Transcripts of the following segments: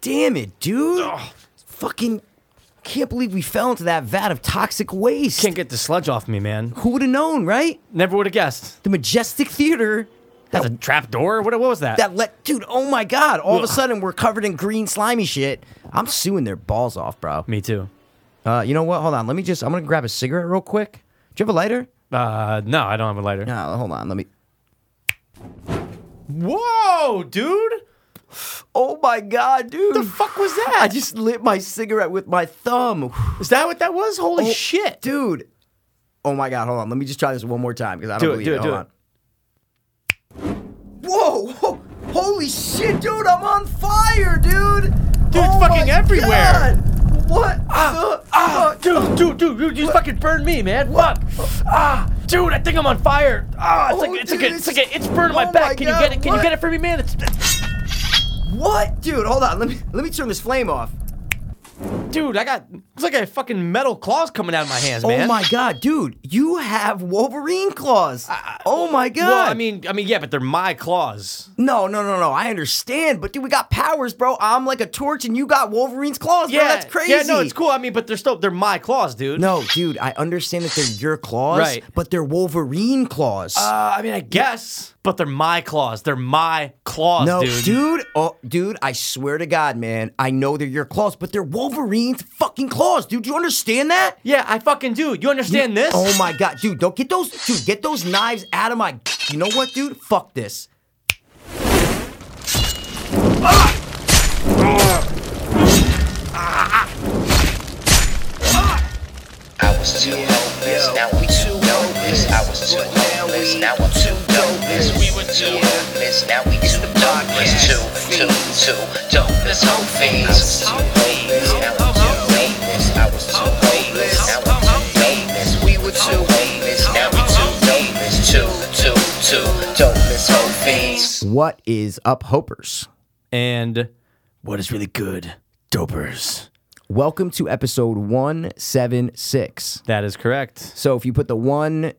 damn it, dude. Fucking can't believe we fell into that vat of toxic waste. Can't get the sludge off me, man. Who would have known, right? Never would have guessed. The Majestic Theater. That's a trap door. What, what was that? That let dude, oh my god, all of a sudden we're covered in green slimy shit. I'm suing their balls off, bro. me too. Uh, you know what? Hold on, let me just I'm gonna grab a cigarette real quick. Do you have a lighter? Uh, no, I don't have a lighter. No, hold on, let me Whoa, dude! Oh my god, dude. The fuck was that? I just lit my cigarette with my thumb. Is that what that was? Holy Oh, shit, Dude. Oh my god, hold on. Let me just try this one more time because I don't Do it, believe do it. it, Hold do it. on. Whoa! ho- Holy shit, dude! I'm on fire, dude! Dude, it's Oh fucking my everywhere. God. What? Ah, the ah, fuck? dude, dude, dude, dude, you fucking burned me, man. Fuck. Ah, dude, I think I'm on fire. Ah, it's Oh, like it's like dude, a, it's this like a, is- it's burning my oh back. my can God, you get it? Can you what? get it for me, man? It's, What? Dude, hold on. Let me let me turn this flame off. dude, I got it's like a fucking metal claws coming out of my hands, man. Oh my god, dude! You have Wolverine claws. oh my god! Well, I mean, I mean, yeah, but they're my claws. no, no, no, no. I understand, but dude, we got powers, bro. I'm like a torch, and you got Wolverine's claws, Yeah, bro. That's crazy. Yeah, no, it's cool. I mean, but they're still they're my claws, dude. No, dude, I understand that they're your claws, Right. but they're Wolverine claws. Uh, I mean, I guess, but they're my claws. They're my claws, no, dude. oh, dude, I swear to God, man, I know they're your claws, but they're Wolverine's fucking claws, dude. You understand that? Yeah, I fucking do. You understand this? Oh my God, dude, don't get those, dude, get those knives out of my. You know what, dude? Fuck this. I was too hopeless, now we too hopeless. I was too hopeless, now I'm too dopeless. We were too hopeless, now we too dopeless. Two, two, two, dopeless hope fiends. I was too hopeless, now I'm too hopeless. I was too hopeless, now I'm too dopeless. We were too hopeless, now we too dopeless. Two, two, two, dopeless hope fiends. What is up, Hopers? and what is really good? Dopers. Welcome to episode 176. That is correct. So if you put the one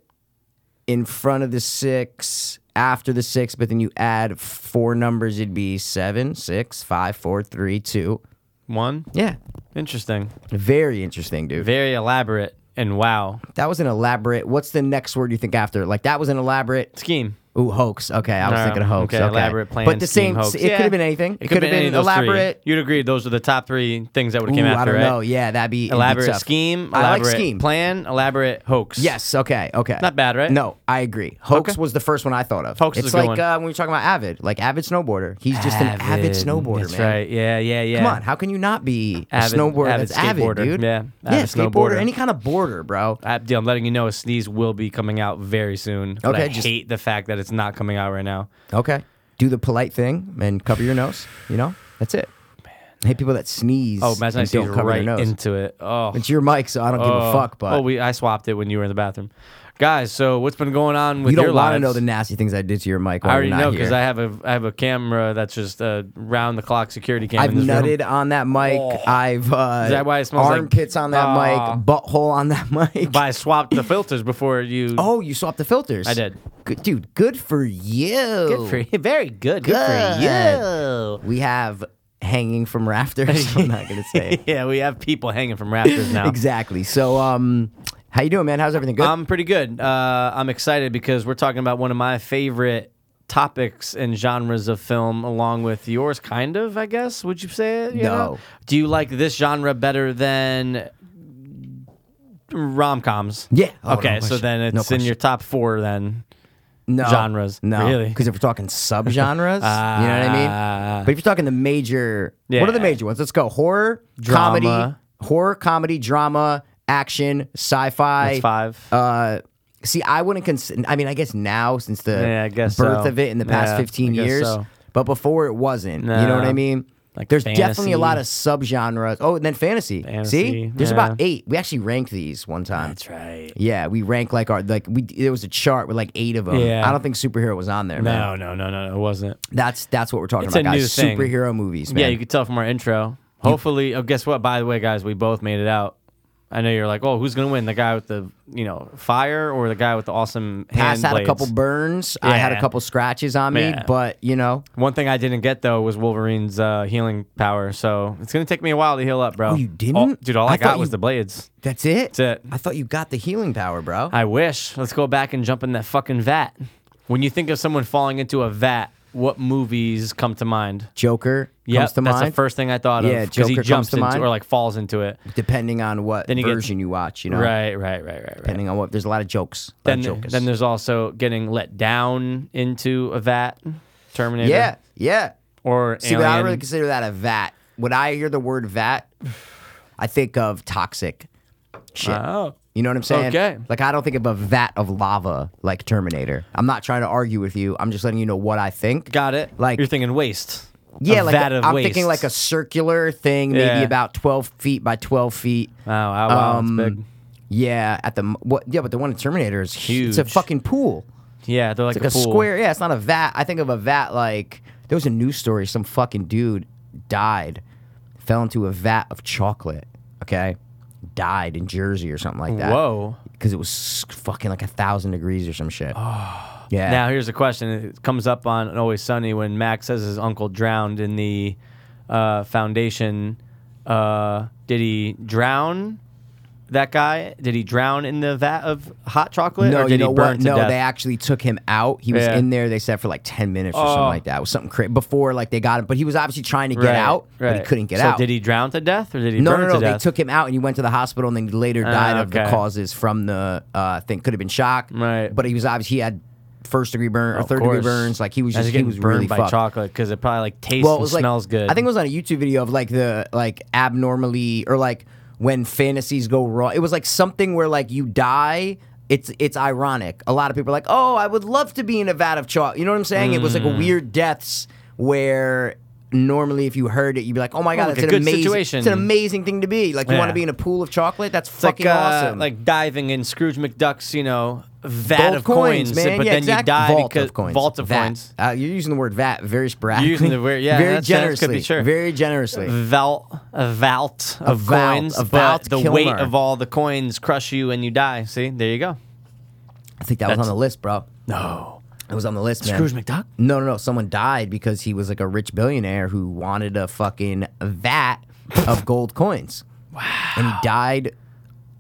in front of the six, after the six, but then you add four numbers, it'd be seven, six, five, four, three, two. One. Yeah. Interesting. Very interesting, dude. Very elaborate. And wow. That was an elaborate. What's the next word you think after? Like that was an elaborate. Scheme. Ooh, hoax. Okay, I was No, thinking hoax. Okay, elaborate plan. But the scheme, same. hoax. It Yeah. could have been anything. It, could have any been, of those three. elaborate. You'd agree those are the top three things that would have Ooh, came I after, don't right? know. Yeah, that'd be it'd be Elaborate tough. scheme. I like Elaborate scheme. plan. Elaborate hoax. Yes. Okay. Okay. Not bad, right? No, I agree. Hoax Okay. was the first one I thought of. Hoax is it's a good like one. Uh, when we we're talking about avid, like avid snowboarder. He's just an avid snowboarder, That's man. right. Yeah, yeah, yeah. Come on, how can you not be Avid- a snowboarder? avid that's avid, skateboarder. dude. Yeah, yeah, avid skateboarder, snowboarder. any kind of boarder, bro. I, dude, I'm letting you know a sneeze will be coming out very soon. but Okay, I just- hate the fact that it's not coming out right now. Okay, do the polite thing and cover your nose. You know, that's it. I hate people that sneeze. Oh, imagine I and sneeze don't cover right their nose. into it. Oh, it's your mic, so I don't give a oh. fuck. But oh, we I swapped it when you were in the bathroom, guys. So what's been going on with you don't your want to lives? know the nasty things I did to your mic. While I already you're not know because here. I have a I have a camera that's just a round the clock security camera. I've in this room. nutted on that mic. Oh. I've uh, Is that why it smells like- armpits on that Ah. mic, butthole on that mic. But I swapped the filters before you. Oh, you swapped the filters. I did. Good, dude, good for you. good for you. Very good. Oh. Good, for We have hanging from rafters. I'm not gonna say you. it. yeah, we have people hanging from rafters now. exactly. So, um, how you doing, man? How's everything? Good. I'm pretty good. Uh, I'm excited because we're talking about one of my favorite topics and genres of film, along with yours, kind of. I guess would you say it? You No. know? Do you like this genre better than rom coms? Yeah. Oh, okay, no so question. then No it's in question. your top four then. no genres. No, Really? Because if we're talking subgenres, you know what I Ah. mean. But if you're talking the major, what are the Yeah. major ones? Let's go horror, comedy, Drama. horror, comedy, drama, action, sci-fi. That's five. Uh, see, I wouldn't consider. I mean, I guess now since the Yeah, I guess birth so. of it in the past Yeah, fifteen I guess years, so. but before it wasn't. You know what No. I mean? Like there's definitely a lot of fantasy. subgenres. Oh, and then fantasy. See, Fantasy, there's yeah. about eight. We actually ranked these one time. That's right. Yeah, we ranked like our like we. There was a chart with like eight of them. Yeah. I don't think superhero was on there. man. No, no, no, no, no, it wasn't. that's that's what we're talking It's about, a new guys. thing. Superhero movies, man. Yeah, you could tell from our intro. Hopefully, oh, guess what? By the way, guys, we both made it out. I know you're like, oh, who's gonna win? The guy with the you know fire or the guy with the awesome hand Pass had blades? a couple burns. I had a Yeah. couple scratches on me, Yeah. but you know, One thing I didn't get though was Wolverine's uh, healing power, so it's gonna take me a while to heal up, bro. Oh, you didn't? All- dude. All I, I got thought was you- the blades. that's it. That's it. I thought you got the healing power, bro. I wish. Let's go back and jump in that fucking vat. When you think of someone falling into a vat, what movies come to mind? Joker Yeah, comes that's to the mind. first thing I thought of. Yeah, 'cause Joker he comes jumps to into mind. or like falls into it. depending on what Then you get- version you watch, you know. Right, right, right, right, right. Depending on what, there's a lot of jokes. a lot of Then, jokers. then there's also getting let down into a vat, Terminator. yeah, yeah. Or See, but I don't Alien. really consider that a vat. When I hear the word vat, I think of toxic shit. Oh. You know what I'm saying? Okay. Like I don't think of a vat of lava like Terminator. I'm not trying to argue with you. I'm just letting you know what I think. Got it. Like- you're thinking waste. yeah, a like vat of I'm waste. thinking like a circular thing, maybe Yeah. about 12 feet by 12 feet. Oh, wow, wow, Um, it's big. Yeah, at the m- what? Yeah, but the one in Terminator is huge. It's a Huge. fucking pool. Yeah, they're like, like a pool. square. Yeah, it's not a vat. I think of a vat like there was a news story. Some fucking dude died, fell into a vat of chocolate. Okay, died in Jersey or something like that. Whoa. Because it was s- fucking like a thousand degrees or some shit. yeah. Oh. Now here's a question. It comes up on Always Sunny when Max says his uncle drowned in the uh, foundation. Uh, did he drown that guy? Did he drown in the vat of hot chocolate? no, or did you know he burn what? to No, death? they actually took him out. He was Yeah. in there. They said for like ten minutes or something Oh. like that. It was something crazy before like they got him, but he was obviously trying to get Right, out, but he right. couldn't get so out. Did he drown to death or did he No, burn no, to no. They death? Ah, took him out, and he went to the hospital, and then he later died of the okay. causes from the uh, thing. Could have been shock, Right. But he was obviously he had first degree burn or Of third degree course. burns. Like he was As just he getting was burned really by fucked. chocolate because it probably like tastes Well, it and was like smells good. I think it was on a YouTube video of like the like abnormally or like when fantasies go wrong. It was like something where like you die. It's it's ironic. A lot of people are like, oh, I would love to be in a vat of chalk. You know what I'm saying? It was Mm. like a weird deaths where. Normally, if you heard it, you'd be like, "Oh my god, like that's a an good amazing, situation. it's an amazing thing to be." Like, you want Yeah. to be in a pool of chocolate? That's It's fucking like, uh, awesome. Like diving in Scrooge McDuck's, you know, vat Vault of coins, man. but Yeah, then exact- you die vault because of coins. vault of Vat. coins. Uh, you're using the word "vat" very sporadically. using the word- yeah, very that's- that generously. could be true. Very generously. Val, a vault of vault, coins, a but vault the Kilmer. weight of all the coins crush you and you die. See, there you go. I think that was on the list, bro. No, It was on the list, man. Scrooge McDuck. No, no, no. Someone died because he was like a rich billionaire who wanted a fucking vat of gold coins. Wow. And he died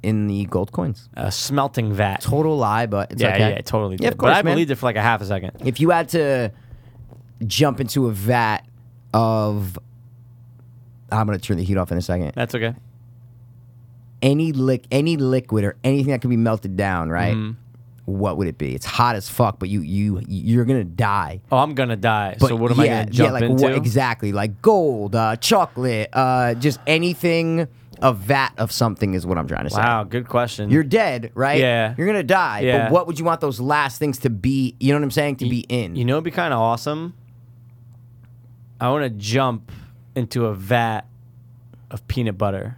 in the gold coins. A smelting vat. Total lie, but it's yeah, okay. yeah, it totally. Did. Yeah, of course, but I man. believed it for like a half a second. If you had to jump into a vat of, I'm gonna turn the heat off in a second. That's okay. any lick any liquid or anything that can be melted down, right? Mm-hmm. What would it be? It's hot as fuck, but you you you're gonna die. Oh, I'm gonna die. But so what am yeah, I gonna jump yeah, like into? What, exactly, like gold, uh, chocolate, uh, just anything. A vat of something is what I'm trying to say. Wow, good question. You're dead, right? Yeah. You're gonna die. Yeah. But what would you want those last things to be? You know what I'm saying? To be in. You know, it'd be kind of awesome. I want to jump into a vat of peanut butter.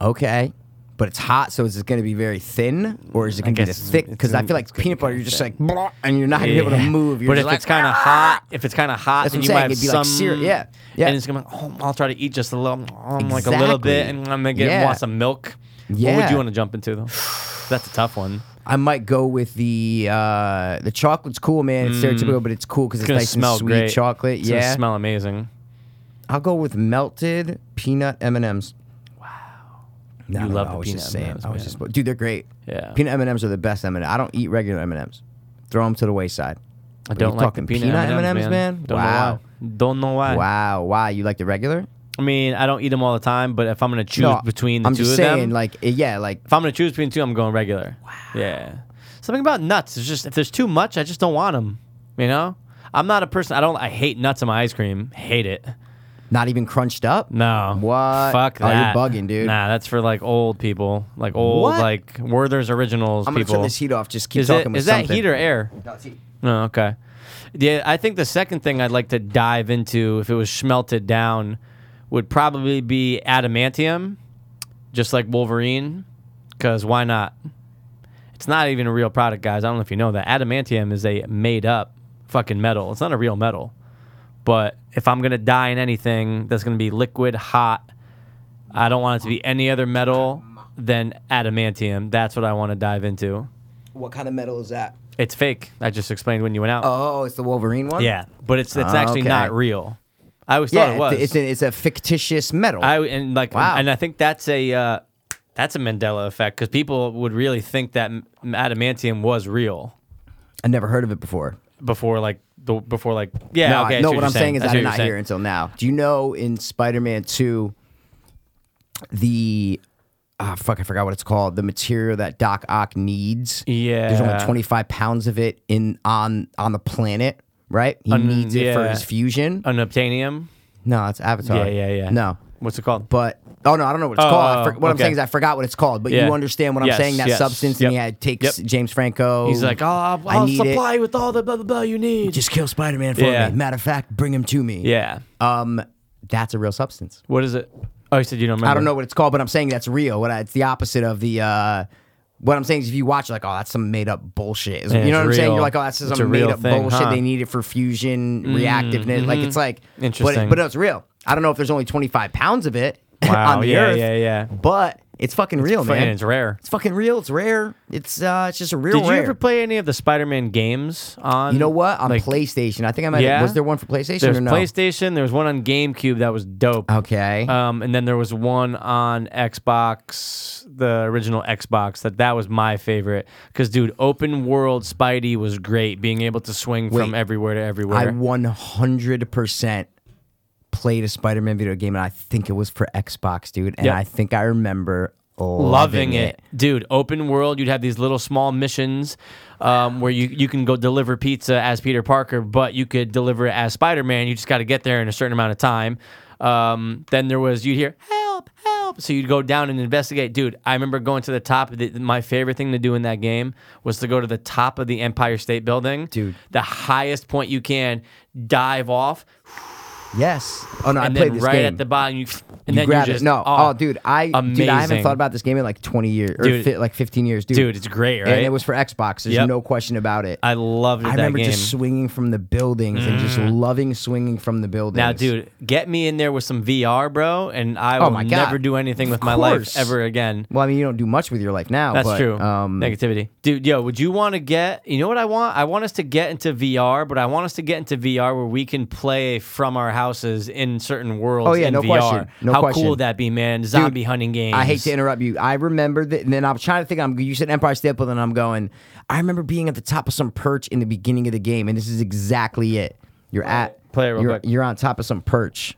Okay. But it's hot, so is it going to be very thin, or is it going to be guess this thick? it's Because I gonna- feel like it's gonna peanut be butter, kinda you're just thick. like, "Blah," and you're not going to be able to move. You're but just if like, "Ah!" it's kind of hot, if it's kind of hot, That's then what I'm you might saying, have it'd be some. like syrup, yeah, yeah. And it's gonna. Oh, I'll try to eat just a little, um, like a little bit, Exactly. and I'm gonna get Yeah. want some milk. What would Yeah. you want to jump into though? That's a tough one. I might go with the uh, the chocolate's cool, man. It's stereotypical, but it's cool because it's, It's Mm. gonna nice smell and sweet great. chocolate. It's yeah, gonna smell amazing. I'll go with melted peanut M and M's. Wow, no, You no, love no, the I was peanut just saying. M&Ms, I was man. just, dude, they're great. Yeah. peanut M and M's are the best M and I don't eat regular M and M's. Throw them to the wayside. I But don't you're like the talking peanut, M&Ms, man. Don't know wow. Don't know why. Wow, why you like the regular? I mean, I don't eat them all the time, but if I'm gonna choose between the I'm two just of saying, them, like, eh, yeah, like If I'm gonna choose between two, I'm going regular. Wow. Yeah. Something about nuts. It's just if there's too much, I just don't want them. You know. I'm not a person. I don't. I hate nuts in my ice cream. Hate it. not even crunched up. No. What? Fuck Oh, you're that. bugging, dude. Nah, that's for like old people, like old What? like Werther's Originals I'm gonna people. turn this heat off. Just keep is talking. it, with is that something. heat or air? No, it's heat. No. Oh, okay. Yeah, I think the second thing I'd like to dive into, if it was smelted down, would probably be adamantium, just like Wolverine, because why not? It's not even a real product, guys. I don't know if you know that. Adamantium is a made up fucking metal. It's not a real metal. But if I'm going to die in anything that's going to be liquid, hot, I don't want it to be any other metal than adamantium. That's what I want to dive into. What kind of metal is that? It's fake. I just explained when you went out. Oh, it's the Wolverine one. Yeah, but it's it's Oh, actually okay. not real. I always yeah. thought it was. It's, it's a, it's a fictitious metal. I and like Wow. and I think that's a uh, that's a Mandela effect because people would really think that m- adamantium was real I never heard of it before. before like the before like yeah no, okay I, I see no what you're I'm saying, is I I see did what not you're hear it until now. Do you know in Spider-Man 2 the ah fuck I forgot what it's called the material that Doc Ock needs? There's only Yeah. 25 pounds of it in on on the planet, right? He Un- needs it for yeah. his fusion. An obtainium. no, it's Avatar. Yeah, yeah, yeah. No. What's it called? But oh no, I don't know what it's Oh, called. I for- what I'm okay. saying is I forgot what it's called, but Yeah. you understand what I'm Yes, saying. That yes, substance, and he yep. had takes Yep. James Franco. He's like, oh, I'll, I I'll need it. supply you with all the blah blah blah you need. just kill Spider-Man for Yeah. me. Matter of fact, bring him to me. yeah. Um, that's a real substance. What is it? Oh, you said you don't remember. I don't know what it's called, but I'm saying that's real. What I, it's the opposite of the. Uh, what I'm saying is, if you watch, like, oh, that's some made up bullshit. Is- Yeah, you know what it's I'm saying? real. You're like, oh, that's It's some a made real up thing, bullshit. huh? Mm-hmm, They need it for fusion, reactiveness. Like, it's like but it- Interesting. but, no, it's real. I don't know if there's only 25 pounds of it Wow. on the yeah, earth, yeah. Yeah. but it's fucking real, Fucking- man. It's rare. It's fucking real. It's rare. It's uh, it's just a real. Did you rare. ever play any of the Spider-Man games on? You know what? On like, PlayStation, I think I might. Yeah? Was there one for PlayStation There's or no? PlayStation. There's one on GameCube that was dope. okay. Um, and then there was one on Xbox, the original Xbox. That that was my favorite because, dude, open world Spidey was great. Being able to swing from Wait. everywhere to I everywhere. 100% played a Spider-Man video game, and I think it was for Xbox, dude. And Yep. I think I remember loving, Loving it. it. dude. Open world. You'd have these little small missions um, where you you can go deliver pizza as Peter Parker, but you could deliver it as Spider Man. You just got to get there in a certain amount of time. Um, then there was you'd hear help, help. So you'd go down and investigate, dude. I remember going to the top. Of the, my favorite thing to do in that game was to go to the top of the Empire State Building, Dude. The highest point you can, dive off, Yes. Oh no, and I played then this right game. at the bottom, you you and then grab you just it. No. Oh, dude, I dude, I haven't amazing. thought about this game in like 20 years or Dude. fi- like 15 years, dude. Dude, it's great, right? And it was for Xbox. There's Yep. no question about it. I loved I that remember game. Mm. just swinging from the buildings and just loving swinging from the buildings. Now, dude, get me in there with some VR, bro, and I Oh will my God. never do anything with Of my course. life ever again. Well, I mean, you don't do much with your life now. That's but, true. Um, Negativity, dude. Yo, would you want to get? You know what I want? I want us to get into VR, but I want us to get into VR where we can play from our houses in certain worlds. Oh, yeah, in no VR. question. No How question. cool would that be, man? Zombie hunting games. I hate to interrupt you. I remember that, and then I'm trying to think. I'm you said Empire State Building, and I'm going. I remember being at the top of some perch in the beginning of the game, and this is exactly it. You're at Play it real you're, quick. you're on top of some perch.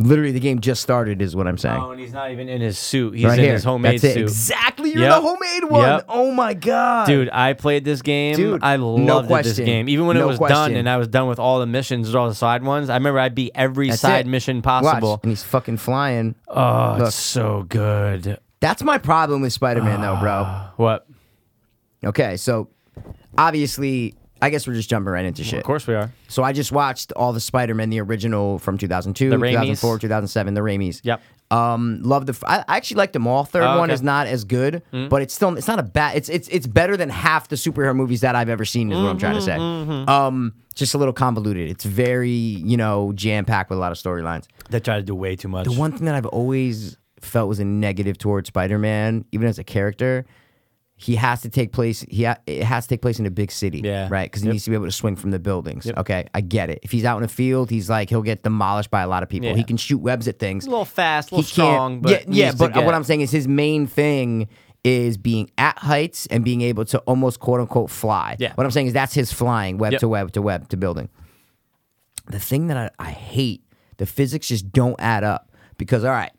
Literally, the game just started, is what I'm saying. Oh, and he's not even in his suit. He's right in here, his homemade That's it. suit. Exactly, you're Yep. the homemade one. Yep. Oh my god, Dude, I played this game. Dude, I no loved it, this question. game. Even when it No was done question. and I was done with all the missions, all the side ones, I remember I beat every That's side it. mission Watch. possible. and he's fucking flying. Oh, Look. it's so good. That's my problem with Spider-Man, though, bro. What? Okay, so obviously, I guess we're just jumping right into shit. Of course we are. So I just watched all the Spider-Man, the original from 2002, The Raimis? 2004, 2007, the Raimis. Yep. Um, love the. f- I I actually like them all. Third Oh, one okay. Mm. is not as good, but it's still it's not a bad. It's it's it's better than half the superhero movies that I've ever seen. Is what I'm trying Mm-hmm, to say. Um, just a little convoluted. It's very you know jam packed with a lot of storylines. They tried to do way too much. The one thing that I've always felt was a negative towards Spider-Man, even as a character, he has to take place. He ha- it has to take place in a big city, Yeah. right? Because he Yep. needs to be able to swing from the buildings. Okay, I get it. If he's out in a field, he's like he'll get demolished by a lot of people. Yeah. He can shoot webs at things. a little fast, a little he can't- strong, but yeah, yeah. needs to But uh, get- what I'm saying is his main thing is being at heights and being able to almost quote unquote fly. Yeah. What I'm saying is that's his flying web Yep. to web to web to building the thing that I, I hate, the physics just don't add up. Because, all right,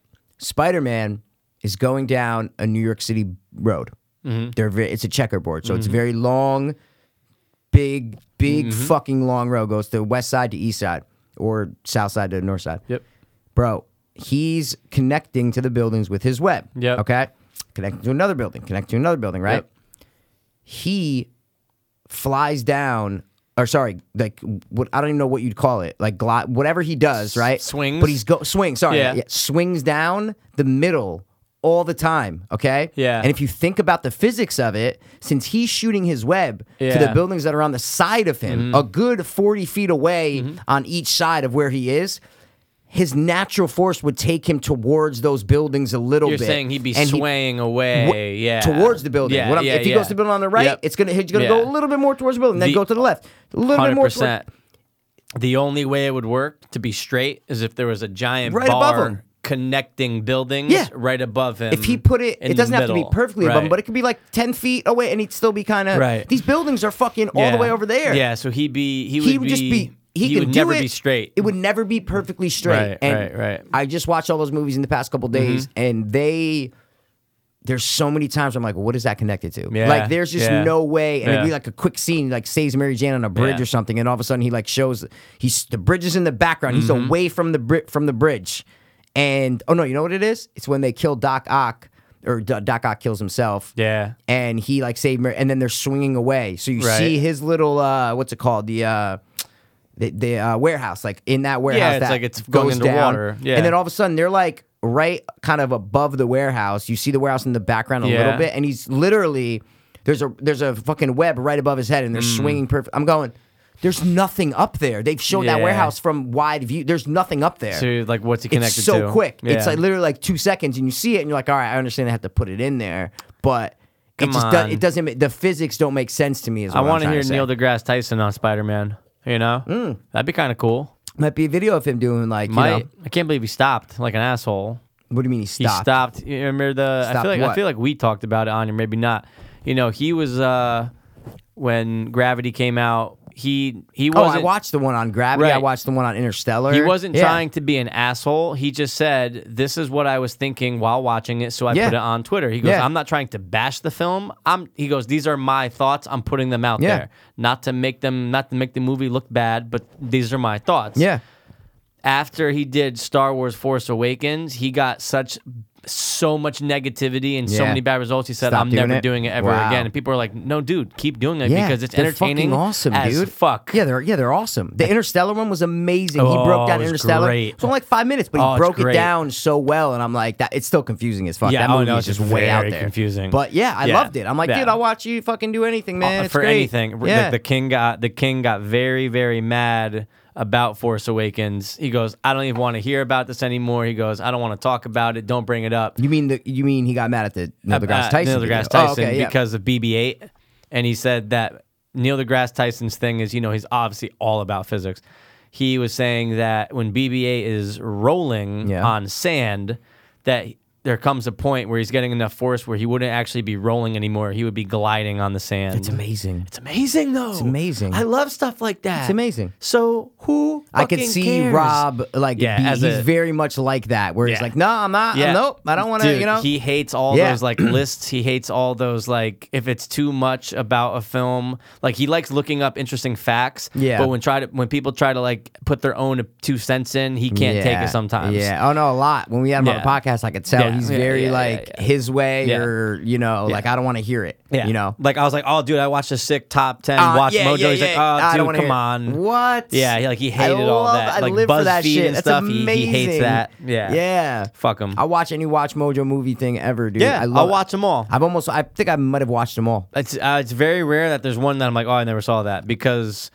Spider Man is going down a New York City road. Mm-hmm. They're very, it's a checkerboard. So it's very long, big, big Mm-hmm. fucking long road. Goes to west side to east side or south side to north side. Yep. Bro, he's connecting to the buildings with his web. Yep. Okay. Connecting to another building, connecting to another building, right? Yep. He flies down or sorry like what i don't even know what you'd call it like gli- whatever he does right swings? but he's go swing sorry Yeah. swings down the middle all the time okay Yeah. and if you think about the physics of it since he's shooting his web to the Yeah. Mm-hmm. buildings that are on the side of him a good 40 feet away on each side of where he is his natural force would take him towards those buildings a little You're bit. saying he'd be and he- swaying away, w- yeah, towards the building. Yeah, What I'm- yeah, if he yeah. goes to the building on the right, Yep. it's gonna he's gonna Yeah. go a little bit more towards the building, then The- go to the left, a little bit Hundred more. toward- percent. The only way it would work to be straight is if there was a giant Right above bar him. connecting buildings Yeah. right above him. If he put it, in it the doesn't have to be middle. perfectly above him, Right. but it could be like ten feet away, and he'd still be kind of. Right. These buildings are fucking all the Yeah. way over there. Yeah, so he'd be he would, he would just be. He, could would do never it. be straight. It would never be perfectly straight. Right, and right, right. Mm-hmm. I just watched all those movies in the past couple days, and they. There's so many times I'm like, what is that connected to? Yeah, like, there's just yeah. no way. And it'd be Yeah. like a quick scene, like saves Mary Jane on a bridge Yeah. or something, and all of a sudden he like shows he's the bridge is in the background. He's Mm-hmm. away from the bri- from the bridge, and oh no, you know what it is? It's when they kill Doc Ock or Do- Doc Ock kills himself. Yeah. and he like saved Mary, and then they're swinging away. So you Right. see his little uh, what's it called? The uh, the, the uh, warehouse, like in that warehouse. it's that like it's going goes into down, water. Yeah. and then all of a sudden they're like right kind of above the warehouse. You see the warehouse in the background a little Yeah. bit, and he's literally there's a there's a fucking web right above his head, and they're Mm. swinging perfect. I'm going. There's nothing up there. They've showed that Yeah. warehouse from wide view. There's nothing up there. So like what's he it's connected so to? quick. It's Yeah. like literally like two seconds, and you see it, and you're like, all right, I understand they have to put it in there, but Come it just does, on. it doesn't. ma- The physics don't make sense to me. Is I want to hear say. Neil deGrasse Tyson on Spider Man. You know? That'd be kinda cool. Might be a video of him doing like, My, Mm. you know, I can't believe he stopped like an asshole. what do you mean he He stopped? stopped. You remember the? I Stopped feel like what? I feel like we talked about it on here, maybe not. You know, he was uh when Gravity came out. He he Oh, wasn't. I watched the one on Gravity. I Right. watched the one on Interstellar. He wasn't Yeah. trying to be an asshole. He just said, "This is what I was thinking while watching it, so I Yeah. put it on Twitter." He goes, Yeah. "I'm not trying to bash the film. I'm." He goes, "These are my thoughts. I'm putting them out Yeah. there, not to make them, not to make the movie look bad, but these are my thoughts." Yeah, after he did Star Wars Force Awakens, he got such so much negativity and so Yeah. many bad results. He said, Stop "I'm doing never it." doing it ever Wow. again." And people are like, "No, dude, keep doing it yeah, because it's they're entertaining, fucking awesome, as dude. fuck." Uh, Yeah, they're yeah they're awesome. The Interstellar one was amazing. he broke Oh, down it was Interstellar. great. It's only like five minutes, but Oh, he it's broke it great. down so well, and I'm like, that it's still confusing as fuck. Yeah, that oh, movie no, is it's just way out very there, confusing. But yeah, I Yeah. loved it. I'm like, Yeah. dude, I'll watch you fucking do anything, man. Uh, It's for great. anything. Yeah. Like the king got the king got very very mad about Force Awakens. He goes, "I don't even want to hear about this anymore." He goes, "I don't want to talk about it. Don't bring it up." you mean the you mean he got mad at the Neil deGrasse uh, Tyson? Neil video? deGrasse Tyson oh, okay, yeah. because of BB-8, and he said that Neil deGrasse Tyson's thing is, you know, he's obviously all about physics. He was saying that when BB-8 is rolling Yeah. on sand, that there comes a point where he's getting enough force where he wouldn't actually be rolling anymore. He would be gliding on the sand. it's amazing. It's amazing though. It's amazing. I love stuff like that. It's amazing. So who I could fucking see cares? Rob like Yeah, be- as he's a- very much like that, where he's Yeah. like, no, I'm not. Yeah. Nope, I don't want to. Dude, You know, he hates all Yeah. those like lists. He hates all those like if it's too much about a film. Like he likes looking up interesting facts. Yeah. But when try to when people try to like put their own two cents in, he can't take it sometimes. Yeah. Oh no, a lot. When we had him Yeah. on the podcast, I could tell Yeah, he's yeah, very yeah, yeah, like yeah. his way Yeah. or you know, like I don't want to hear it. Yeah. You know. Like I was like, oh dude, I watched a sick top ten. Uh, watch yeah, Mojo. yeah, He's like, oh yeah. I don't dude, wanna come hear it. on. What? Yeah. He, like he I hated all love- that. I like live for that BuzzFeed shit. and That's stuff. He, he hates amazing. that. Yeah. Yeah. Fuck him. I watch any Watch Mojo movie thing ever, dude. Yeah. I I love will watch them all. I've almost. I think I might have watched them all. It's uh, it's very rare that there's one that I'm like, oh, I never saw that because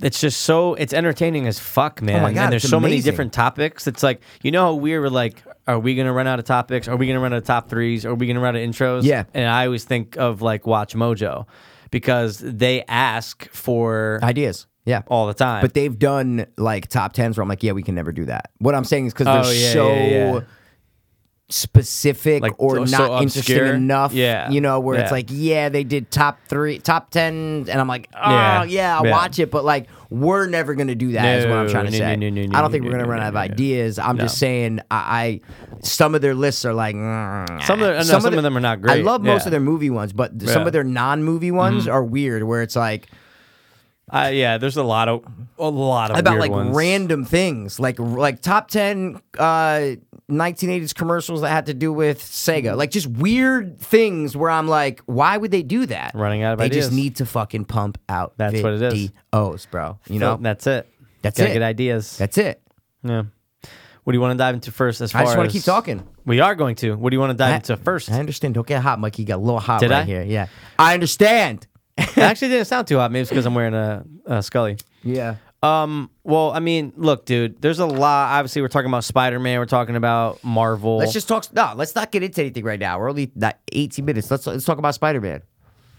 it's just so it's entertaining as fuck, man. Oh my God, and there's it's so many amazing. different topics. It's like you know how we were like, are we gonna run out of topics? Are we gonna run out of top threes? Are we gonna run out of intros? Yeah. And I always think of like Watch Mojo because they ask for Ideas. Yeah. all the time. But they've done like top tens where I'm like, yeah, we can never do that. What I'm saying is because they're Oh, yeah, so yeah, yeah. specific Like, or so- not so interesting obscure. enough. Yeah. You know, where it's Yeah. like, yeah, they did top three, top ten, and I'm like, oh yeah, Yeah. I'll Yeah. watch it, but like we're never gonna do that. Is what I'm No, trying to no, say. no, no, no, I don't think no, we're gonna no, run no, out of no, no. ideas. I'm just saying I, I some of their lists are like mm, Some of the- no, some of them are not I great. love most Yeah. of their movie ones, but th- some Yeah. Mm-hmm. of their non movie ones are weird where it's like uh, yeah, there's a lot of a lot of about weird like ones. random things, like like top ten uh, 1980s commercials that had to do with Sega, like just weird things where I'm like, why would they do that? Running out of they just ideas. need to fucking pump out. That's what it is. videos, bro. You know, that's it. That's Gotta it. Get ideas. that's it. Yeah. What do you want to dive into first? As far I just want want to keep talking. We are going to. What do you want to dive I- into first? I understand. Don't get hot, Mike. You got a little hot Did right I? here. Yeah, I understand. It actually didn't sound too hot. Maybe it's because I'm wearing a, a Scully. Yeah. Um, well, I mean, look, dude, there's a lot. Obviously, we're talking about Spider Man, we're talking about Marvel. Let's just talk. No, let's not get into anything right now. We're only not 18 minutes. Let's let's talk about Spider Man.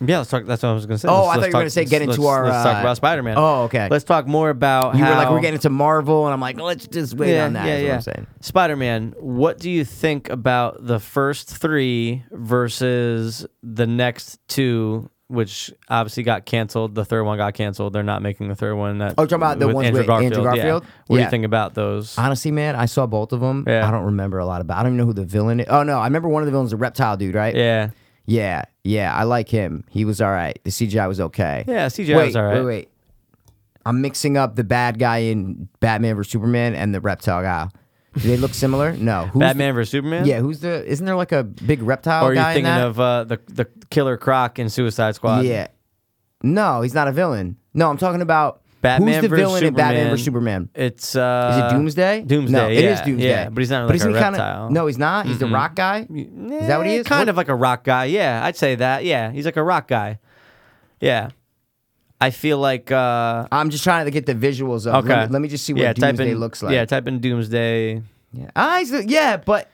yeah, let's talk. That's what I was gonna say. Oh, Let's- I thought let's you were gonna talk- say get let's- into our, Let's uh, talk about Spider Man. Oh, okay. Let's talk more about You how were like, we're getting into Marvel, and I'm like, let's just wait on that. is what I'm saying. Spider Man, what do you think about the first three versus the next two, which obviously got canceled? The third one got canceled. They're not making the third one. That, Oh, you're talking about the ones with Andrew yeah. Garfield? What do Yeah. you think about those? Honestly, man, I saw both of them. Yeah. I don't remember a lot about. I don't even know who the villain is. Oh no, I remember one of the villains, the reptile dude, right? yeah. yeah, yeah. I like him. He was all right. The CGI was okay. Yeah, CGI wait, was all right. Wait, wait. I'm mixing up the bad guy in Batman vs Superman and the reptile guy. Do they look similar? No. Who's Batman versus Superman? The, yeah, who's the? Isn't there like a big reptile Or are you guy in thinking that? of uh, the the Killer Croc in Suicide Squad? Yeah. No, he's not a villain. No, I'm talking about Batman who's the versus villain in Batman Superman. vs Superman. It's uh, Is it Doomsday? Doomsday. No, yeah, it is Doomsday. Yeah, but he's not like isn't a he kinda- reptile. no, he's not. He's the rock guy. Is that what he is? Kind What- of like a rock guy. Yeah, I'd say that. Yeah, he's like a rock guy. Yeah, I feel like. Uh, I'm just trying to get the visuals of. okay, Let me, let me just see what yeah, type Doomsday in, looks like. Yeah, type in Doomsday. Yeah. Ah, he's a- yeah, but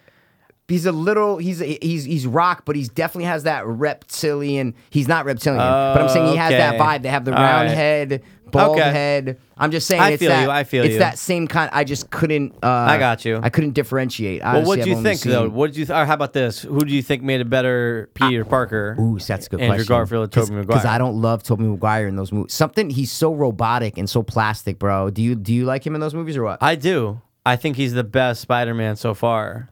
he's a little. He's a, he's he's rock, but he's definitely has that reptilian. He's not reptilian, but I'm saying he has that Okay. vibe. They have the All round right. head, bald Okay. head. I'm just saying. I it's feel that, you, I feel It's you. that same kind. I just couldn't. Uh, I got you. I couldn't differentiate. Well, what Honestly, do you I've only think though? seen- Ah. What did you? Th- or how about this? Who do you think made a better Peter Parker? Ooh, that's a good Andrew question. Garfield or Tobey Maguire? Because I don't love Tobey Maguire in those movies. Something he's so robotic and so plastic, bro. Do you do you like him in those movies or what? I do. I think he's the best Spider-Man so far.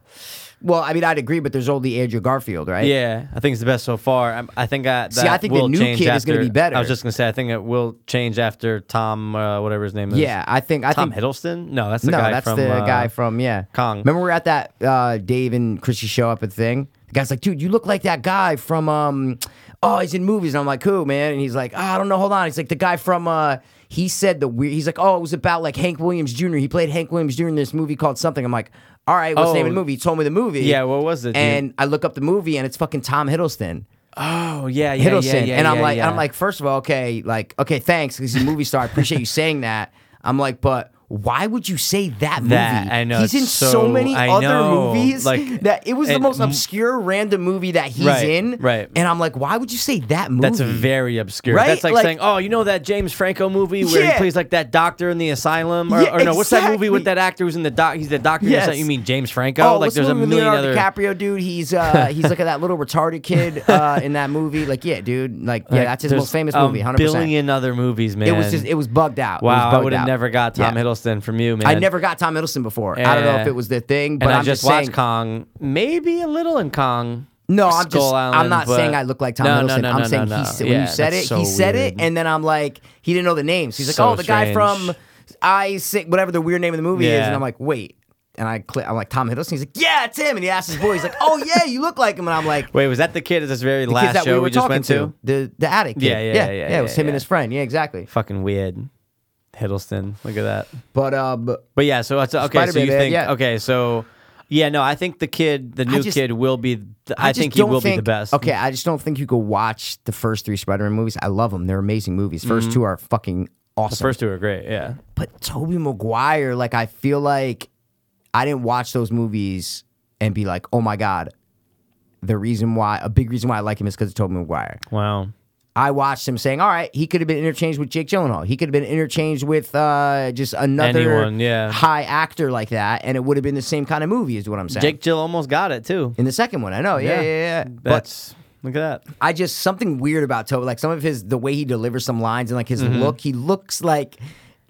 well, I mean, I'd agree, but there's only Andrew Garfield, right? Yeah, I think it's the best so far. I, I think I, that See, I think the will new change kid after, is gonna be better. I was just gonna say, I think it will change after Tom, uh, whatever his name is. Yeah, I think I Tom think Hiddleston. No, that's the no, guy that's from the uh, guy from yeah Kong. Remember we were at that uh, Dave and Chrissy show up at the thing. The guy's like, dude, you look like that guy from um, oh, he's in movies. And I'm like, who, man? And he's like, "Ah, I don't know, hold on. He's like the guy from uh, he said the weird. He's like, oh, it was about like Hank Williams Jr. He played Hank Williams Jr. in this movie called something. I'm like, all right, what's the name of the Oh. movie? He told me the movie. Yeah, what was it, dude? And I look up the movie, and it's fucking Tom Hiddleston. Oh yeah, yeah, Hiddleston. yeah, yeah, and I'm yeah, like, yeah. I'm like, first of all, okay, like, okay, thanks, because he's a movie star. I appreciate you saying that. I'm like, but why would you say that movie? That, I know, He's it's in so, so- many I other know, movies. like, that it was the and- most obscure, random movie that he's Right, in. right. And I'm like, why would you say that movie? that's very obscure. Right? That's like, Like- saying, oh, you know that James Franco movie where Yeah. he plays like that doctor in the asylum, or, Yeah, or no, what's that movie with exactly. that actor who's in the doc? He's the doctor. in the Yes. asylum. You mean James Franco? Oh, like what's the there's a movie with million Leonardo other. DiCaprio dude. He's uh, he's like that little retarded kid uh, in that movie. Like, yeah, dude. Like, yeah, like, that's his there's most famous a movie. Hundred percent. billion other movies, man. It was just it was bugged out. It was Wow, I bugged would have out. never got Tom Yeah. Hiddleston from you, man. I never got Tom Hiddleston before. I don't know Yeah. if it was the thing, but and I I'm just, saying, watched Kong, maybe a little in Kong. No, I'm Skull just. I'm Island, not but- saying I look like Tom no, Hiddleston. No, no, I'm no, saying no, he no. said, when Yeah, you said that's it, so he said weird. it, and then I'm like, he didn't know the names. He's like, So oh, the guy strange. from I Sing, whatever the weird name of the movie is, Yeah. and I'm like, wait. And I click, I'm like Tom Hiddleston. He's like, yeah, it's him. And he asks his boy, he's like, oh yeah, you look like him. And I'm like, Wait, was that the kid at this very the kids last that show we were just talking went to? the the attic. kid. Yeah, yeah, yeah, It was yeah, him yeah. and his friend. Yeah, exactly. Fucking weird. Hiddleston, look at that. But um, But yeah, so it's, okay. so Spider-Man, you man, think yeah. okay? So yeah, no, I think the kid, the new just- kid, will be. th- I, just think he don't will be the best. Okay, I just don't think you could watch the first three Spider-Man movies. I love them; they're amazing movies. 1st two are fucking awesome. Mm-hmm. first two are great. Yeah, but Toby Maguire, like I feel like I didn't watch those movies and be like, oh my God. The reason why a big reason why I like him is because of Toby Maguire. wow. I watched him saying, All right, he could have been interchanged with Jake Gyllenhaal. He could have been interchanged with uh, just another Anyone, yeah. high actor like that, and it would have been the same kind of movie, is what I'm saying. Jake Jill almost got it too. in the second one, I know, yeah, yeah, Yeah. yeah. yeah. But That's look at that. I just something weird about Toby, like some of his the way he delivers some lines and like his look, he looks like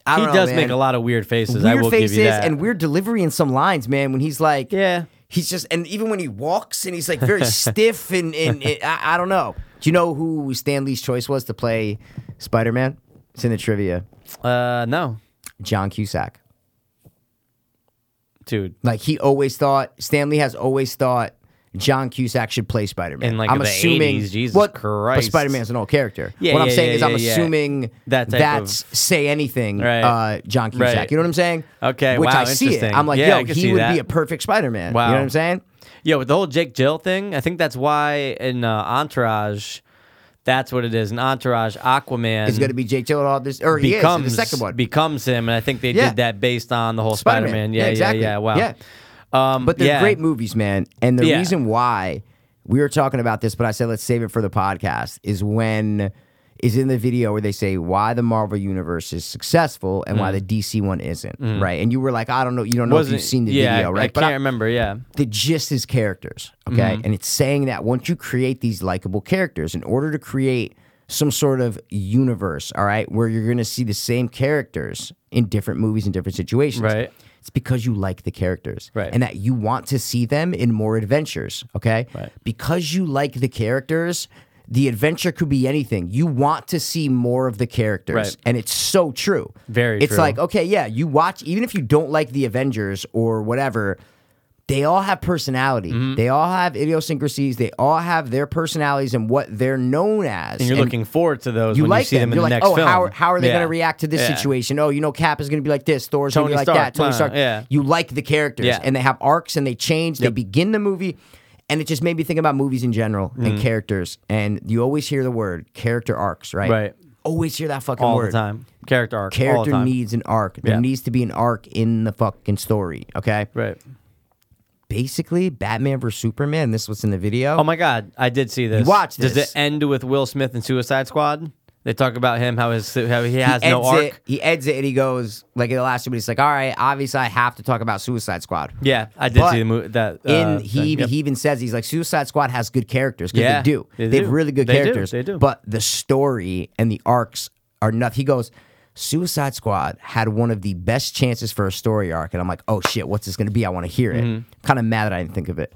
I Mm-hmm. He don't know, does man make a lot of weird faces. I weird will faces give you that. and weird delivery in some lines, man. When he's like, Yeah. he's just, and even when he walks and he's like very stiff and and, and I, I don't know. Do you know who Stan Lee's choice was to play Spider Man? It's in the trivia. uh, no, John Cusack. dude. Like he always thought. Stan Lee has always thought. John Cusack should play Spider Man. In, like, I'm the assuming 80s, Jesus what, But Christ. Spider Man's an old character. Yeah, what I'm yeah, saying yeah, is, I'm yeah, yeah. assuming That type that's say anything, Right. uh, John Cusack. Right. You know what I'm saying? Okay, Which wow, I see it. interesting. I'm like, Yeah, I yo, can he see would be that. a perfect Spider Man. You Wow. know what I'm saying? Yeah, with the whole Jake Jill thing, I think that's why in uh, Entourage That's what it is. An entourage Aquaman It's gonna be Jake Gyllenhaal. This or he is in becomes the second one. becomes him, and I think they Yeah. did that based on the whole Spider-Man. Spider-Man. Yeah, Yeah, exactly. yeah, yeah. Wow. Yeah. Um, But they're yeah. great movies, man. And the Yeah. reason why we were talking about this, but I said let's save it for the podcast, is when is in the video where they say why the Marvel universe is successful and why the DC one isn't, right? And you were like, I don't know, you don't know if Mm. Wasn't- you've seen the yeah, video, I- right? I but can't remember. Yeah, the gist is characters, okay? Mm-hmm. And it's saying that once you create these likable characters, in order to create some sort of universe, all right, where you're gonna see the same characters in different movies and different situations, Right. It's because you like the characters, Right. And that you want to see them in more adventures, okay? Right. Because you like the characters. The adventure could be anything. You want to see more of the characters, Right. and it's so true. Very It's true. like okay, yeah, you watch even if you don't like the Avengers or whatever, they all have personality. Mm-hmm. They all have idiosyncrasies. They all have their personalities and what they're known as. and you're looking forward to those You when like you see them, You're in like, the next oh, film. how, are- how are they Yeah. going to react to this Yeah. situation? Oh, you know, Cap is going to be like this. Thor's going to Tony be like Stark, that. Tony blah, Stark. yeah. You like the characters, Yeah. and they have arcs, and they change. They Yep. begin the movie, and it just made me think about movies in general Mm-hmm. and characters. And you always hear the word character arcs, right? Right. Always hear that fucking All word the time. Character arc. all the character time. needs an arc. There Yeah. needs to be an arc in the fucking story. Okay. Right. Basically, Batman vs Superman. This was in the video. Oh my God, I did see this. You watched Does this. it end with Will Smith and Suicide Squad? They talk about him how his how he has he no ends arc. It, he ends it and he goes like in the last two minutes. Like, all right, obviously I have to talk about Suicide Squad. Yeah, I did But see the movie. That uh, In he thing. even- Yep. he even says he's like Suicide Squad has good characters 'cause Yeah, they do. they have do. really good They do, characters. they do. But the story and the arcs are nothing. He goes. Suicide Squad had one of the best chances for a story arc, and I'm like, oh shit, what's this gonna be? I want to hear Mm-hmm. it. Kind of mad that I didn't think of it.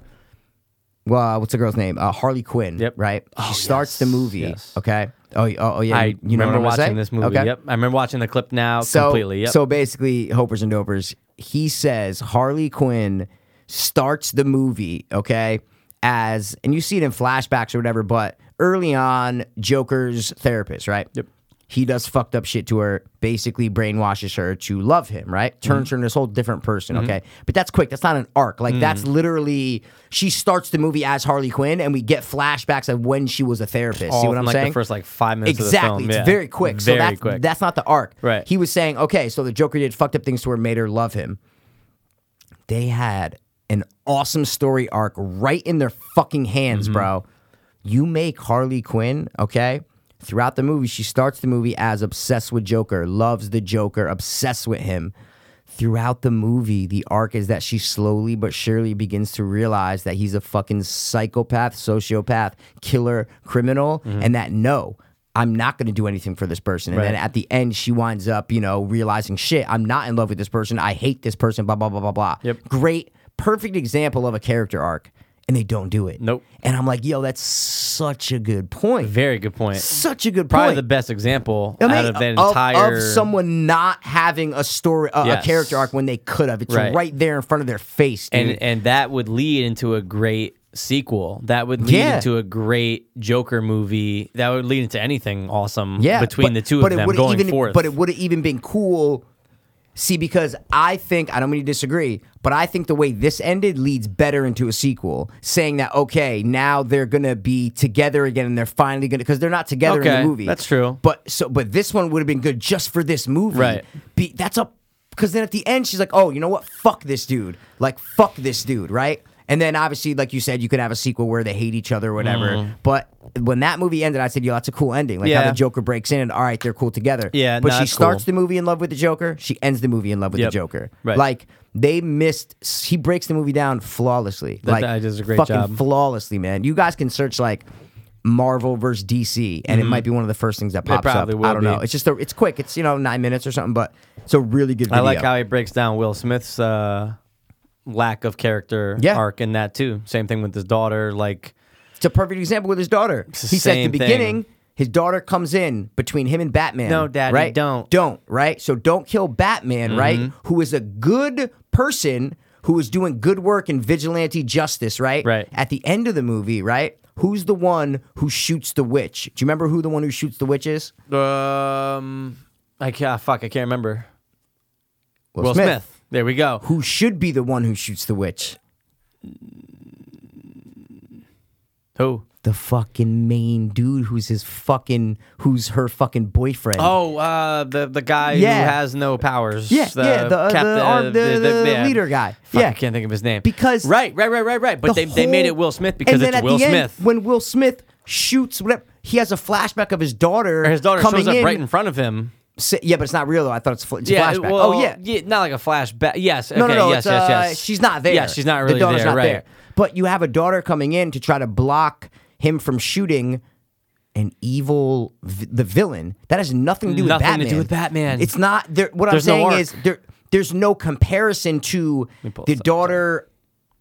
Well, what's the girl's name? Uh, Harley Quinn. Yep. Oh, Right. She starts the movie. yes. Okay. Oh, y- oh, oh, yeah. I you know remember what I'm gonna watching say? this movie. Okay Yep, I remember watching the clip now so, completely. Yep. So basically, Hopers and Dopers, he says Harley Quinn starts the movie, okay, as, and you see it in flashbacks or whatever, but early on, Joker's therapist, right? Yep. He does fucked up shit to her, basically brainwashes her to love him, right? Mm-hmm. Turns her into this whole different person, okay? But that's quick. That's not an arc. Like, that's Mm. literally, she starts the movie as Harley Quinn, and we get flashbacks of when she was a therapist. All see what from, I'm like, the saying? first, like, five minutes of the exactly. film, It's yeah. very quick. so Very that's, quick. that's not the arc. Right. He was saying, okay, so the Joker did fucked up things to her, made her love him. They had an awesome story arc right in their fucking hands, bro. You make Harley Quinn, okay? Throughout the movie, she starts the movie as obsessed with Joker, loves the Joker, obsessed with him. Throughout the movie, the arc is that she slowly but surely begins to realize that he's a fucking psychopath, sociopath, killer, criminal, and that no, I'm not going to do anything for this person. And then Right. at the end, she winds up, you know, realizing shit, I'm not in love with this person. I hate this person, blah, blah, blah, blah, blah. Yep. Great, perfect example of a character arc. And they don't do it. Nope. And I'm like, yo, that's such a good point. very good point. such a good Probably point. the best example I mean, out of that of- entire of someone not having a story, a, Yes. a character arc when they could have. It's Right. right, there in front of their face, dude. and and that would lead into a great sequel. That would lead Yeah. into a great Joker movie. That would lead into anything awesome yeah, but- between the two but of it them would've going even, forth. But it would have even been cool. See, because I think I don't mean to disagree, but I think the way this ended leads better into a sequel, saying that okay, now they're gonna be together again, and they're finally gonna because they're not together in Okay, the movie. that's true. But so, but this one would have been good just for this movie, Right. Be, that's a because then at the end she's like, oh, you know what? Fuck this dude. Like, fuck this dude, right? And then obviously, like you said, you could have a sequel where they hate each other or whatever. But when that movie ended, I said, yo, that's a cool ending. Like how Mm. Yeah. the Joker breaks in and all right, they're cool together. Yeah, but no, she that's cool. starts the movie in love with the Joker. She ends the movie in love with Yep. the Joker. Right. Like they missed. He breaks the movie down flawlessly. like guy does a great fucking job. flawlessly, man. You guys can search like Marvel versus DC, and it might be one of the first things that pops Mm-hmm. probably up. will I don't know. be. It's just a, it's quick. It's you know nine minutes or something, but it's a really good. I Video. like how he breaks down Will Smith's uh, lack of character Yeah. arc in that too. Same thing with his daughter. Like it's a perfect example with his daughter. the He said at same the thing. beginning. His daughter comes in between him and Batman. No, Daddy, right? don't. Mm-hmm. Don't, right? So don't kill Batman, right? Who is a good person who is doing good work in vigilante justice, right? Right. At the end of the movie, right? Who's the one who shoots the witch? Do you remember who the one who shoots the witch is? um, I can't. Fuck, I can't remember. Will Smith. There we go. Who should be the one who shoots the witch? Who? The fucking main dude who's his fucking who's her fucking boyfriend. Oh, uh, the the guy Yeah. who has no powers. Yeah, yeah, the- uh, the arm- the- the leader guy. Fuck, Yeah. I can't think of his name. Because- right, right, right, right, right. But The they, they made whole- it Will Smith because and then it's at Will the end, Smith. when Will Smith shoots, whatever, he has a flashback of his daughter. His daughter coming shows up in, right in front of him. Sa- yeah, but it's not real though. I thought it's, fl- it's a Yeah, flashback. well, oh yeah. not like a flashback. Yes, No, okay, no, no, it's, yes, yes, uh, yes. She's not there. Yeah, she's not really the daughter's there, Not right. there. But you have a daughter coming in to try to block him from shooting an evil, vi- the villain. That has nothing to do with Nothing to Batman. do with Batman. It's not. There, what There's I'm no saying arc. is there. There's no comparison to pull the this up. daughter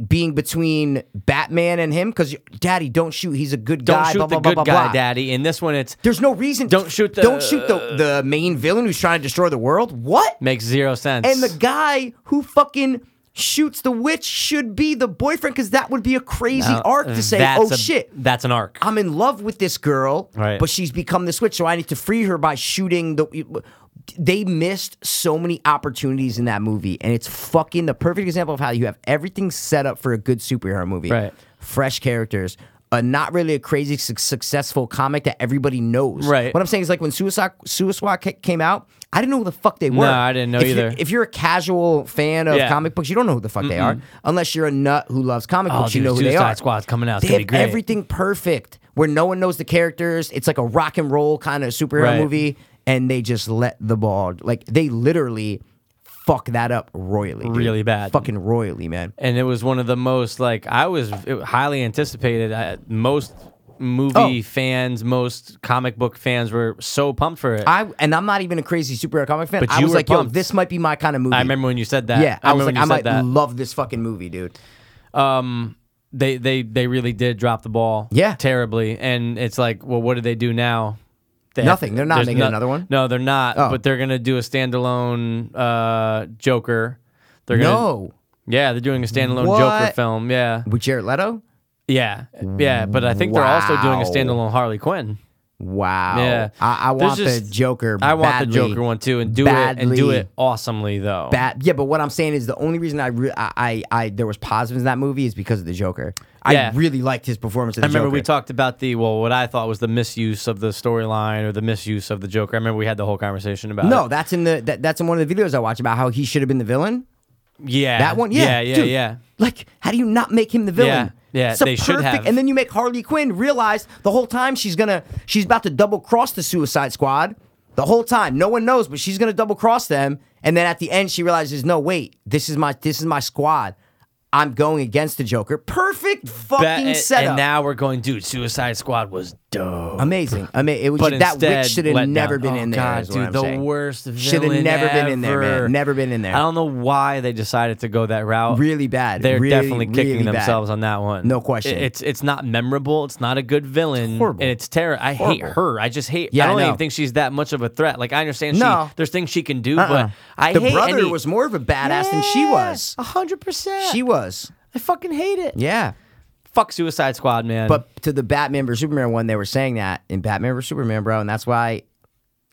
being between Batman and him because Daddy, don't shoot. He's a good Don't guy. shoot blah, the blah, good blah, blah, guy, blah. Daddy. In this one, it's There's no reason. Don't shoot the- Don't shoot the the main villain who's trying to destroy the world. What? makes zero sense. And the guy who fucking shoots the witch should be the boyfriend because that would be a crazy Uh, arc to say, that's oh a- shit, that's an arc. I'm in love with this girl, Right. but she's become this witch, so I need to free her by shooting the. They missed so many opportunities in that movie, and it's fucking the perfect example of how you have everything set up for a good superhero movie. Right. Fresh characters. A not really a crazy su- successful comic that everybody knows. Right. What I'm saying is like when Suicide Suicide ca- came out, I didn't know who the fuck they were. I didn't know If you're- either. if you're a casual fan of Yeah. comic books, you don't know who the fuck they are, unless you're a nut who loves comic oh, books. dude, you know who Suicide they are. Squad's coming out. It's They gonna be have great. everything perfect where no one knows the characters. It's like a rock and roll kind of superhero Right. movie, and they just let the ball like they literally fuck that up royally, dude. Really bad. fucking royally, man. and it was one of the most like I was it, was highly anticipated. I, most movie Oh. fans, most comic book fans were so pumped for it. I and I'm not even a crazy superhero comic fan. But I you was were like, pumped. yo, this might be my kind of movie. I remember when you said that. Yeah, I, was like, remember I when you might said that. love this fucking movie, dude. um they they they really did drop the ball Yeah. terribly and it's like well what do they do now They have- Nothing. They're not there's making another one? no they're not Oh. but they're gonna do a standalone uh joker they're gonna No, yeah they're doing a standalone joker What? film yeah with Jared Leto. yeah yeah but i think they're also doing a Wow. standalone harley quinn Wow. yeah I, I There's want the just- Joker. i want the badly. joker one too and do it and do badly. it awesomely though bad. Yeah, but what I'm saying is the only reason I re- I, I I there was positives in that movie is because of the Joker. I Yeah. really liked his performance. As I remember Joker. we talked about the well, what I thought was the misuse of the storyline or the misuse of the Joker. I remember we had the whole conversation about it. No, that's in the that, that's in one of the videos I watched about how he should have been the villain. Yeah. That one, yeah, Yeah, yeah, dude. yeah. Like, how do you not make him the villain? Yeah, yeah, It's a they should perfect- have. And then you make Harley Quinn realize the whole time she's gonna she's about to double cross the Suicide Squad. The whole time, no one knows, but she's gonna double cross them. And then at the end, she realizes, no, wait, this is my this is my squad. I'm going against the Joker. Perfect fucking That- and, setup. and now we're going, dude, Suicide Squad was dope. Amazing. I mean, it was But that instead, witch should have let down. never been Oh, in there. God, is what dude, I'm the saying. worst Should have villain never been in there, ever. man. Never been in there. I don't know why they decided to go that route. Really bad. They're Really, definitely kicking really bad. themselves on that one. No question. It- It's it's not memorable. It's not a good villain. horrible. And it's terrible. I hate Horrible. her. I just hate. Yeah, I I don't even know. think she's that much of a threat. Like I understand No. she there's things she can do, Uh-uh. but I the hate brother any- was more of a badass than she Yeah, was. A hundred percent. She was. I fucking hate it. Yeah. Fuck Suicide Squad, man. But to the Batman vs Superman one, they were saying that in Batman vs Superman, bro, and that's why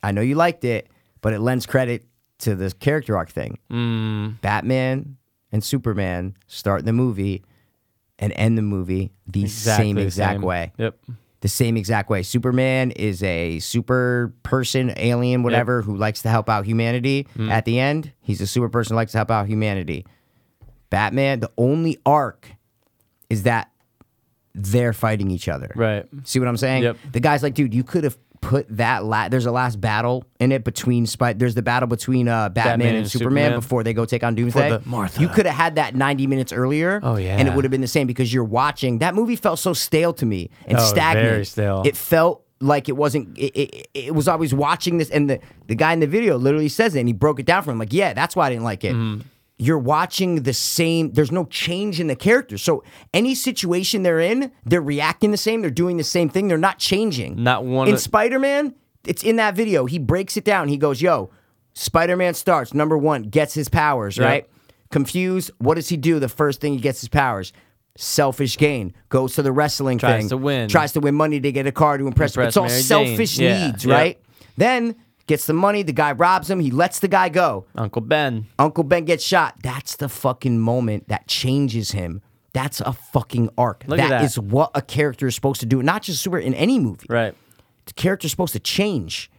I know you liked it, but it lends credit to the character arc thing. Mm. Batman and Superman start the movie and end the movie the Exactly same the exact same. way. Yep. the same exact way. Superman is a super person, alien, whatever, who likes to help out humanity. At the end, he's a super person who likes to help out humanity. Batman, the only arc is that they're fighting each other. Right. See what I'm saying? Yep. The guy's like, dude, you could have put that last. There's a last battle in it between Spy. There's the battle between uh, Batman, Batman and, and Superman, Superman. before they go take on Doomsday. the- Martha. You could have had that 90 minutes earlier. Oh, yeah. And it would have been the same because you're watching. That movie felt so stale to me and Oh, stagnant. very stale. It felt like it wasn't. It, it, it was always watching this, and the the guy in the video literally says it, and he broke it down for him. Like, yeah, that's why I didn't like it. Mm-hmm. You're watching the same. There's no change in the characters. So any situation they're in, they're reacting the same. They're doing the same thing. They're not changing. Not one in of- Spider Man. It's in that video. He breaks it down. He goes, "Yo, Spider Man starts number one, gets his powers Yep. right." Confused. What does he do? The first thing he gets his powers. Selfish gain goes to the wrestling Tries thing, to win. Tries to win money to get a car to impress. Impress it's all Mary Jane. selfish Yeah, needs, yep. right? Then gets the money. The guy robs him. He lets the guy go. Uncle Ben. Uncle Ben gets shot. That's the fucking moment that changes him That's a fucking arc. Look at that. is what a character is supposed to do. Not just super in any movie. Right. The character's supposed to change.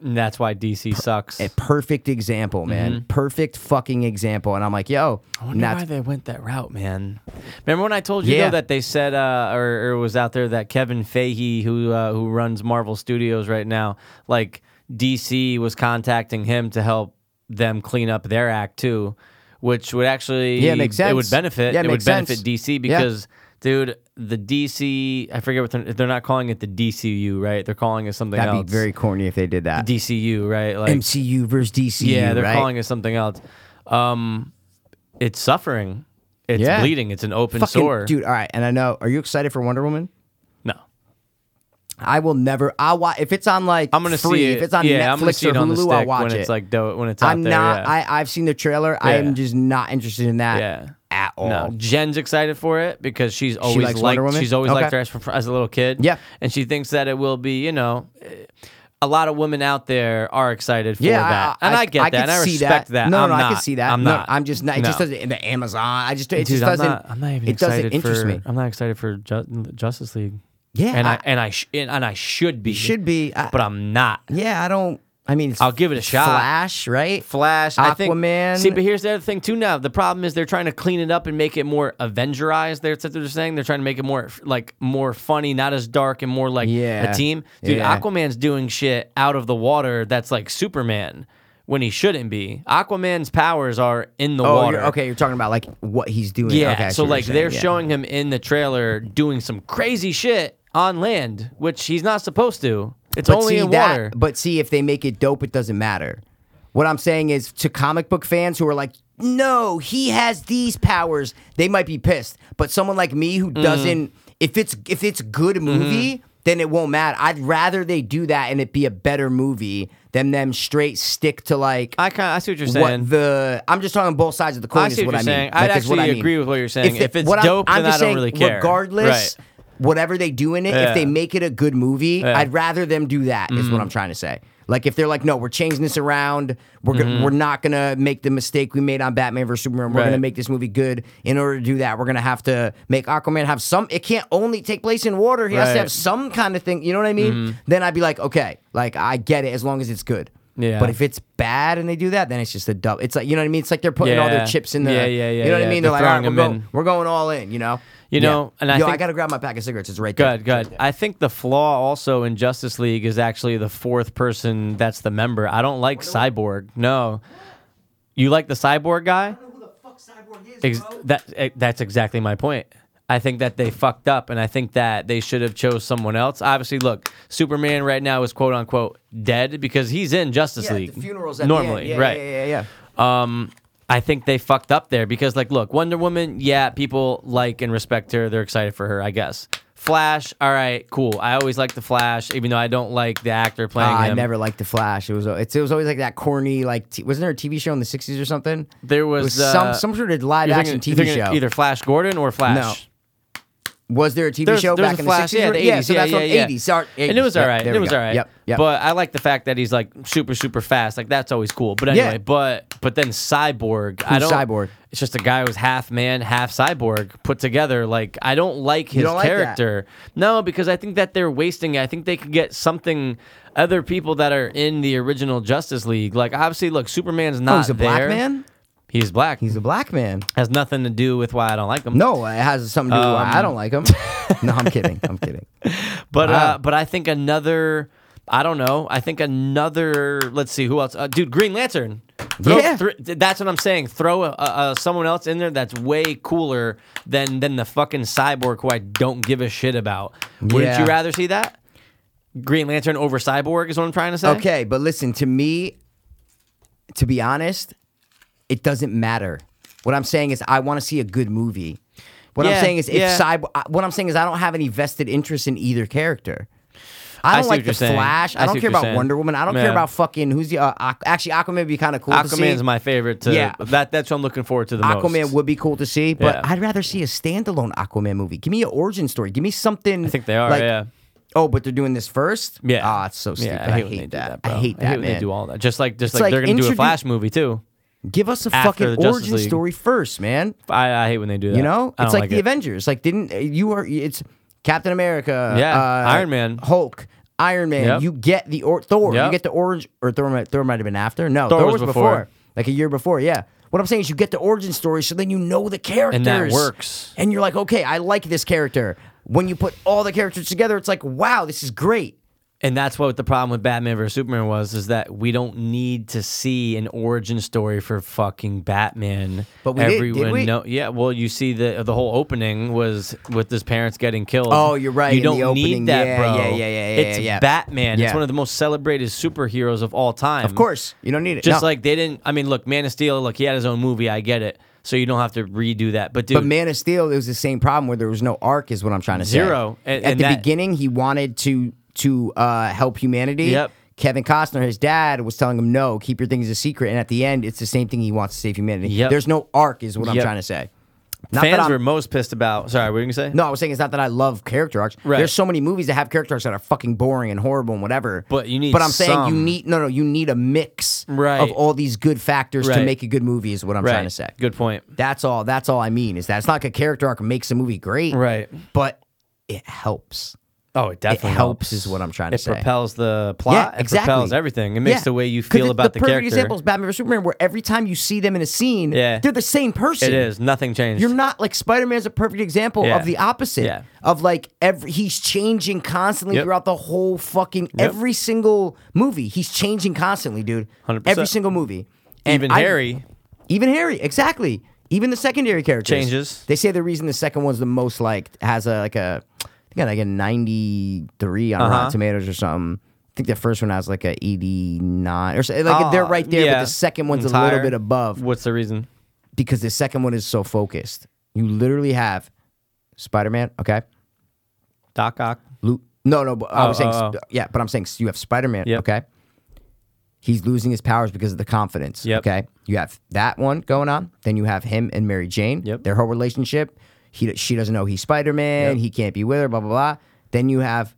And that's why DC sucks. A perfect example, man. Perfect fucking example. And I'm like, yo, Mm-hmm. I and wonder that's- why they went that route, man. Remember when I told you Yeah. though, that they said, uh, or, or was out there that Kevin Feige, who uh, who runs Marvel Studios right now, like DC was contacting him to help them clean up their act too, which would actually Yeah, makes It would sense. benefit. Yeah, it would makes sense. benefit DC Yeah. because, dude, the DC. I forget what they're, they're not calling it the DCU, right? They're calling it something that'd else. be very corny if they did that. DCU, right? Like MCU versus DCU. yeah, they're right? calling it something else. Um, it's suffering. It's Yeah. bleeding. It's an open fucking sore. dude. All right, and I know. Are you excited for Wonder Woman? No. I will never. I watch if it's on like I'm gonna free, see it. If it's on yeah, I'm gonna Netflix see or it on the Hulu, stick I'll watch when it. it's like dope when it's out I'm there. not. yeah. I I've seen the trailer. I Yeah. am just not interested in that Yeah. at all. no, Jen's excited for it because she's always likes Wonder liked Woman? she's always Okay. liked her as, from- as a little kid. Yeah. and she thinks that it will be you know, eh, a lot of women out there are excited for Yeah, I- that, and I, get could that, and I see respect that. No, I'm no, I can not. see that. I'm No, not. I'm just not. It just No. doesn't. The Amazon. I just. It Dude, just doesn't. I'm not, I'm not even it doesn't excited interest for, me. I'm not excited for ju- Justice League. Yeah, and I, I- and I sh- and, and I should be should be. I- but I'm not. Yeah, I don't. I mean, it's I'll give it a shot. Flash, right? Flash, I think. Aquaman. See, but here's the other thing too. Now the problem is they're trying to clean it up and make it more Avengerized. They're that's what they're saying they're trying to make it more like more funny, not as dark and more like Yeah. a team. Dude, Yeah. Aquaman's doing shit out of the water that's like Superman when he shouldn't be. Aquaman's powers are in the Oh, water. You're, okay, you're talking about like what he's doing. Yeah. Okay, I see so what you're like saying, they're yeah. showing him in the trailer doing some crazy shit on land, which he's not supposed to. It's only see in that- water. but see, if they make it dope, it doesn't matter. What I'm saying is to comic book fans who are like, no, he has these powers, they might be pissed. But someone like me Mm-hmm. who doesn't, if it's if it's good movie, then it won't matter. I'd rather they do that and it be a better movie than them straight stick to like I kind I see what you're saying. what the I'm just talking both sides of the coin I see is what what you're I mean. saying. Like, I'd is what actually I mean. agree with what you're saying. the- If it's what I'm- dope, I'm, then just I don't saying, really care. Regardless, Right. whatever they do in it, if Yeah. Mm. they make it a good movie, I'd rather them do that. Is what I'm trying to say. Like if they're like, no, we're changing this around. We're go- we're not gonna make the mistake we made on Batman vs Superman. We're gonna Mm-hmm. Right. make this movie good. In order to do that, we're gonna have to make Aquaman have some. It can't only take place in water. He has Right. to have some kind of thing. You know what I mean? Mm-hmm. Then I'd be like, okay, like I get it as long as it's good. Yeah. But if it's bad and they do that, then it's just a dub. It's like you know what I mean. It's like they're putting all Yeah. their chips in the. Yeah, yeah, You yeah, know what I yeah. mean? They're They're, like, all right, throwing we're 'em going, in. we're going all in. You know. You know, and I Yo, I think- gotta grab my pack of cigarettes. It's right there. Good, good. I think the flaw also in Justice League is actually the fourth person that's the member. I don't like Cyborg. No. You like the Cyborg guy? Ex- that eh, that's exactly my point. I think that they fucked up, and I think that they should have chose someone else. Obviously, look, Superman right now is quote unquote dead because he's in Justice Yeah, League. the funerals at normally, the end. Yeah, right? Yeah, yeah, yeah. Um, I think they fucked up there because, like, look, Wonder Woman, yeah, people like and respect her. They're excited for her, I guess. Flash, all right, cool. I always like the Flash, even though I don't like the actor playing Ah, I him. never liked the Flash. It was it's, it was always like that corny like t- wasn't there a TV show in the '60s or something? There was, It was uh, some some sort of live You're action thinking- TV you're thinking show. Either Flash Gordon or Flash. No. was there a TV There's- show there's back a in Flash, the '60s? yeah, or- the 80s, so that's yeah, what yeah. '80s. Sorry, 80s. And it was Yep, all right. there It we was go. all right. Yep, yep. But I like the fact that he's like super, super fast. Like that's always cool. But Yeah. anyway, but but then cyborg. I Who's don't Cyborg? It's just a guy who's half man, half cyborg put together. Like I don't like his don't like that? character. no, because I think that they're wasting. it. I think they could get something. Other people that are in the original Justice League, like obviously, look, Superman's not oh, he's a black there. man. He's black. He's a black man. has nothing to do with why I don't like him. No, it has something to do. with Uh, why I don't like him. no, I'm kidding. I'm kidding. But Wow. uh, but I think another. I don't know. I think another. Let's see who else. Uh, dude, Green Lantern. Throw- Yeah. thr- that's what I'm saying. Throw uh, uh, someone else in there that's way cooler than than the fucking cyborg who I don't give a shit about. Wouldn't Yeah. you rather see that? Green Lantern over cyborg is what I'm trying to say. Okay, but listen, to me, to be honest, it doesn't matter. What I'm saying is I want to see a good movie. What Yeah, I'm saying is if yeah. cyber I- what I'm saying is I don't have any vested interest in either character. I I don't like see what the you're saying. Flash. I I, see don't what care you're about saying. Wonder Woman. I don't Yeah. care about fucking who's the uh, Aqu- actually Aquaman would be kind of cool to see. Aquaman's my favorite. To, Yeah. That that's what I'm looking forward to the Aquaman most. would be cool to see, but Yeah. I'd rather see a standalone Aquaman movie. Give me an origin story. Give me something. I think they are. like, yeah. Oh, but they're doing this first. Yeah. Ah, it's so stupid. I, when hate they do that. bro. I hate that. when man. they do all that. Just like It's just like like, they're gonna do a introduce- Flash movie too. Give us a After the fucking Justice origin League. story first, man. I, I hate when they do that. You know, I it's don't like, like the it. Avengers. Like, didn't uh, you are? It's Captain America. Yeah, uh, Iron Man. Hulk, Iron Man. Yep. You get the or Thor. You Yep. get the orange or Thor. might- Thor might have been after. No, Thor Thor was was, before. before. like a year before. Yeah. What I'm saying is, you get the origin story, so then you know the characters, works. And you're like, okay, I like this character. When you put all the characters together, it's like, wow, this is great. And that's what the problem with Batman vs Superman was is that we don't need to see an origin story for fucking Batman. But we did, did everyone we? know. Yeah, well, you see the the whole opening was with his parents getting killed. Oh, you're right, You in don't the opening. need that, Yeah, yeah, bro. yeah, yeah, yeah, It's yeah, yeah. Batman. Yeah. It's one of the most celebrated superheroes of all time. Of course, you don't need it. Mm. Just No. like they didn't. I mean, look, Man of Steel. Look, he had his own movie. I get it. So you don't have to redo that. But dude, But Man of Steel, it was the same problem where there was no arc, is what I'm trying to say. Zero. And- At and the that- beginning, he wanted to to uh, help humanity. Yep. Kevin Costner, his dad, was telling him, "No, keep your things a secret." And at the end, it's the same thing. He wants to save humanity. Yep. There's no arc, is what I'm Yep. trying to say. Not that fans I'm- were most pissed about. Sorry, what were you gonna say? no, I was saying it's not that I love character arcs. Right. There's so many movies that have character arcs that are fucking boring and horrible and whatever. But you need But I'm saying you some. need no, no. You need a mix Right. of all these good factors to Right. make a good movie. Is what I'm right. trying to say. Good point. That's all. That's all I mean is that it's not like a character arc makes a movie great, Right. But it helps. Oh, it definitely helps is what I'm trying to it say. propels the plot. yeah, exactly. It propels everything. It makes Yeah. the way you 'Cause feel it- about the, perfect character. example is Batman vs Superman, where every time you see them in a scene, Yeah. they're the same person. It is nothing changed. You're not like Spider Man's a perfect example Yeah. of the opposite Yeah. of like every he's changing constantly Yep. throughout the whole fucking every single movie. He's changing constantly, dude. 100%. Every single movie. And Even I- Harry. Even Harry, exactly. Even the secondary characters Changes. They say the reason the second one's the most liked has a like a I think like a ninety three on Rotten Uh-huh. Tomatoes or something. I think the first one has like a eighty nine or so. Like they're Ah, right there, but yeah. the second one's a Entire- little bit above What's the reason? because the second one is so focused. You literally have Spider Man, okay? Doc Ock. Luke. No, no, but I was Oh, saying, oh, oh. yeah, but I'm saying you have Spider Man, Yep. okay? He's losing his powers because of the confidence, Yep. okay? You have that one going on. Then you have him and Mary Jane, Yep. their whole relationship. He, she doesn't know he's Spider Man. Yep. He can't be with her, blah, blah, blah. Then you have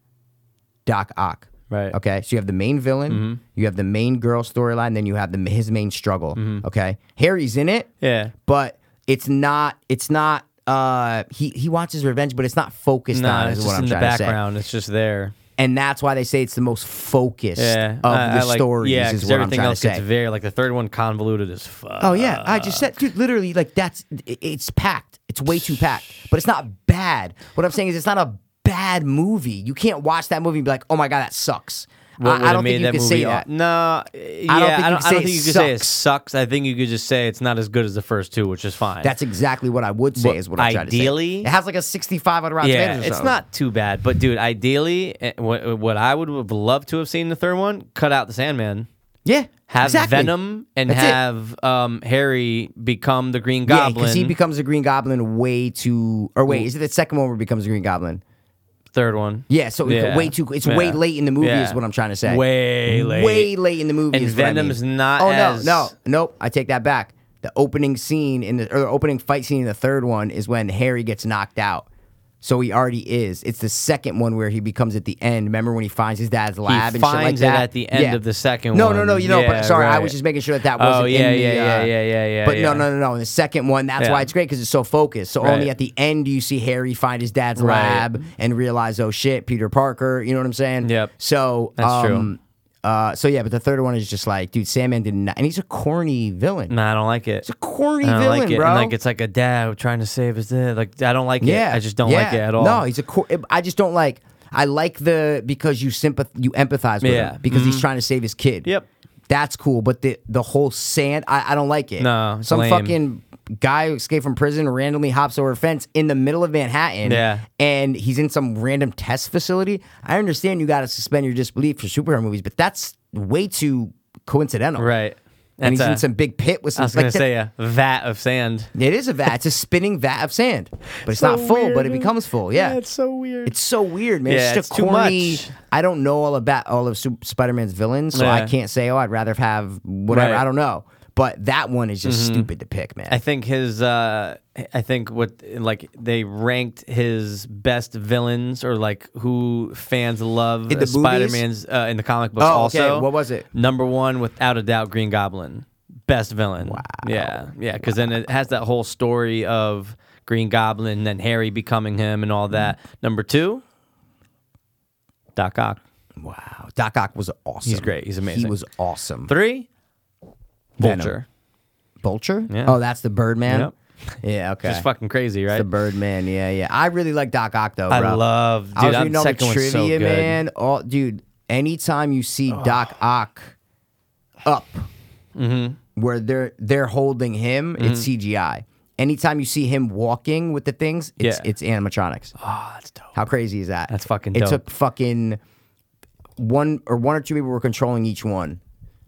Doc Ock. Right. Mm-hmm. Okay. So you have the main villain, you have the main girl storyline, then you have the his main struggle. Okay. Harry's in it Mm-hmm. Yeah. but it's not it's not uh he he wants his revenge but it's not focused No, on it's is just what i'm in the trying background. It's just there. to say and that's why they say it's the most focused Yeah. of I- the I like- stories Yeah. is 'cause what i'm everything trying else to gets say very like the third one convoluted as fuck. oh yeah i just Uh. said dude literally like that's it- it's packed it's way too packed but it's not bad what i'm saying is it's not a bad movie you can't watch that movie and be like oh my god that sucks What I, I would've don't think made you can movie say aw- that No, uh, yeah, I think don't you think, could I don't, say it think you could say it sucks. sucks. I think you could just say it's not as good as the first two, which is fine. that's exactly what i would say Well, is what i'm trying to say ideally- it has like a 65 on rotten Yeah, tomatoes or it's so. not too bad, but dude, ideally, eh, what, what I would have loved to have seen in the third one, cut out the Sandman, yeah have exactly. Venom, and That's it. have um, Harry become the Green Yeah, Goblin. because he becomes a Green Goblin way too. Or wait, is it the second one where he becomes a Green Goblin? third one. Yeah, so it's Yeah. way too. It's way Yeah. late in the movie, Yeah. is what I'm trying to say. Way late. Way late in the movie. And is what I mean. Venom's not Oh as- no, no, nope. I take that back. The opening scene in the or the opening fight scene in the third one is when Harry gets knocked out. So he already is. It's the second one where he becomes at the end. Remember when he finds his dad's lab and shit like finds it that? at the end of the second no, No, no, no. one. You know, Yeah, but sorry, I right. was just making sure that that Oh, wasn't. yeah, in the, yeah, yeah, uh, yeah, yeah, yeah, But no, yeah. no, no, no. In the second one, that's Yeah. why it's great because it's so focused. So only Right. at the end do you see Harry find his dad's Right. lab and realize, oh shit, Peter Parker. You know what I'm saying? Yep. So That's true. um, Uh, so yeah, but the third one is just like, dude, Sandman did not, and he's a corny villain. Nah, I don't like it. It's a corny I don't villain, like it. bro. And like it's like a dad trying to save his dad. Like I don't like yeah, it. I just don't like it yeah. at all. No, he's a cor- I just don't like. I like the because you sympath you empathize with Yeah. Mm-hmm. him because he's trying to save his kid. Yep. that's cool. But the the whole sand, I, I don't like it. No, it's some lame. fucking guy who escaped from prison randomly hops over a fence in the middle of Manhattan. Yeah. and he's in some random test facility. I understand you got to suspend your disbelief for superhero movies, but that's way too coincidental. right. And That's he's a- in some big pit with some. I was gonna like, that- say a vat of sand. it is a vat. It's a spinning vat of sand, but it's not full. But it becomes full. Yeah, it's so weird. It's so weird, man. Yeah, it's just it's a too corny. much. I don't know all about all of Sup- Spider-Man's villains, so I Yeah. can't say. Oh, I'd rather have whatever. Right. Mm-hmm. I don't know. But that one is just stupid to pick, man. I think his uh I think what like they ranked his best villains or like who fans love In the Spider Man's uh, in the comic books Oh, okay. also. What was it? Number one, without a doubt, Green Goblin. best villain. Wow. Yeah, yeah, because then it has that whole story of Green Goblin and then Harry becoming him and all that. Mm-hmm. Number two, Doc Ock. Wow. Doc Ock was awesome. He's great. He's amazing. He was awesome. Three, Venom. Vulture. Vulture? Yeah. Oh, that's the Birdman. Yep. Yeah. Okay. Just fucking crazy, right? The Birdman. Yeah, yeah. I really like Doc Ock though. I bro. love, I dude. was I'm reading all the second trivia, one's so good. man. All, dude, anytime you see Doc Ock up, Mm-hmm. where they're they're holding him, it's CGI. Anytime you see him walking with the things, it's Yeah. it's animatronics. Oh, that's dope. How crazy is that? That's fucking It dope. took fucking one or one or two people were controlling each one.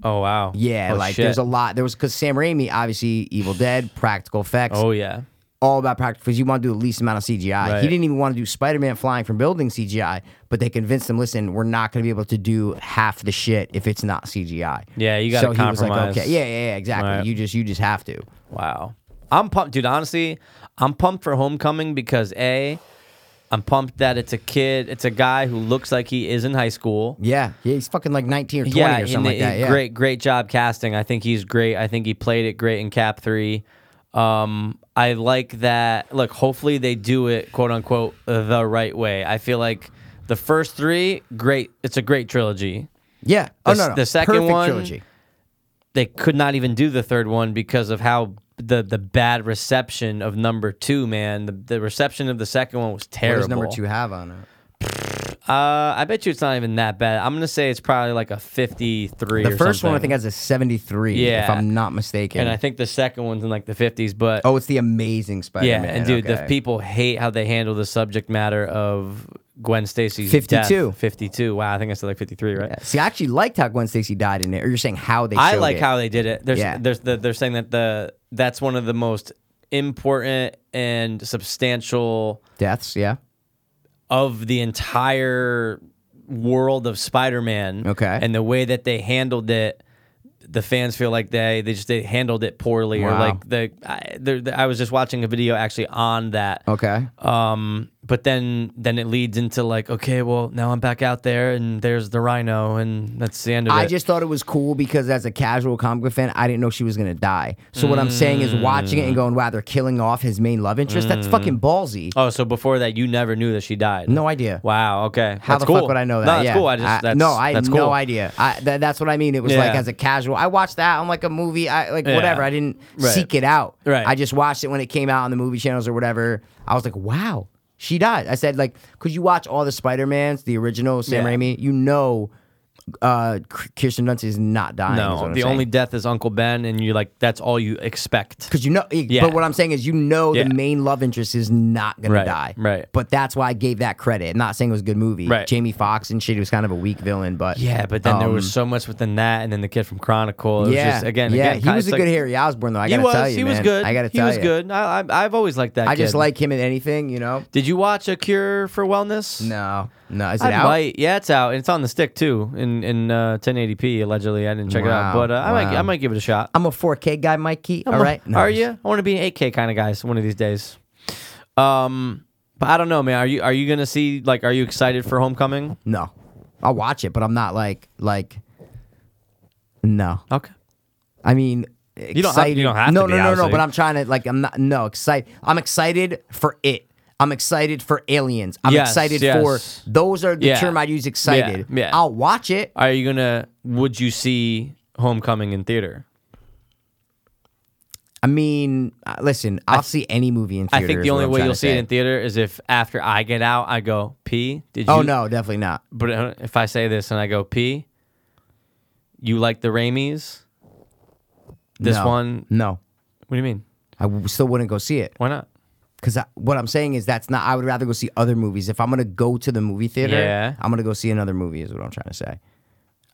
Oh wow. Yeah, Oh, like shit. there's a lot. There was because Sam Raimi, obviously, Evil Dead, practical effects, Oh yeah. all about practical because you want to do the least amount of CGI. Right. He didn't even want to do Spider Man flying from building CGI, but they convinced him, listen, we're not going to be able to do half the shit if it's not CGI. Yeah, you gotta so He was compromise. like, okay, yeah, yeah, yeah exactly. Right. You just, you just have to. Wow. I'm pumped, dude. Honestly, I'm pumped for Homecoming because a, I'm pumped that it's a kid, it's a guy who looks like he is in high school. Yeah, yeah. He's fucking like 19 or 20 yeah, or and something like it- that. Yeah, great, great job casting. I think he's great. I think he played it great in Cap Three. Um, I like that. Look, hopefully they do it, quote unquote, the right way. I feel like the first three, great. It's a great trilogy. Yeah. Oh The no, s- no. the second Perfect one- trilogy. they could not even do the third one because of how the the bad reception of number two, man. The, the reception of the second one was What terrible. does number two have on it? Uh, I bet you it's not even that bad. I'm gonna say it's probably like a 53. The or first one I something. think has a 73, if Yeah. I'm not mistaken. and I think the second one's in like the 50s. But oh, it's the Amazing yeah, Spider-Man. and dude, the okay. people hate how they handle the subject matter of Gwen Stacy's 52. Death. 52. Wow, I think I said like 53, right? See, I actually liked how Gwen Stacy died in it. Or you're saying how they? I showed like it. how they did it. There's, Yeah. there's the, they're saying that the that's one of the most important and substantial deaths. Yeah. of the entire world of Spider-Man. Okay. and the way that they handled it, the fans feel like they they just they handled it poorly, or Wow. like the I, there I was just watching a video actually on that. Okay. Um, but then then it leads into like, okay, well now I'm back out there, and there's the Rhino, and that's the end of it. I just thought it was cool because as a casual comic book fan, I didn't know she was gonna die. So what I'm saying is, watching Mm. it and going, "Wow, they're killing off his main love interest. That's fucking ballsy." Oh, so before that, you never knew that she died. No idea. Wow. Okay. How that's the cool. fuck would I know that? No, that's yeah. cool. I just that's, no, I had that's no cool. idea. I, tha- that's what I mean. It was like Yeah. as a casual. I watched that on like a movie. I like Yeah. whatever. I didn't Right. seek it out. Right. I just watched it when it came out on the movie channels or whatever. I was like, wow, she died. I said like, could you watch all the Spider Mans, the original Sam Yeah. Raimi? You know, uh, K- Kirsten Dunst is not dying. is what No, I'm the saying. only death is Uncle Ben, and you're like, that's all you expect. Because you know, eh, Yeah. but what I'm saying is, you know, Yeah. the main love interest is not gonna Right, die. right. But that's why I gave that credit. Not saying it was a good movie. Right. Jamie Foxx and shit. He was kind of a weak villain, but Yeah, but then there was um, so much within that, and then the kid from Chronicle. It was yeah, just, again, yeah. again, he was it's a like- good Harry Osborn, though. I He gotta was. tell you, he was man. good. I gotta he tell was you. good. I, I, I've always liked that. I just kid. like him in anything, you know. Did you watch A Cure for Wellness? No, no. Is it I out? might. Yeah, it's out, and it's on the stick too, in in uh, 1080p allegedly. I didn't check it out, Wow, but uh, I might wow. I might give it a shot. I'm a 4K guy, Mikey. I'm all a- right. No, are I'm just- you? I want to be an 8K kind of guy one of these days. Um, but I don't know, man. Are you are you gonna see like Are you excited for Homecoming? No, I'll watch it, but I'm not like like. No, Okay. I mean, don't have- excited. you don't have no, to be, no, no, no. obviously. But I'm trying to like. I'm not. No, excited. I'm excited for it. I'm excited for aliens. I'm Yes, excited yes. for those are the Yeah. term I use. Excited. Yeah, yeah. I'll watch it. Are you gonna? Would you see Homecoming in theater? I mean, uh, listen. I'll see any movie in theater. I think is the what only I'm way trying you'll to see it say. in theater is if after I get out, I go pee. Did you? Oh no, definitely not. But uh, if I say this and I go pee, you like the Raimis? This No. one. No, What do you mean? I w- still wouldn't go see it. Why not? Because what I'm saying is that's not. I would rather go see other movies. If I'm gonna go to the movie theater, Yeah. I'm gonna go see another movie. Is what I'm trying to say.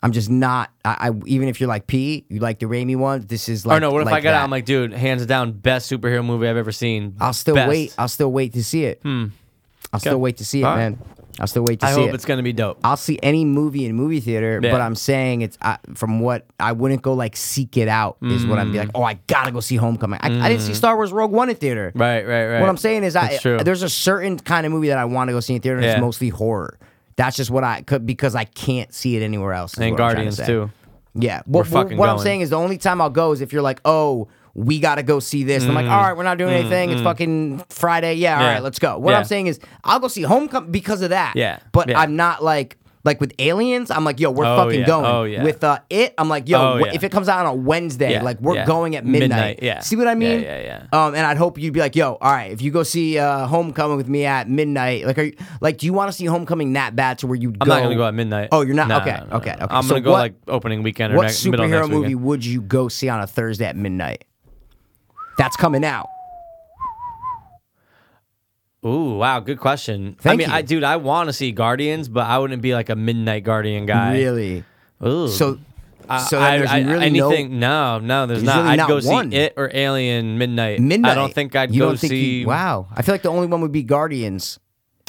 I'm just not. I, I even if you're like P, you like the Raimi one. This is like. or no, what if I like got out? that. I'm like, dude, hands down, best superhero movie I've ever seen. I'll still Best. Hmm. wait. I'll still wait to see it. I'll still wait to see it, All right. man. I'll still wait to I see hope it. it's gonna be dope. I'll see any movie in movie theater, Yeah. but I'm saying it's I, from what I wouldn't go like seek it out is what I'm be Mm. like. Oh, I gotta go see Homecoming. I, I didn't see Star Wars Rogue One in theater. Right, right, right. What I'm saying is, I That's true. there's a certain kind of movie that I want to go see in theater. and Yeah. It's mostly horror. That's just what I could because I can't see it anywhere else. is And what I'm trying to Guardians, say. too. Yeah. What, what- fucking what I'm going. saying is the only time I'll go is if you're like, oh, we got to go see this. And I'm like, all right, we're not doing anything. It's fucking Friday. Yeah, all Mm. Yeah. right, let's go. What Yeah. I'm saying is I'll go see Homecoming because of that. Yeah. But Yeah. I'm not like, like with aliens, I'm like, yo, we're Oh, fucking yeah. going. Oh, yeah. With uh, it, I'm like, yo, Oh, wh- yeah. if it comes out on a Wednesday, Yeah. like we're Yeah. going at midnight. Midnight, yeah. See what I Yeah, mean? yeah, yeah. Um, and I'd hope you'd be like, yo, all right, if you go see uh, Homecoming with me at midnight, like, are you, like, do you want to see Homecoming that bad to where you? I'm not gonna go at midnight. Oh, you're not. No, okay, no, no, okay, no. okay. I'm So gonna go what- like opening weekend or what next, middle of superhero next movie weekend. would you go see on a Thursday at midnight? That's coming out. Ooh, wow, good question. I Thank mean, you. I dude, I want to see Guardians, but I wouldn't be like a midnight Guardian guy. Really? Ooh. So, uh, I- so then there's I, I, really no anything. No, no, there's There's not. really I'd not go one. see it or Alien midnight. midnight. I don't think I'd you go don't think see. You, wow, I feel like the only one would be Guardians.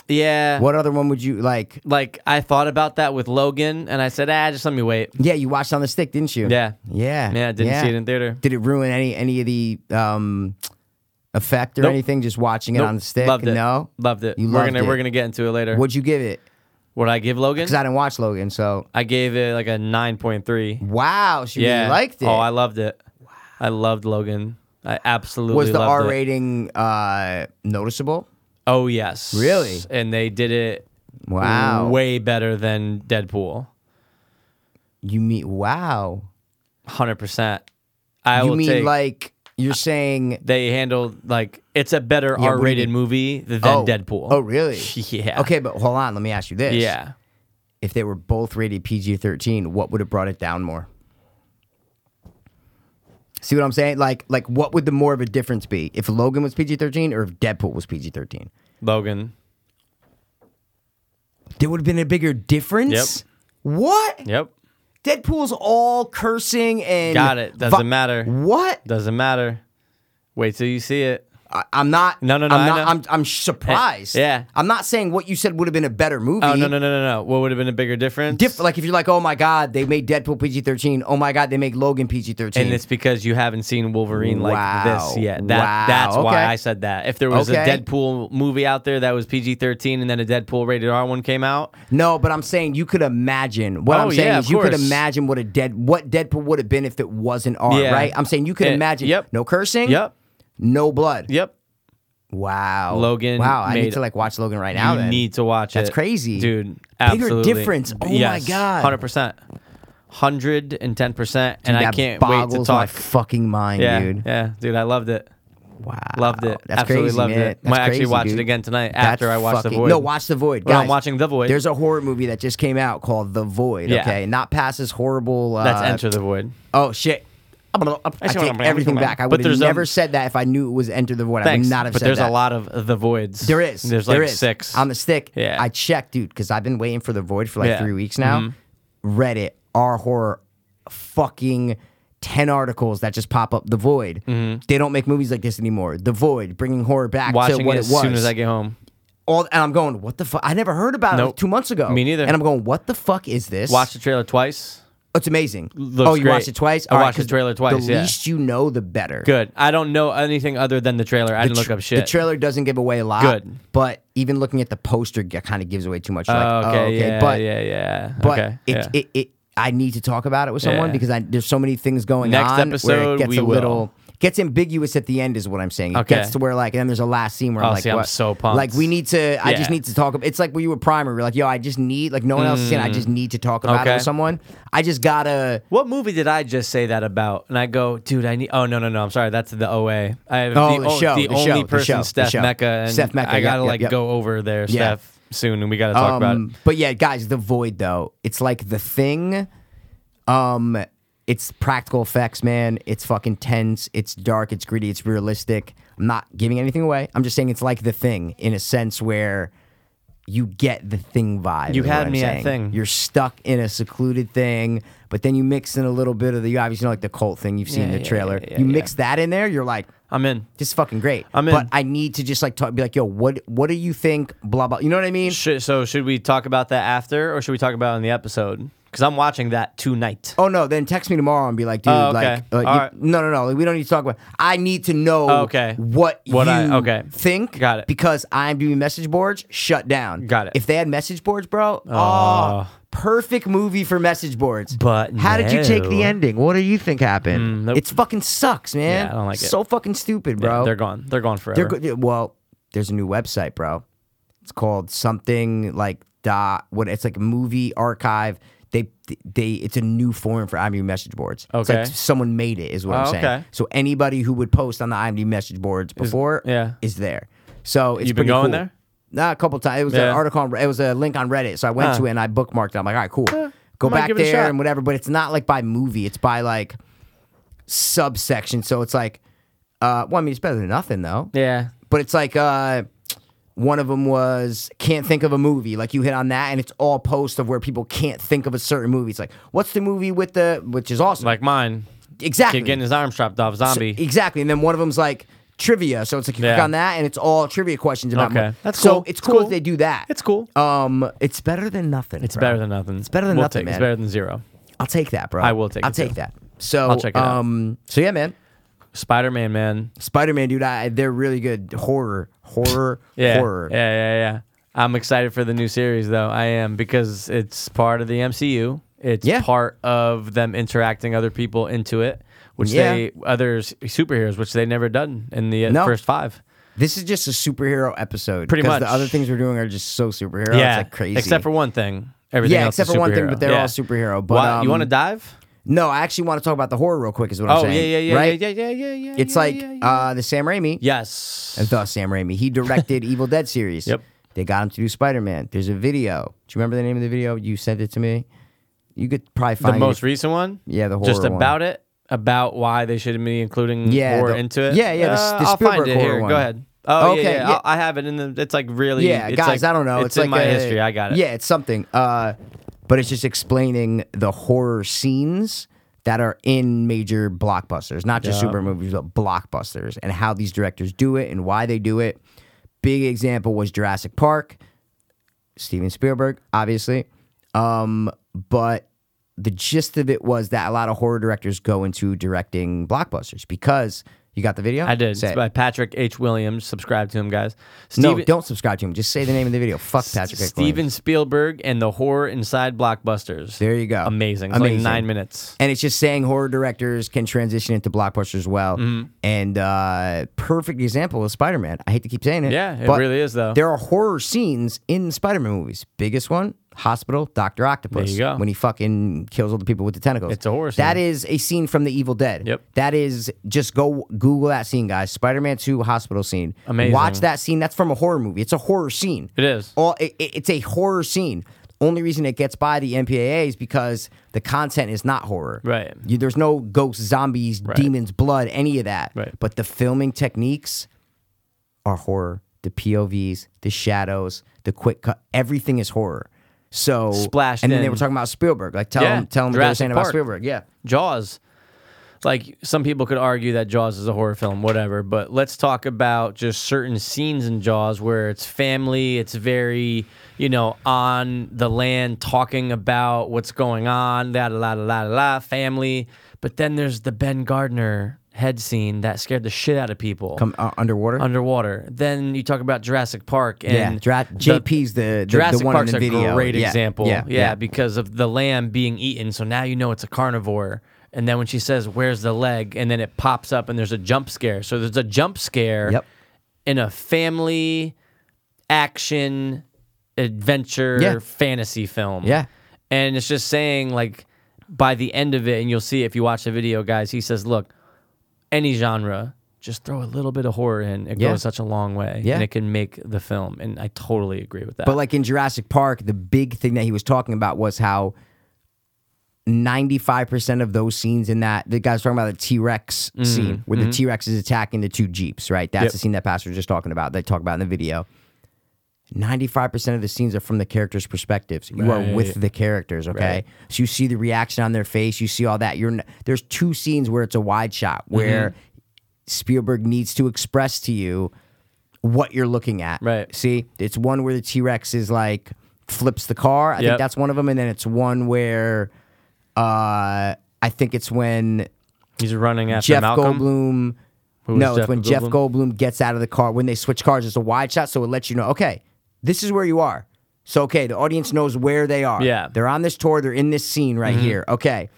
Yeah. What other one would you like? Like I thought about that with Logan, and I said, ah, just let me wait. Yeah, you watched on the stick, didn't you? Yeah. yeah, Yeah, I didn't see it in theater. Did it ruin any any of the um effect or Nope. anything? Just watching it Nope. on the stick. Loved it. No. Loved it. You we're loved gonna we're it. gonna get into it later. What'd you give it? Would I give Logan? Because I didn't watch Logan, so I gave it like a nine point three. wow, she Yeah, really liked it. Oh, I loved it. I loved Logan. I absolutely was the loved R it. rating uh, noticeable? Oh yes, Really? And they did it Wow. way better than Deadpool. You mean wow? Hundred percent. I You will mean take- like you're saying? they handled like it's a better do you R rated mean? movie than oh, Deadpool. Oh, really? Yeah. Okay, but hold on. Let me ask you this. Yeah. If they were both rated PG-13, what would have brought it down more? See what I'm saying? Like, like what would the more of a difference be if Logan was PG-13 or if Deadpool was PG-13? Logan. There would have been a bigger difference. What? Yep. Deadpool's all cursing and Got it. Doesn't vi- matter. What? Doesn't matter. Wait till you see it. I, I'm not. No, no, no, I'm, I not, know. I'm I'm surprised. Eh, yeah. I'm not saying what you said would have been a better movie. Oh no no no no no! What would have been a bigger difference? Diff- like if you're like, oh my god, they made Deadpool PG-13. Oh my god, they make Logan PG-13. and it's because you haven't seen Wolverine like Wow. this yet. That, Wow. That's Okay. why I said that. If there was Okay. a Deadpool movie out there that was PG thirteen, and then a Deadpool rated R one came out, no, but I'm saying you could imagine. What Oh, I'm saying yeah, is of you could course. imagine what a dead what Deadpool would have been if it wasn't R. Yeah. Right? I'm saying you could Eh, imagine. yep. No cursing. yep, No blood. yep, Wow. Logan Wow. I need made- to like watch Logan right now. you then. need to watch it. That's crazy. dude. Bigger Absolutely. difference. Oh my God. hundred percent, hundred and ten percent. And I That can't wait boggles to my talk. fucking mind, yeah, dude. yeah, dude. I loved it. Wow. Loved it. That's Absolutely crazy, loved man. it. That's Might actually crazy, watch dude. it again tonight That's after I watch fucking- The Void. No, watch The Void. When Guys, I'm watching The Void. There's a horror movie that just came out called The Void. Yeah. Okay, not past this horrible. Uh, That's Enter the Void. Oh shit. I take everything back. I But would have there's, um, never said that if I knew it was Enter the Void. I Thanks. would not have but said there's that. a lot of the voids. There is. There's There like is. six. on the stick. Yeah. I checked, dude, because I've been waiting for the void for like Yeah. Mm-hmm. three weeks now. Reddit, our horror, fucking ten articles that just pop up. The void. Mm-hmm. They don't make movies like this anymore. The void, bringing horror back watching to what it it, as was. soon as I get home. All, and I'm going, what the fuck? I never heard about it Nope. two months ago. Me neither. And I'm going, what the fuck is this? Watched the trailer twice. It's amazing. Looks oh, you great. watched it twice. I All right, watched the 'cause trailer twice, The yeah. least you know, the better. Good. I don't know anything other than the trailer. I didn't look tr- up shit. The trailer doesn't give away a lot. Good. But even looking at the poster kind of gives away too much. You're Oh, like, okay, oh, okay. Yeah, but yeah, yeah. but okay. it, yeah. it, it I need to talk about it with someone Yeah. because I, there's so many things going Next on where episode, it gets we a will. little gets ambiguous at the end is what I'm saying. It Okay. gets to where like and then there's a last scene where Oh, I'm like, see, I'm what? so pumped. Like we need to. I just Yeah. need to talk. ab- It's like when you were primer. We're like, yo, I just need like no one else is in. I just need to talk about it Mm. Okay. with someone. I just gotta. what movie did I just say that about? And I go, dude, I need. Oh no, no, no. I'm sorry. That's the OA. I have Oh, the o- show, The the only show, the person, show, the Steph show. Mecca. And Steph Mecca, I gotta yep, yep, like yep. go over there, Yeah. Steph, soon, and we gotta talk about it. Um, But yeah, guys, the void though, it's like the thing. Um, it's practical effects, man. It's fucking tense. It's dark. It's gritty. It's realistic. I'm not giving anything away. I'm just saying it's like the thing in a sense where you get the thing vibe. You is what had I'm me at saying. Thing. You're stuck in a secluded thing, but then you mix in a little bit of the you obviously know like the cult thing you've seen in Yeah, the yeah, trailer. yeah, yeah, you yeah. mix that in there, you're like, I'm in. this is fucking great. I'm in. But I need to just like talk, be like, yo, what what do you think? Blah blah. You know what I mean? Should, so should we talk about that after, or should we talk about it in the episode? because I'm watching that tonight. Oh no, then text me tomorrow and be like, dude, Oh, okay. like, like All you- right. Oh, no, no, no, like, we don't need to talk about. I need to know Okay. what What you I- okay. think. Got it. Because I'm doing message boards shut down. Got it. If they had message boards, bro, oh, Oh. perfect movie for message boards. But how did you take no. the ending? What do you think happened? Mm, nope. It's fucking sucks, man. Yeah, I don't like it. So fucking stupid, bro. They're gone. They're gone forever. They're go- well. There's a new website, bro. It's called something like dot. What it's like movie archive. They they. It's a new form for IMDb message boards. It's Okay. like someone made it, is what Oh, I'm saying. okay. So anybody who would post on the IMDb message boards before, yeah. is there. So it's You've been pretty going cool. there? Nah, a couple times. It was Yeah. an article. On, it was a link on Reddit. So I went Huh. to it and I bookmarked it. I'm like, all right, cool. Go might back give it a there shot. and whatever. But it's not like by movie. It's by like subsection. So it's like, uh, well, I mean, it's better than nothing though yeah. but it's like uh one of them was can't think of a movie like you hit on that and it's all posts of where people can't think of a certain movie it's like what's the movie with the which is awesome Like mine. exactly Kid getting his arm chopped off. So- e- Zombie. exactly and then one of them's like trivia so it's like you click Yeah. on that and it's all trivia questions about Okay. movies. That's so cool. it's It's cool, cool. if they do that It's cool. um it's better than nothing it's better than nothing. It's better than we'll nothing, Take, man. It's better than zero. i'll take that bro I will take i'll it, take too. that so I'll check it out. um so yeah man Spider Man, man. spider-man dude I, they're really good horror horror Yeah. horror Yeah, yeah, yeah. I'm excited for the new series though. I am because it's part of the MCU. It's Yeah. part of them interacting other people into it, which Yeah. they others superheroes, which they never done in the uh, No. first five. This is just a superhero episode. Pretty 'cause much. The other things we're doing are just so superhero. It's like crazy. Except for one thing. Everything yeah, else except is for one thing, superhero. but they're Yeah. all superhero. But Why- you um, want to dive? No, I actually want to talk about the horror real quick. Is what I'm Oh yeah, saying. yeah, yeah, right? yeah, yeah, yeah, yeah. It's yeah, like yeah, yeah. Uh, the Sam Raimi. yes. And thus Sam Raimi, he directed Evil Dead series. Yep. They got him to do Spider Man. There's a video. Do you remember the name of the video? You sent it to me. You could probably the find it. most recent one. Yeah, the just horror one. about it, about why they shouldn't be including Yeah, horror the- into it. yeah, yeah, the s- Uh, the I'll Spielberg find it horror here. one. Go ahead. Oh Okay, yeah, yeah. yeah. I'll- I have it in the. It's like really. yeah, it's guys, like- I don't know. It's, It's, in like my a- history. I got it. Yeah, it's something. Uh, but it's just explaining the horror scenes that are in major blockbusters, not just Yeah. super movies, but blockbusters, and how these directors do it and why they do it. Big example was Jurassic Park, Steven Spielberg, obviously. Um, but the gist of it was that a lot of horror directors go into directing blockbusters because you got the video. I did. Say It's it. by Patrick H. Williams. Subscribe to him, guys. no, Steven- don't subscribe to him. Just say the name of the video. Fuck Patrick. H. Williams. Steven Spielberg and the horror inside blockbusters. There you go. Amazing. It's like nine minutes. And it's just saying horror directors can transition into blockbusters as well. Mm-hmm. And uh, perfect example is Spider Man. I hate to keep saying it. Yeah, it but really is, though. There are horror scenes in Spider Man movies. Biggest one, Hospital, Doctor Octopus. There you go. When he fucking kills all the people with the tentacles. It's a horror That scene. is a scene from The Evil Dead. Yep. That is just go Google that scene, guys. Spider Man Two hospital scene. Amazing. Watch that scene. That's from a horror movie. It's a horror scene. It is. All it, it- it's a horror scene. Only reason it gets by the MPAA is because the content is not horror. Right. You, there's no ghosts, zombies, demons, blood, any of that. Right. But the filming techniques are horror. The POVs, the shadows, the quick cut, everything is horror. So Splashed And then they in. were talking about Spielberg. Like tell Yeah, them, tell them what they were Jurassic saying about Park. Spielberg. Yeah. Jaws. Like some people could argue that Jaws is a horror film, whatever, but let's talk about just certain scenes in Jaws where it's family, it's very, you know, on the land talking about what's going on, da da da da da da, family. But then there's the Ben Gardner head scene that scared the shit out of people Come uh, underwater. underwater. Then you talk about Jurassic Park and yeah. Dra- the- JP's the, the, Jurassic the one Park's in the video. a great Yeah, example. Yeah. because of the lamb being eaten. So now you know it's a carnivore. And then when she says, "Where's the leg?" and then it pops up, and there's a jump scare. So there's a jump scare Yep. in a family action adventure Yeah. fantasy film. Yeah. and it's just saying like by the end of it, and you'll see if you watch the video, guys. He says, "Look, any genre." Just throw a little bit of horror in; it Yeah. goes such a long way, Yeah. and it can make the film. And I totally agree with that. But like in Jurassic Park, the big thing that he was talking about was how 95% of those scenes in that, the guy's talking about the T Rex scene where the T Rex is attacking the two Jeeps, right? That's Mm-hmm. Yep. the scene that Pastor was just talking about, they talk about in the video. 95% of the scenes are from the characters' perspectives. You are with the characters, okay? Right. So you see the reaction on their face, you see all that. You're n- there's two scenes where it's a wide shot where Mm-hmm. Spielberg needs to express to you what you're looking at. Right. See, it's one where the T Rex is like flips the car. I Yep. think that's one of them. And then it's one where uh, I think it's when He's running after Jeff Malcolm. Goldblum. Who is no, it's Jeff when Jeff Goldblum gets out of the car. When they switch cars, it's a wide shot, so it lets you know, okay, this is where you are. So okay, the audience knows where they are. Yeah. Mm-hmm. they're on this tour. They're in this scene right here. Okay,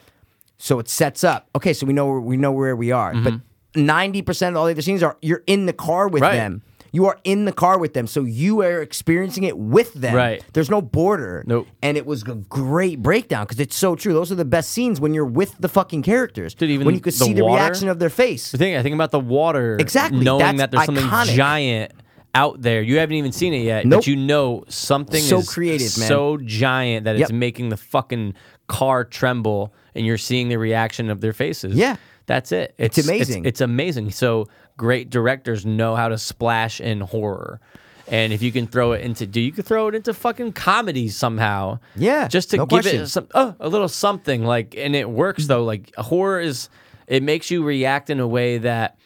so it sets up. Okay, so we know we know where we are. But ninety percent of all the other scenes are you're in the car with Mm-hmm. Right. them. You are in the car with them, so you are experiencing it with them. Right. There's no border. Nope. And it was a great breakdown because it's so true. Those are the best scenes when you're with the fucking characters. Dude, even when you could the see the water? reaction of their face. The thing I think about the water. Exactly, Knowing that's that there's something iconic. giant out there. You haven't even seen it yet, Nope. but you know something So is creative, man. so giant that it's Yep. making the fucking car tremble, and you're seeing the reaction of their faces. Yeah. That's it. It's amazing. It's, amazing. So great directors know how to splash in horror. And if you can throw it into, do you could throw it into fucking comedy somehow? Yeah, just to no give question. it some, oh, a little something like, and it works though. Like horror is, it makes you react in a way that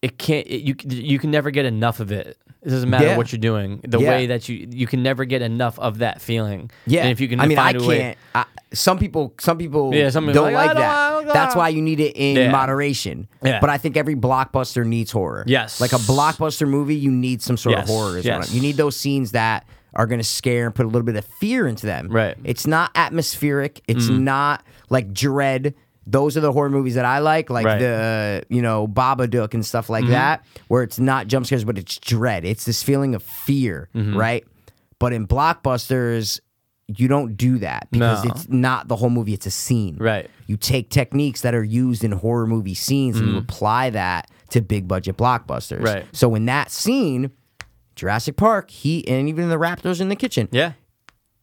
it can't. It, you you can never get enough of it. It doesn't matter Yeah. what you're doing. The Yeah. way that you you can never get enough of that feeling. Yeah, and if you can, I mean, find I a can't. way- I, some people, some people, Yeah, some people don't are like, like, "I don't- I that. don't- That's why you need it in Yeah. moderation. Yeah. But I think every blockbuster needs horror. Yes. like a blockbuster movie, you need some sort Yes, of horror. Is what yes. I'm- You need those scenes that are going to scare and put a little bit of fear into them. Right. It's not atmospheric. It's Mm. not like dread. Those are the horror movies that I like, like Right. Mm-hmm. the uh, you know Babadook and stuff like that, where it's not jump scares, but it's dread. It's this feeling of fear, Mm-hmm. right? But in blockbusters, you don't do that because No. it's not the whole movie; it's a scene. Right. You take techniques that are used in horror movie scenes and you apply that to big budget blockbusters. Mm. Right. So in that scene, Jurassic Park, he and even the Raptors in the kitchen, yeah,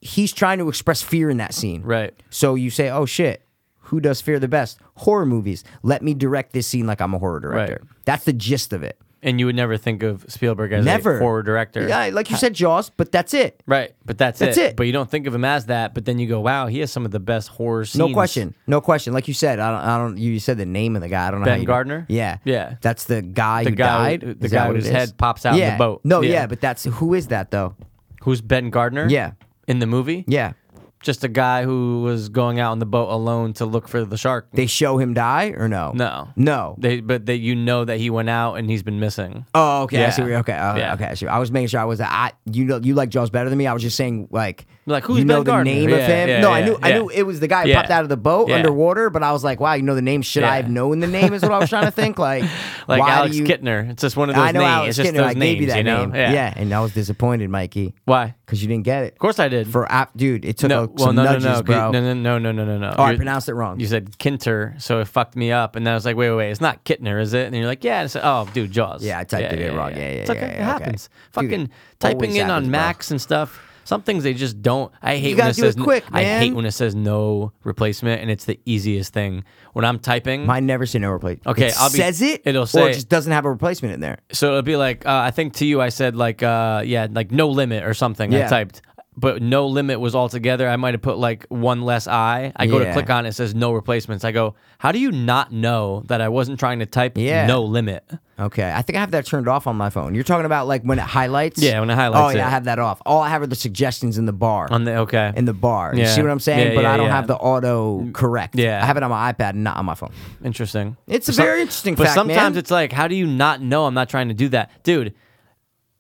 he's trying to express fear in that scene. right. So you say, "Oh shit, who does fear the best? Horror movies. Let me direct this scene like I'm a horror director." Right. That's the gist of it. And you would never think of Spielberg as Never a horror director. Yeah, like you said, Jaws, but that's it. Right, but that's, That's it. it. But you don't think of him as that. But then you go, wow, he has some of the best horror scenes. No question. No question. Like you said, I don't. I don't. You said the name of the guy. I don't know. how Ben you- Gardner? Yeah. Yeah. That's the guy The who guy- died. the Is that guy what whose it is? head pops out in the Yeah. boat. No. Yeah. Yeah. But that's who is that though? Who's Ben Gardner? Yeah. in the movie. Yeah. just a guy who was going out on the boat alone to look for the shark. They show him die or no? no, No. They, but that you know that he went out and he's been missing. Oh, okay. I Yeah. see. Where, okay. Oh, Yeah. Okay. I, see. I was making sure I was. I you know you like Jaws better than me. I was just saying like Like, who's you know Ben the Gardner? name of Yeah, him. yeah, no, I yeah, knew I yeah. knew it was the guy who Yeah. popped out of the boat Yeah. underwater. But I was like, wow, you know the name. Should I Yeah. have known the name? Is what I was trying to think. Like, Like why Alex do you? Kittner. It's just one of those I know names. Alex it's just Kittner. those I names, gave you that you know? name. Yeah. and I was disappointed, Mikey, Why? Of because you didn't get it. Of course I did. For app, dude, it took no, a, well, some no, nudges, no, no, 'cause- bro. no, no, no, no, no, no, no. Oh, I You're- pronounced it wrong. You said Kinter, so it fucked me up, and then I was like, wait, wait, wait, it's not Kittner, is it? And you're like, yeah. And I said, oh, dude, Jaws. Yeah, I typed it in wrong. Yeah, yeah, It's yeah, okay. yeah, it okay. happens. Dude, Fucking it typing always in happens, on bro. Macs and stuff. Some things they just don't. I hate when gotta it do it says n- quick, I hate man. when it says no replacement, and it's the easiest thing when I'm typing. Mine never said no replacement. Okay, it I'll be- says it. it'll or say- it just doesn't have a replacement in there. So it'd be like uh, I think to you I said like uh, yeah like no limit or something I Yeah. typed, but no limit was altogether. I might have put like one less I. I go to Yeah. click on it, it says no replacements. I go how do you not know that I wasn't trying to type Yeah. no limit? Okay, I think I have that turned off on my phone. You're talking about like when it highlights. Yeah, when it highlights Oh yeah, it. I have that off. All I have are the suggestions in the bar. On the okay in the bar. You Yeah. see what I'm saying? Yeah, but yeah, I don't yeah. have the auto correct. Yeah. I have it on my iPad, and not on my phone. interesting. It's a Some- very interesting But fact, sometimes man. it's like how do you not know I'm not trying to do that, dude?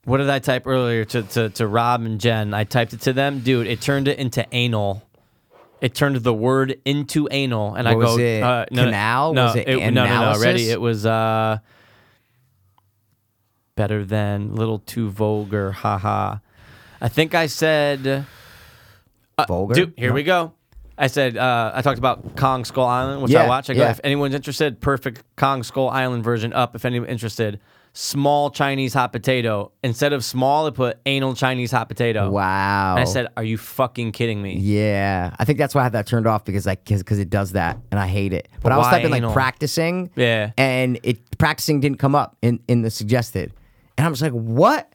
What did I type earlier to, to, to Rob and Jen? I typed it to them, dude. It turned it into anal. It turned the word into anal, and I What go was it? uh, no, no, Canal? No, Was it no, no, no. Ready? analysis? It was uh, better than little too vulgar. Haha. I think I said. Vulgar. uh, Dude, here we go. I said uh, I talked about Kong Skull Island, which I Yeah, watch. I go yeah. if anyone's interested, perfect Kong Skull Island version up. If anyone's interested, small Chinese hot potato instead of small, it put anal Chinese hot potato. Wow. And I said, are you fucking kidding me? Yeah, I think that's why I have that turned off because like because it does that and I hate it. But, I was why typing like anal? practicing, Yeah. and it practicing didn't come up in in the suggested, and I'm just like, what?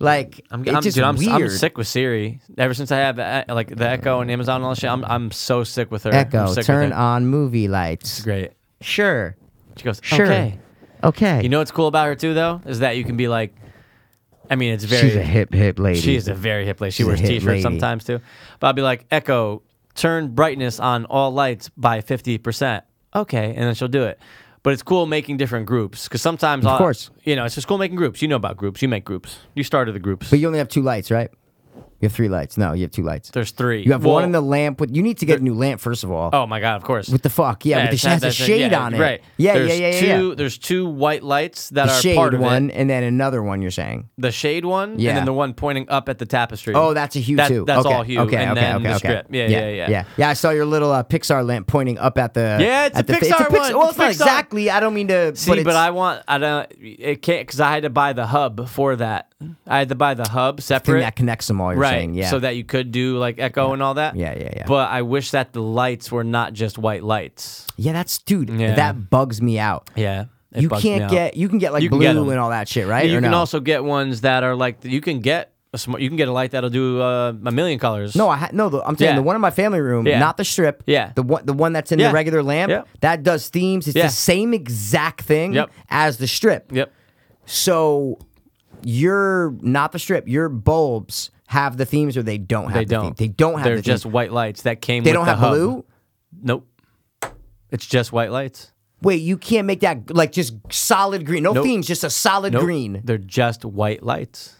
Like I'm, it's I'm, just dude, I'm, weird. I'm sick with Siri. Ever since I have uh, like the Echo and Amazon and all that shit, I'm, I'm so sick with her. I'm Echo, sick with turn her. on movie lights. Great. Sure, She goes, sure, okay. okay. You know what's cool about her too, though, is that you can be like, I mean, it's very She's a hip, hip lady. She's a very hip lady. She She's a wears hip t-shirts lady. sometimes too. But I'll be like, Echo, turn brightness on all lights by fifty percent. Okay, and then she'll do it. But it's cool making different groups because sometimes, of course. you know, it's just cool making groups. You know about groups. You make groups. You started the groups. But you only have two lights, right? You have three lights. No, you have two lights. There's three. You have Well, one in the lamp. With, you need to get a new lamp first of all. Oh my god! Of course. What the fuck? Yeah, Yeah, with the, it's it not has a that thing. shade Yeah, on it. Right. Yeah, There's yeah, yeah, yeah. Two, yeah. there's two white lights that The are shade part of one it. and then another one. You're saying? The shade one, Yeah. and then the one pointing up at the tapestry. Oh, that's a hue That- too. That's okay. all hue. Okay, and okay, then okay, the okay. strip. Yeah, yeah, yeah. yeah, I saw your little uh, Pixar lamp pointing up at the. Yeah, it's at a the, fi- Pixar Pix- one. Well, It's it's not Pixar. exactly. I don't mean to. See, but, it's, I want I don't it can't because I had to buy the hub for that. I had to buy the hub thing separate, that connects them all. You're right? saying, yeah. So that you could do like echo and all that. Yeah, yeah, yeah. But I wish that the lights were not just white lights. yeah, that's dude. Yeah. That bugs me out. Yeah, it you bugs me can't out. get. You can get like You can blue get 'em. and all that shit, right? You Or can no? also get ones that are like you can get a smart, you can get a light that'll do uh, a million colors. No, I ha- no. The, I'm saying Yeah. the one in my family room, Yeah. not the strip. Yeah. the one the one that's in Yeah. the regular lamp Yep. that does themes. It's Yeah. the same exact thing Yep. as the strip. Yep. So you're not the strip. Your bulbs have the themes, or they don't have. They the don't. Theme. They don't have. They're the just Theme. white lights that came. They with don't the have hub. blue. Nope. It's just white lights. Wait, you can't make that like just solid green. No Nope. themes, just a solid Nope. green. They're just white lights.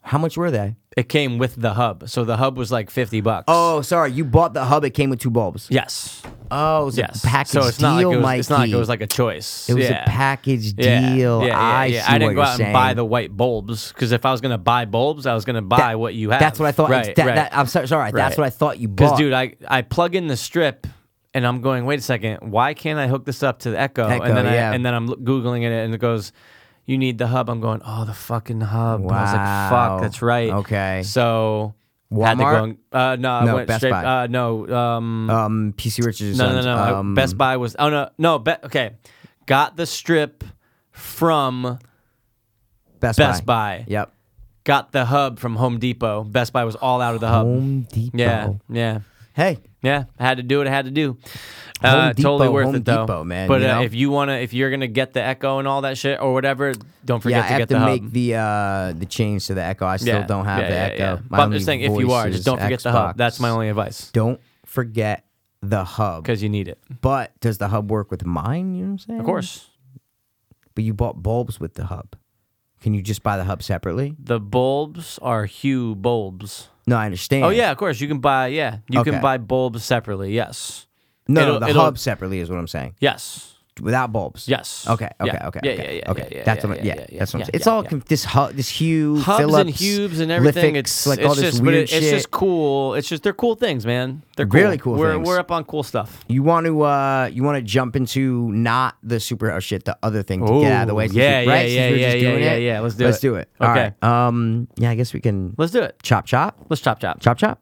How much were they? It came with the hub, so the hub was like fifty bucks. Oh, sorry. You bought the hub. It came with two bulbs. yes, Oh, it was yes. a package so it's deal, not like it was, it's not like it Mikey. was like a choice. It was yeah. a package deal. Yeah, yeah, yeah, I yeah. see I didn't what go you're out saying. and buy the white bulbs because if I was gonna buy bulbs, I was gonna buy what you had. That's what I thought. Right, that, right. that- I'm sorry. sorry That's Right. what I thought you Because, bought. dude, I, I plug in the strip and I'm going, wait a second, why can't I hook this up to the Echo? Echo, and then yeah. I, and then I'm lo- Googling it and it goes, you need the hub. I'm going, oh, the fucking hub. And I was like, Wow. fuck, that's right. Okay. So, had to Walmart? go and, uh, no, I No, went Best straight, Buy. uh, no, um, um, PC Richards. no, no, no, I- Um, Best Buy was, oh, no, no, be, okay. Got the strip from, Best, Best Buy. Yep. got the hub from Home Depot. Best Buy was all out of the hub. Home Depot. Um, yeah, yeah. Hey, Yeah, I had to do what I had to do. Uh, totally Depot, worth Home it though, Depot, man, But you know? uh, if you wanna, if you're gonna get the Echo and all that shit or whatever, don't yeah, I forget to have get to the hub. make the uh the change to the Echo. I still yeah, don't have yeah, the yeah, Echo. yeah. My But I'm only just saying, if you are, voice is just don't forget the Xbox. hub. That's my only advice Don't forget the hub. because you need it. But does the hub work with mine? You know what I'm saying? Of course, But you bought bulbs with the hub. Can you just buy the hub separately? the bulbs are Hue bulbs. No, I understand. Oh yeah, of course you can buy. Yeah, you Okay. can buy bulbs separately. Yes, No, no, It'll- the it'll- hub separately is what I'm saying. yes. without bulbs. Yes. Okay. Okay. Yeah. Okay. Yeah, okay, yeah, yeah, okay. yeah, yeah, That's yeah, what. I'm, yeah, yeah, yeah, That's what. I'm yeah, saying. It's yeah, all yeah. com- this hu- this hue Hubs and Phillips, hubes and everything. Lithics, it's like it's all this just, but weird it- it's shit. just cool. It's just they're cool things, man. They're cool. Really cool We're things. we're up on cool stuff. you want to uh you want to jump into not the superhero shit, the other thing to get out of the way. Ooh, since yeah, we, right? yeah, Since we're yeah, just yeah, doing yeah, it? yeah, yeah. Let's do Let's it. do it. All Okay. right. Um. Yeah. I guess we can. Let's do it. chop chop. Let's chop chop. Chop chop.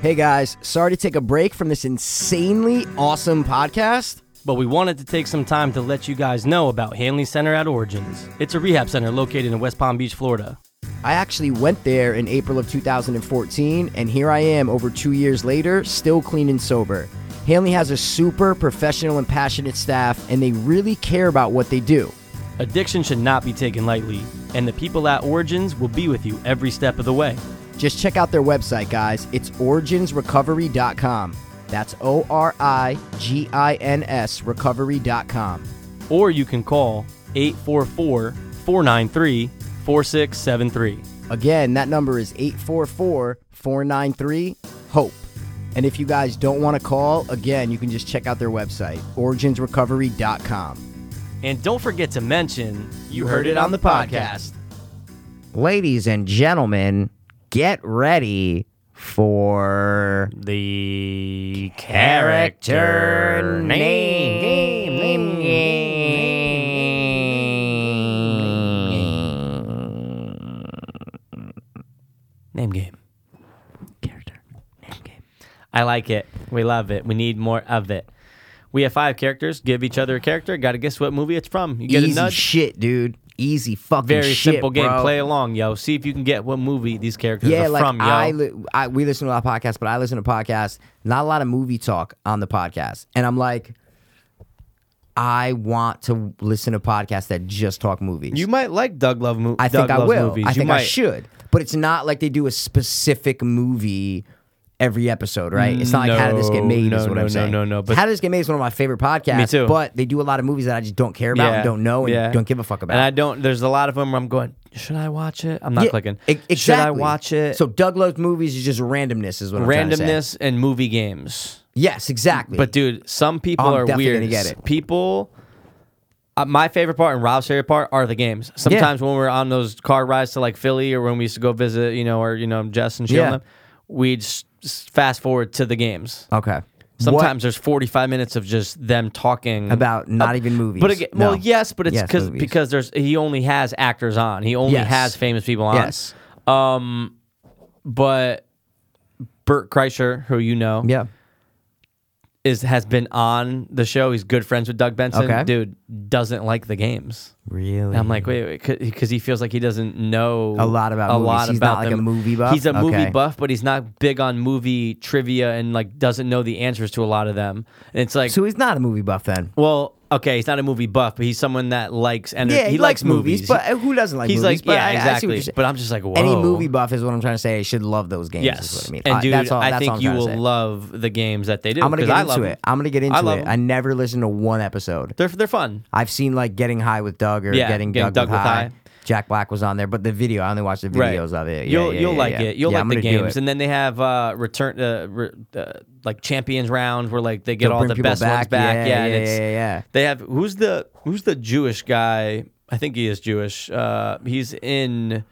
Hey guys, sorry to take a break from this insanely awesome podcast. but we wanted to take some time to let you guys know about Hanley Center at Origins. It's a rehab center located in West Palm Beach, Florida. I actually went there in April of 2014, and here I am over two years later, still clean and sober. Hanley has a super professional and passionate staff, and they really care about what they do. Addiction should not be taken lightly, and the people at Origins will be with you every step of the way. Just check out their website, guys. It's originsrecovery.com. That's O R I G I N S recovery.com. Or you can call 844 493 4673. Again, that number is 844 493 HOPE. E. And if you guys don't want to call, again, you can just check out their website, originsrecovery.com. And don't forget to mention you heard it on the podcast. ladies and gentlemen, get ready for The character name. name game. Character name game. I like it. We love it. We need more of it. We have five characters. Give each other a character. Got to guess what movie it's from. You get a Easy nudge. shit, dude. Easy fucking Very shit, simple game. bro. Play along, yo. See if you can get what movie these characters Yeah, are like from, yo. I, li- I, we listen to a lot of podcasts, but I listen to podcasts. Not a lot of movie talk on the podcast, and I'm like, I want to listen to podcasts that just talk movies. You might like Doug Love movies. I think I will. Movies. I You think I might- should. But it's not like they do a specific movie every episode, right? It's not like how did this get No, made no, is what no, I'm no, saying. no, no, but- how did this get made is one of my favorite podcasts. Me too. But they do a lot of movies that I just don't care about and don't know and don't give a fuck about. And I don't. There's a lot of them where I'm going. Should I watch it? I'm not Yeah, clicking. e- Exactly. Should I watch it? So Doug Love's movies is just randomness, is what I'm trying to say. randomness and movie games. Yes, exactly. But dude, some people I'm are definitely weird. gonna get it. People. Uh, my favorite part and Rob's favorite part are the games. Sometimes when we're on those car rides to like Philly or when we used to go visit, you know, or you know, Jess and she Yeah. yeah. them, we'd s- s- fast forward to the games. okay. Sometimes there's 45 minutes of just them talking About not even movies. But again, well, No. yes, but it's Yes, because movies. because there's he only has actors on. He only Yes. has famous people on. Yes. But Bert Kreischer, who you know, Yeah. is has been on the show. He's good friends with Doug Benson. Okay. Dude doesn't like the games. Really? And I'm like, wait, wait, because he feels like he doesn't know A lot about a movies. He's lot not about like a them. movie buff? He's a Okay. movie buff, but he's not big on movie trivia and like doesn't know the answers to a lot of them. And it's like, So he's not a movie buff then. well, okay, he's not a movie buff, but he's someone that likes and Yeah, he, likes movies, but who doesn't like he's movies? like, But yeah, I- I see what exactly. you're saying. but I'm just like, whoa. Any movie buff is what I'm trying to say. Should love those games. yes, Is what I mean. and I, dude, that's all. That's I think all I'm you trying will to say. love the games that they do. I'm gonna 'cause get I into love it. them. I'm gonna get into I love it. them. I never listened to one episode. They're they're fun. I've seen like getting high with Doug or Yeah, getting, Getting Doug, with high. High. Jack Black was on there, but the video I only watched the Right. videos of it. Yeah, you'll yeah, you'll yeah, like yeah. it. You'll Yeah, I'm like the gonna do games, it. and then they have uh, return uh, re, uh, like champions rounds where like they get They'll all bring the people best ones back. back. Yeah, and yeah, it's- yeah, yeah. They have who's the who's the Jewish guy? I think he is Jewish. Uh, he's in.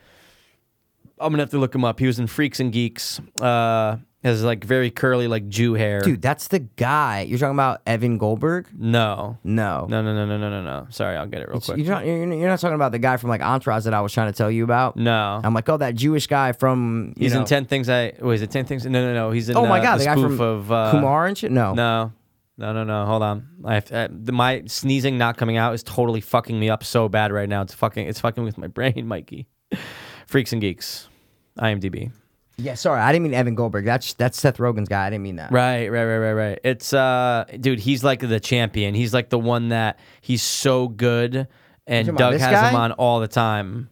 I'm gonna have to look him up. He was in Freaks and Geeks. Uh, has like very curly like Jew hair. Dude, that's the guy you're talking about, Evan Goldberg. No. No, No, no, no, no, no, no, no. Sorry, I'll get it real quick. You're not, you're, you're not talking about the guy from like Entourage that I was trying to tell you about. No. I'm like, oh, that Jewish guy from. You He's know, in ten things. I wait. Is it ten things? No, no, no. He's in. Oh my uh, god, the the guy spoof from of uh, Kumar and shit. No, No, no, no, no. Hold on. I have to, uh, the- my sneezing not coming out is totally fucking me up so bad right now. It's fucking. It's fucking with my brain, Mikey. Freaks and geeks, IMDb. Yeah, sorry, I didn't mean Evan Goldberg. That's that's Seth Rogen's guy. I didn't mean that. Right, right, right, right, right. It's uh, dude. He's like the champion. He's like the one that he's so good, talking and about Doug this has guy? him on all the time.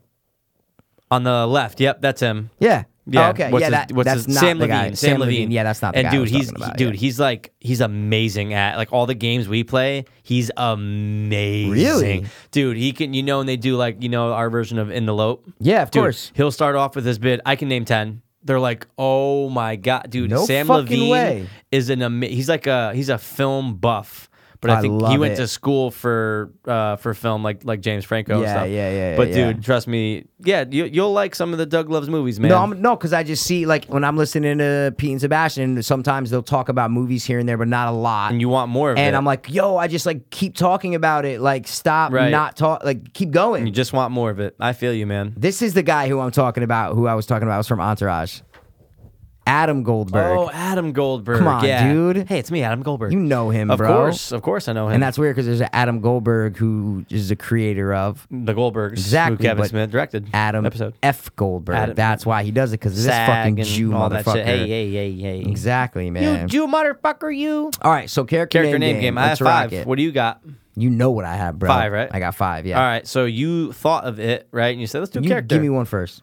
On the left. Yep, that's him. Yeah. Yeah. Oh, okay. What's yeah. his- that, what's that's his- not Sam the Levine. guy. Sam, Levine. Yeah, that's not the and guy. dude, I was he's talking about, dude, yeah. he's like he's amazing at like all the games we play. He's amazing. Really? dude. He can you know, and they do like you know our version of in the lope. Yeah, of Dude, course. He'll start off with his bid. I can name ten. They're like, oh my god, dude. No Sam fucking Levine way. is an ama- he's like a he's a film buff. But I I think he love went it. to school for uh, for film like like James Franco. and Yeah, stuff. yeah, yeah, yeah, But yeah. dude, trust me, yeah, you, you'll like some of the Doug Loves movies, man. No, I'm, no, because I just see like when I'm listening to Pete and Sebastian, sometimes they'll talk about movies here and there, but not a lot. and you want more of it. And I'm like, yo, I just like keep talking about it. Like, stop, Right. not talk, like keep going. you just want more of it. I feel you, man. this is the guy who I'm talking about, who I was talking about. It was from Entourage. Adam Goldberg. Oh, Adam Goldberg. Come on, yeah. dude. Hey, it's me, Adam Goldberg. You know him, of bro. course, of course, I know him. And that's weird because there's an Adam Goldberg who is the creator of the Goldbergs, Exactly, who Kevin but Smith directed. Adam episode. F. Goldberg. Adam- That's why he does it because this Sag fucking and Jew all that motherfucker. shit. Hey, hey, hey, hey. Exactly, man. You Jew motherfucker, you. All right, so character, Character name, game. I have Let's five. rock it. What do you got? You know what I have, bro. Five, right? I got five. Yeah. All right, so you thought of it, right? And you said, let's do You character. give me one first.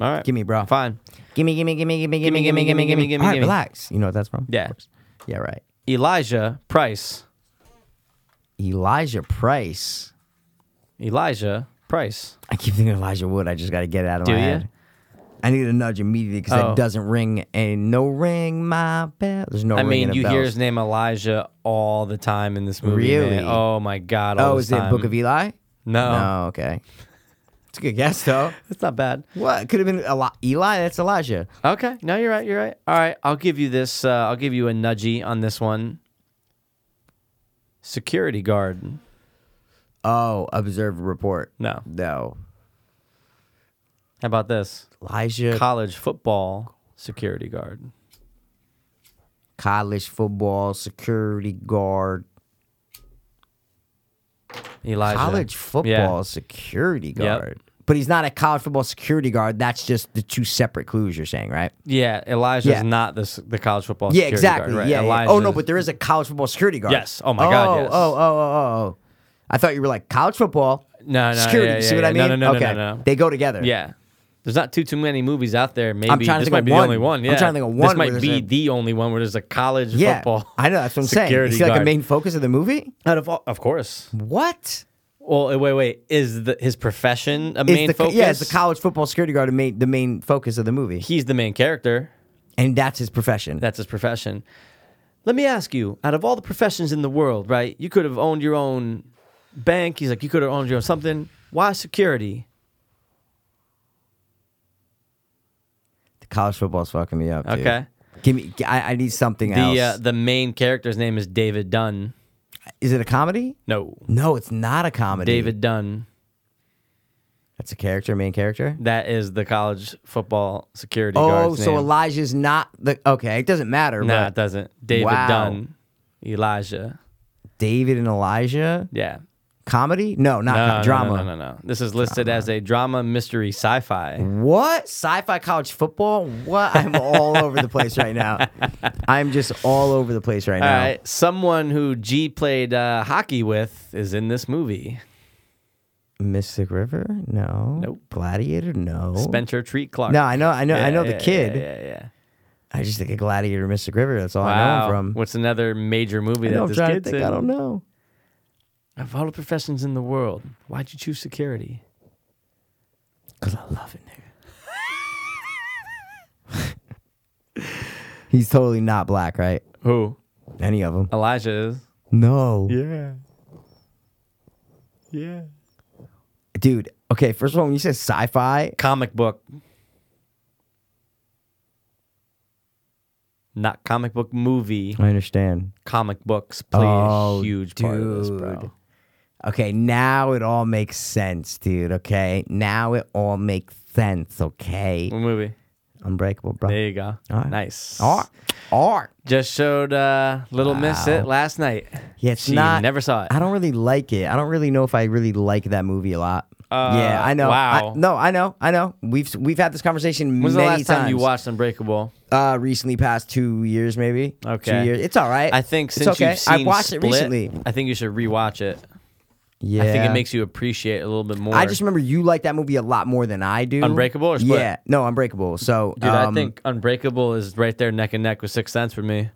All right, give me, bro. Fine. Gimme, gimme, gimme, gimme, gimme, gimme, gimme, gimme, gimme, gimme, gimme. gimme, All right, gimme. relax. You know what that's from? Yeah. Yeah, right. Elijah Price. Elijah Price. Elijah Price. I keep thinking Elijah Wood. I just got to get it out of Do my ya? head. I need a nudge immediately because Oh. that doesn't ring. Ain't no ring my bell. There's no I ringing mean, of you bells. hear his name Elijah all the time in this movie. man. Really? Oh my God! all Oh, this is it time. Book of Eli? No. Oh, okay. It's a good guess though. It's not bad. What could have been Eli? Eli? That's Elijah. Okay. No, you're right. You're right. All right. I'll give you this. Uh, I'll give you a nudgy on this one. Security guard. Oh, observe report. No. No, How about this? Elijah. College football security guard. college football security guard. Elijah. College football Yeah. security guard. But he's not a college football security guard. That's just the two separate clues you're saying, right? Yeah. Elijah's Yeah. not this the college football. Yeah, Oh, security exactly. Guard, right? yeah, yeah. Elijah's, Oh no, but there is a college football security guard. Yes. Oh my God, Oh, yes. Oh, oh, oh, oh, oh. I thought you were like college football. No, no, Screwed. yeah, you yeah, see what I yeah. mean? No, no, no, okay. no, no, no. They go together. Yeah. There's not too too many movies out there. Maybe trying to this think might of be the one. only one. I'm Yeah, trying to think of This one where might there's be a- the only one where there's a college Yeah. football. I know. That's what I'm saying. security Is he like guard. a main focus of the movie? Out of all, of course. What? Well, wait, wait. Is the his profession a Is main the, co- focus? Yeah, is the college football security guard the main, the main focus of the movie? He's the main character. And that's his profession. That's his profession. Let me ask you, out of all the professions in the world, right? You could have owned your own bank. He's like, you could have owned your own something. Why security? the college football's fucking me up. dude. Okay. Give me. I, I need something else. The uh, the main character's name is David Dunn. is it a comedy? No, No, it's not a comedy. David Dunn. That's a character, main character. That is the college football security Oh, guard's so name. Elijah's not the. Okay, it doesn't matter. Nah, but it doesn't. David Wow. Dunn, Elijah. David and Elijah Yeah. comedy? No, not No, com- no, Ah, drama. Mm, No, no, no, no. This is listed as a drama mystery sci-fi. What sci-fi college football? What? I'm all over the place right now. I'm just all over the place right All now. right, someone who G played uh, hockey with is in this movie. Mystic River? No. Nope. Gladiator? No. Spencer Treat Clark. No, I know, I know, I Yeah, know yeah, the kid. Yeah, yeah. yeah. I just think of Gladiator, Mystic River. That's all I know Wow. him from. What's another major movie I know, that I'm this trying to kid's think. in? I don't know. Of all the professions in the world, why'd you choose security? Because I love it, nigga. He's totally not black, right? Who? Any of them? Elijah is. No. Yeah. Yeah. Dude, okay, first of all, when you said sci-fi, Comic book. Not comic book movie. I understand. Comic books play Oh, a huge part of this, dude. bro. Okay, now it all makes sense, dude. Okay, now it all makes sense. Okay, What movie? Unbreakable, bro. There you go. Alright. Nice. Art, art. Just showed uh, Little Miss it last night. Yeah, it's she not. never saw it. I don't really like it. I don't really know if I really like that movie a lot. Uh, yeah, I know. I- wow. no, I know. I know. We've we've had this conversation When's the many last times. time you watched Unbreakable? Uh, recently, past two years, maybe. Okay. Two years. It's all right. I think It's since okay. you've seen I watched Split, it recently. I think you should rewatch it. Yeah. I think it makes you appreciate it a little bit more. I just remember you like that movie a lot more than I do. Unbreakable or Split? Yeah. No, Unbreakable. So, dude, I um, think Unbreakable is right there neck and neck with Sixth Sense for me.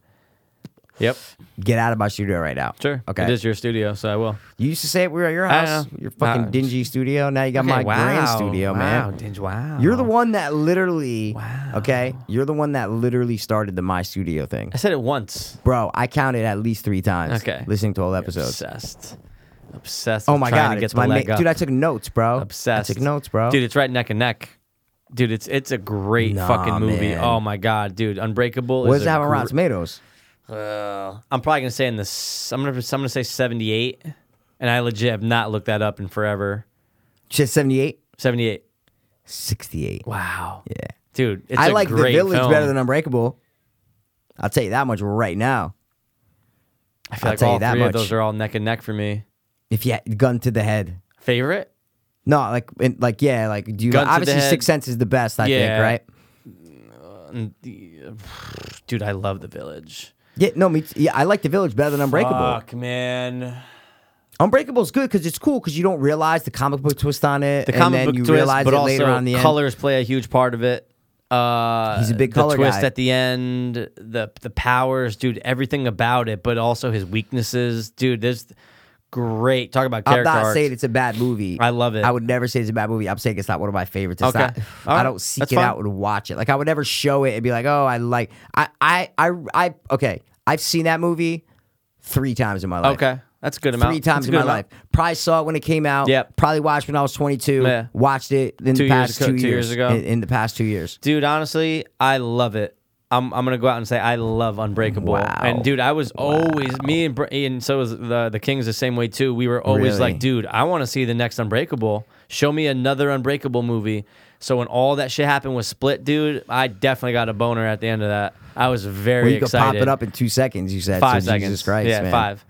Yep, get out of my studio right now. sure. Okay. it is your studio, so I will. You used to say we were at your I house, know. your fucking Uh, dingy studio. Now you got my grand studio, man. wow. You're the one that literally, Wow. okay, you're the one that literally started the my studio thing, I said it once. bro. I counted at least three times. Okay. listening to all episodes. Obsessed. Obsessed. Oh with my trying god, to get it's the my leg ma- up. dude. I took notes, bro. obsessed. I took notes, bro. Dude, it's right neck and neck. Dude, it's it's a great Nah, fucking movie. man. Oh my god, dude, Unbreakable. what is does it a have on gr- Rotten Tomatoes? Uh, I'm probably gonna say in the. s- I'm gonna I'm gonna say 78, and I legit have not looked that up in forever. Just 78? 78. 68. Wow. Yeah, Dude, it's I a like The great Village film. better than Unbreakable. I'll tell you that much right now. I feel I'll like tell you all that three much. of those are all neck and neck for me. If you had gun to the head. Favorite? No, like, in- like, yeah, like, do you Gun to the obviously head. Sixth Sense is the best? I Yeah. think, right? Mm, the- Dude, I love The Village. Yeah, no, me. t- Yeah, I like The Village better than Unbreakable. Fuck, man. Unbreakable's good because it's cool because you don't realize the comic book twist on it, the and comic then book you twist, realize but it also later on in the end. colors play a huge part of it. Uh, He's a big color the twist guy. at the end, the the powers, dude, everything about it, but also his weaknesses, dude. There's great talk about I'm character. not arcs. saying it's a bad movie. I love it. I would never say it's a bad movie. I'm saying it's not one of my favorites. It's Okay. not, All I right. don't seek That's it fine. out and watch it. Like I would never show it and be like, oh, I like. I I I, I okay. I've seen that movie three times in my life. okay, that's a good amount. Three That's times a in good my amount. life. Probably saw it when it came out. Yep. Probably watched when I was 22. Yeah. Watched it in Two the years past ago- two two years ago. In, in the past two years. dude. Honestly, I love it. I'm, I'm gonna go out and say I love Unbreakable. Wow. And dude, I was always me and Br- and so was the the Kings the same way too. We were Really? always like, dude, I want to see the next Unbreakable. Show me another Unbreakable movie. So when all that shit happened with Split, dude, I definitely got a boner at the end of that. I was very Well, you could pop excited. it up in two seconds. You said five so seconds. Jesus Christ, yeah, man. five.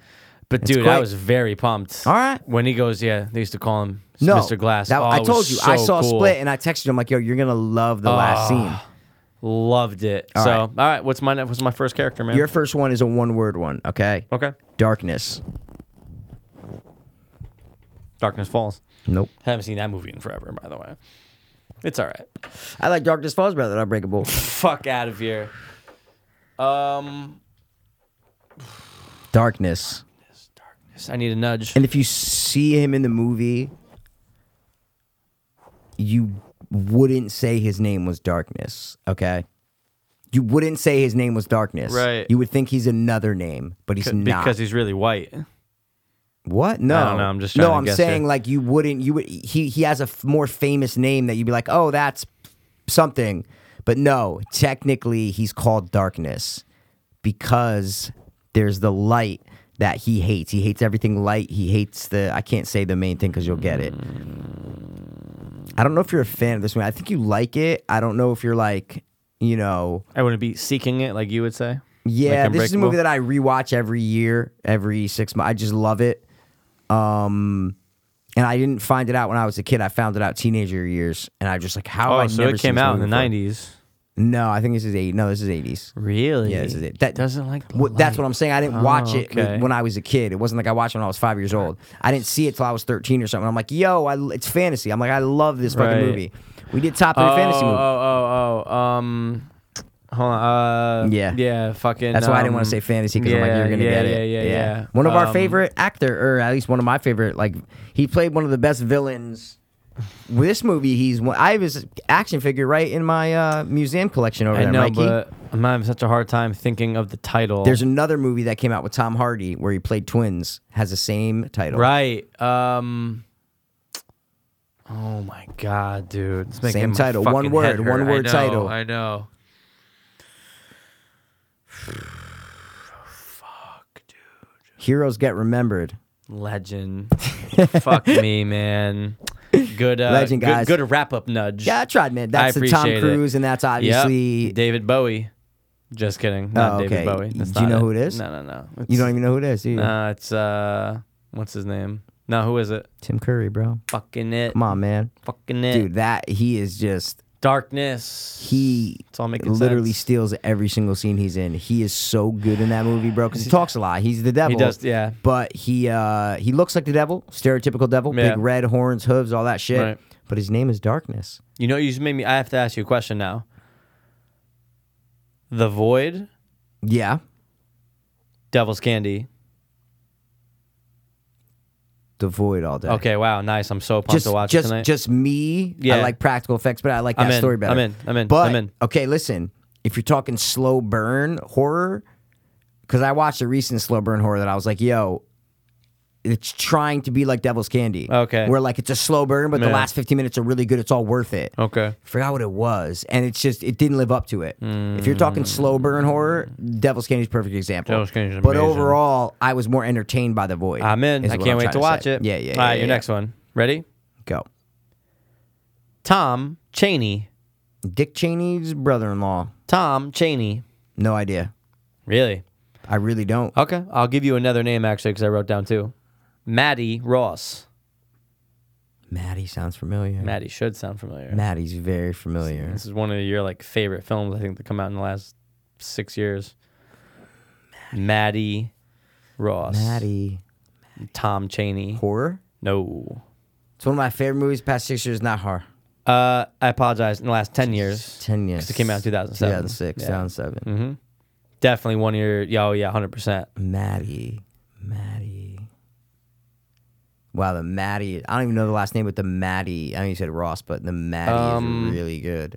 But dude, I great. was very pumped. All right. When he goes, yeah, they used to call him No, Mr. Glass. that- Oh, I it was told you. I so saw cool. Oh. Split, and I texted you. I'm like, "Yo, you're gonna love the last scene." Loved it. so, all right, what's my what's my first character, man? Your first one is a one word one, okay? okay. Darkness. Darkness Falls. Nope. Haven't seen that movie in forever, by the way. It's all right. I like Darkness Falls better than Unbreakable. Fuck out of here. Um, Darkness. I need a nudge. And if you see him in the movie, you wouldn't say his name was Darkness, okay? You wouldn't say his name was Darkness. Right. You would think he's another name, but he's not. Because he's really white. what? No. I don't know, I'm just No, trying to I'm guess saying here. like you wouldn't you would he he has a f- more famous name that you'd be like, "Oh, that's something." But no, technically he's called Darkness because there's the light that he hates. He hates everything light. He hates the I can't say the main thing cuz you'll get it. I don't know if you're a fan of this one. I think you like it. I don't know if you're like, you know, I wouldn't be seeking it, like you would say. yeah, Like this is a movie Unbreakable? that I rewatch every year, every six months. I just love it. Um, and I didn't find it out when I was a kid. I found it out teenager years, and I just like how. Oh, have I so never it seen came this out in movie the before? '90s. No, I think this is eight. No, this is eighties. Really? Yeah, this is it. That doesn't like. the Well, that's light. Oh, what I'm saying. I didn't watch it okay. when I was a kid. It wasn't like I watched it when I was five years old. I didn't see it till I was 13 or something. I'm like, yo, I, it's fantasy. I'm like, I love this fucking Right. movie. We did top three oh, fantasy movie. Oh, oh, oh. Um, hold on. Uh, Yeah. Yeah, fucking. That's why I didn't want to um, say fantasy because I'm like, yeah, you're gonna yeah, get yeah, it. Yeah, yeah, yeah. One of our Um, favorite actor, or at least one of my favorite. Like he played one of the best villains. With this movie, he's one. I have his action figure right in my uh, museum collection over I there, know, Mikey. but I'm having such a hard time thinking of the title. There's another movie that came out with Tom Hardy where he played twins, has the same title. right. Um. Oh my god, dude! It's making Same my title, one fucking word, head hurt. one word I know, title. I know. Heroes get remembered. Legend. Fuck me, man. Good. Uh, Legend, good- guys. Good, wrap up nudge. Yeah, I tried, man. That's the Tom appreciate it. Cruise, and that's obviously Yep. David Bowie. Just kidding. Not Oh, David okay. Bowie. Y- That's do you not know who it is? No, no, no. you don't even know who it is, do you? No, it's uh, what's his name? No, who is it? Tim Curry, bro. Fucking it. Come on, man, Fucking it. dude. That he is just Darkness. he It's all making literally sense. steals every single scene he's in. He is so good in that movie, bro, because he talks a lot. He's the devil. does, yeah. But he uh, he looks like the devil, stereotypical devil, Yeah. big red horns, hooves, all that shit. Right. But his name is Darkness. You know, you just made me. I have to ask you a question now. The Void, Yeah, Devil's Candy. the void all day. Okay, wow, nice. I'm so pumped Just, to watch it just, tonight. just me. I Yeah. like practical effects, but I like I'm that in. story better. I'm in. I'm in. But I'm in. okay, listen. If you're talking slow burn horror, because I watched a recent slow burn horror that I was like, yo, it's trying to be like Devil's Candy. Okay. Where like it's a slow burn, but the Yeah. Oh. last 15 minutes are really good. It's all worth it. okay. Forgot what it was, and it's just it didn't live up to it. If you're talking slow burn horror, Devil's Candy is a perfect example. Devil's Candy's but amazing. overall, I was more entertained by the void. I'm in. is I what can't I'm wait trying to watch say. it. Yeah, yeah. All right, yeah, your yeah. next one. Ready? Go. Tom Cheney. Dick Cheney's brother-in-law. Tom Cheney. No idea. Really? I really don't. Okay. I'll give you another name actually because I wrote down two. Maddie Ross. Maddie sounds familiar. Maddie should sound familiar. Maddie's very familiar. This is one of your like favorite films I think that come out in the last six years. Maddie Ross. Maddie. Tom Cheney. Horror? No. It's one of my favorite movies past six years, not horror. Uh, I apologize. In the last ten years, 10 years. 'Cause it came out in 2007. 2006, Yeah. 2007. definitely one year. Yeah, oh yeah, hundred percent. Maddie. Maddie. Wow, the Maddie. I don't even know the last name, but the Maddie. I know you said Ross, but the Maddie Um, is really good.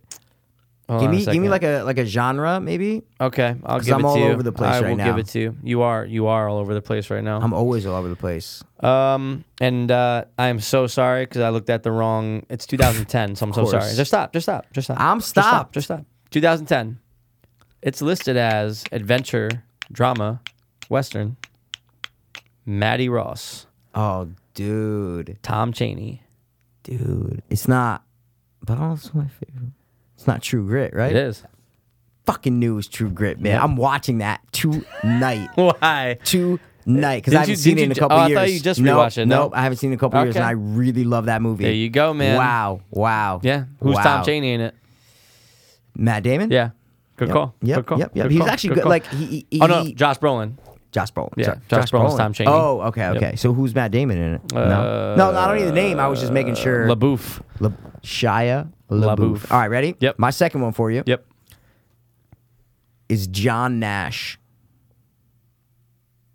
Give me, give me like a like a genre, maybe. Okay, I'll 'Cause give I'm it to all you. over the place I right will now. give it to you. You are you are all over the place right now. I'm always all over the place. Um, and uh, I am so sorry because I looked at the wrong. It's 2010, so I'm so course. sorry. Just stop. Just stop. Just stop. I'm Just stop. stopped. Just stop. 2010. It's listed as adventure, drama, western. Maddie Ross, Oh, dude, Tom Cheney. dude, it's not. But also my favorite. It's not True Grit, right? It is. Fucking knew it was True Grit, man. I'm watching that tonight. Why? tonight because Didn't I haven't you- seen didn't it in you a ju- couple oh, I years. thought you just Nope, rewatched it. Nope, Nope. I haven't seen it in a couple years, and Okay. I really love that movie. There you go, man. Wow, wow, Yeah. Who's wow. Tom Cheney in it? Matt Damon. Yeah. Good Yep. call. Yep. good call. Yep. Yep. Good He's call. actually good. good. call. Like he, he, oh no, he- Josh Brolin. Josh Brolin. Yeah, sorry. Josh Brolin's Tom Chaney. Oh, okay, okay. So who's Matt Damon in it? no, no, I don't need the name. I was just making sure. LaBouffe. La- Shia LaBeouf. LaBeouf. All right, ready? Yep. My second one for you Yep. is John Nash.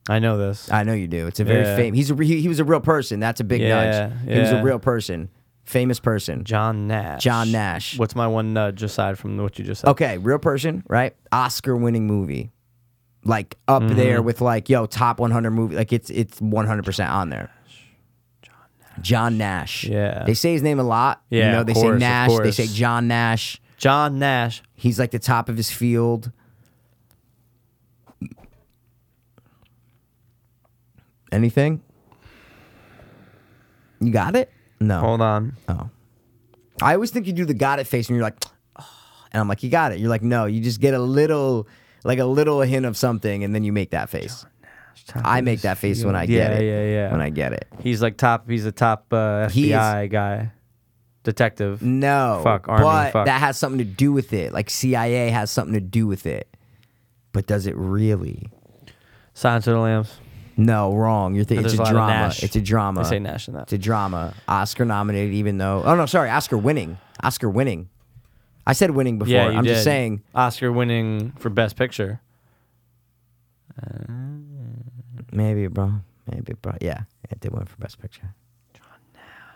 I know this. I know you do. It's a very Yeah. famous. He's a re- he, he was a real person. That's a big Yeah, nudge. He was yeah. a real person, famous person. John Nash. John Nash. What's my one nudge aside from what you just said? Okay, real person, right? Oscar-winning movie, like up Mm-hmm. there with like yo top 100 movie. Like it's it's 100 percent on there. John Nash. Yeah. They say his name a lot. Yeah, You know, of they course, of say Nash. They say course. John Nash. John Nash. He's like the top of his field. Anything? You got it? No. Hold on. I always think you do the got it face and you're like, "Oh," and I'm like, you got it. You're like, no, you just get a little, like a little hint of something and then you make that face. I make that face when I get Yeah, it. yeah, yeah. When I get it. He's like top. He's a top uh, He is- FBI guy, detective. No. Fuck, Army, But fuck. that has something to do with it. Like CIA has something to do with it. But does it really? Silence of the Lambs. No, wrong. You're thinking There's it's a a lot of drama. Nash. It's a drama. They say Nash in that. It's a drama. Oscar nominated, even though. Oh no, sorry. Oscar winning. Oscar winning. I said winning before. Yeah, you I'm did. just saying. Oscar winning for Best Picture. Maybe, bro. Maybe, bro. Yeah, it did win for best picture.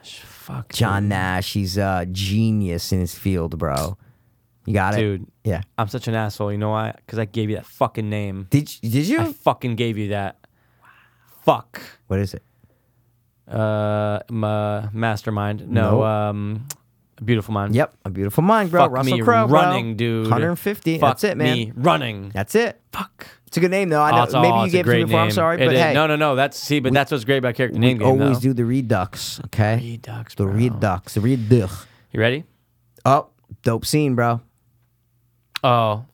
Fuck, John Nash. He's a genius in his field, bro. You got it, Dude. Yeah. I'm such an asshole. You know why? Because I gave you that fucking name. Did you- did you? I fucking gave you that. Fuck. what is it? Uh, ma- mastermind. No. Nope. Um, beautiful mind. Yep, a beautiful mind, bro. Fuck Russell me Crowe, bro. running, dude. 150. Fuck That's it, man. Me running. That's it. Fuck. It's a good name, though. I Oh, know. it's- maybe oh, you it's a gave it to me great before. I'm name. sorry, It but is- hey, no, no, no. That's see, but that's what's great about character name game. always though. do the redux. Okay, Redux, the bro. redux, the redux. You ready? Oh, dope scene, bro. Oh,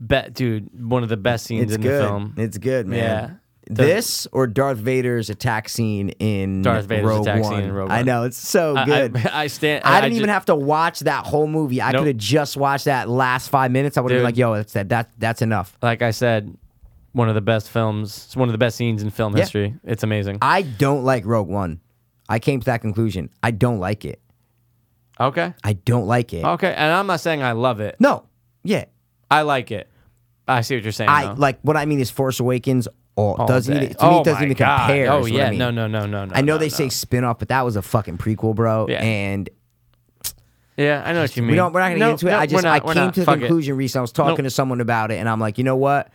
bet, dude. One of the best scenes It's in good. the film. It's good, man. Yeah. This or Darth Vader's attack scene in Darth Vader's Rogue attack scene One. in Rogue I One. know it's so I- good. I, I stand. I, didn't even ju- have to watch that whole movie. I Nope. could have just watched that last five minutes. I would have been Dude. like, "Yo, that's that, that that's enough." Like I said, one of the best films. It's one of the best scenes in film Yeah. history. It's amazing. I don't like Rogue One. I came to that conclusion. I don't like it. Okay. I don't like it. Okay. And I'm not saying I love it. No, yeah, I like it. I see what you're saying. I though. like what I mean is Force Awakens. All, All doesn't day. even to me Oh it doesn't my even God. compare. Oh is what yeah. I mean. No. No. No. No. No. I know no, they no. say spin off, but that was a fucking prequel, bro. Yeah. And Yeah. I know what you mean. we don't, we're not gonna No, get into it. no, I we're just not, I we're came not. to the Fuck it. conclusion recently. I was talking Nope. to someone about it, and I'm like, you know what?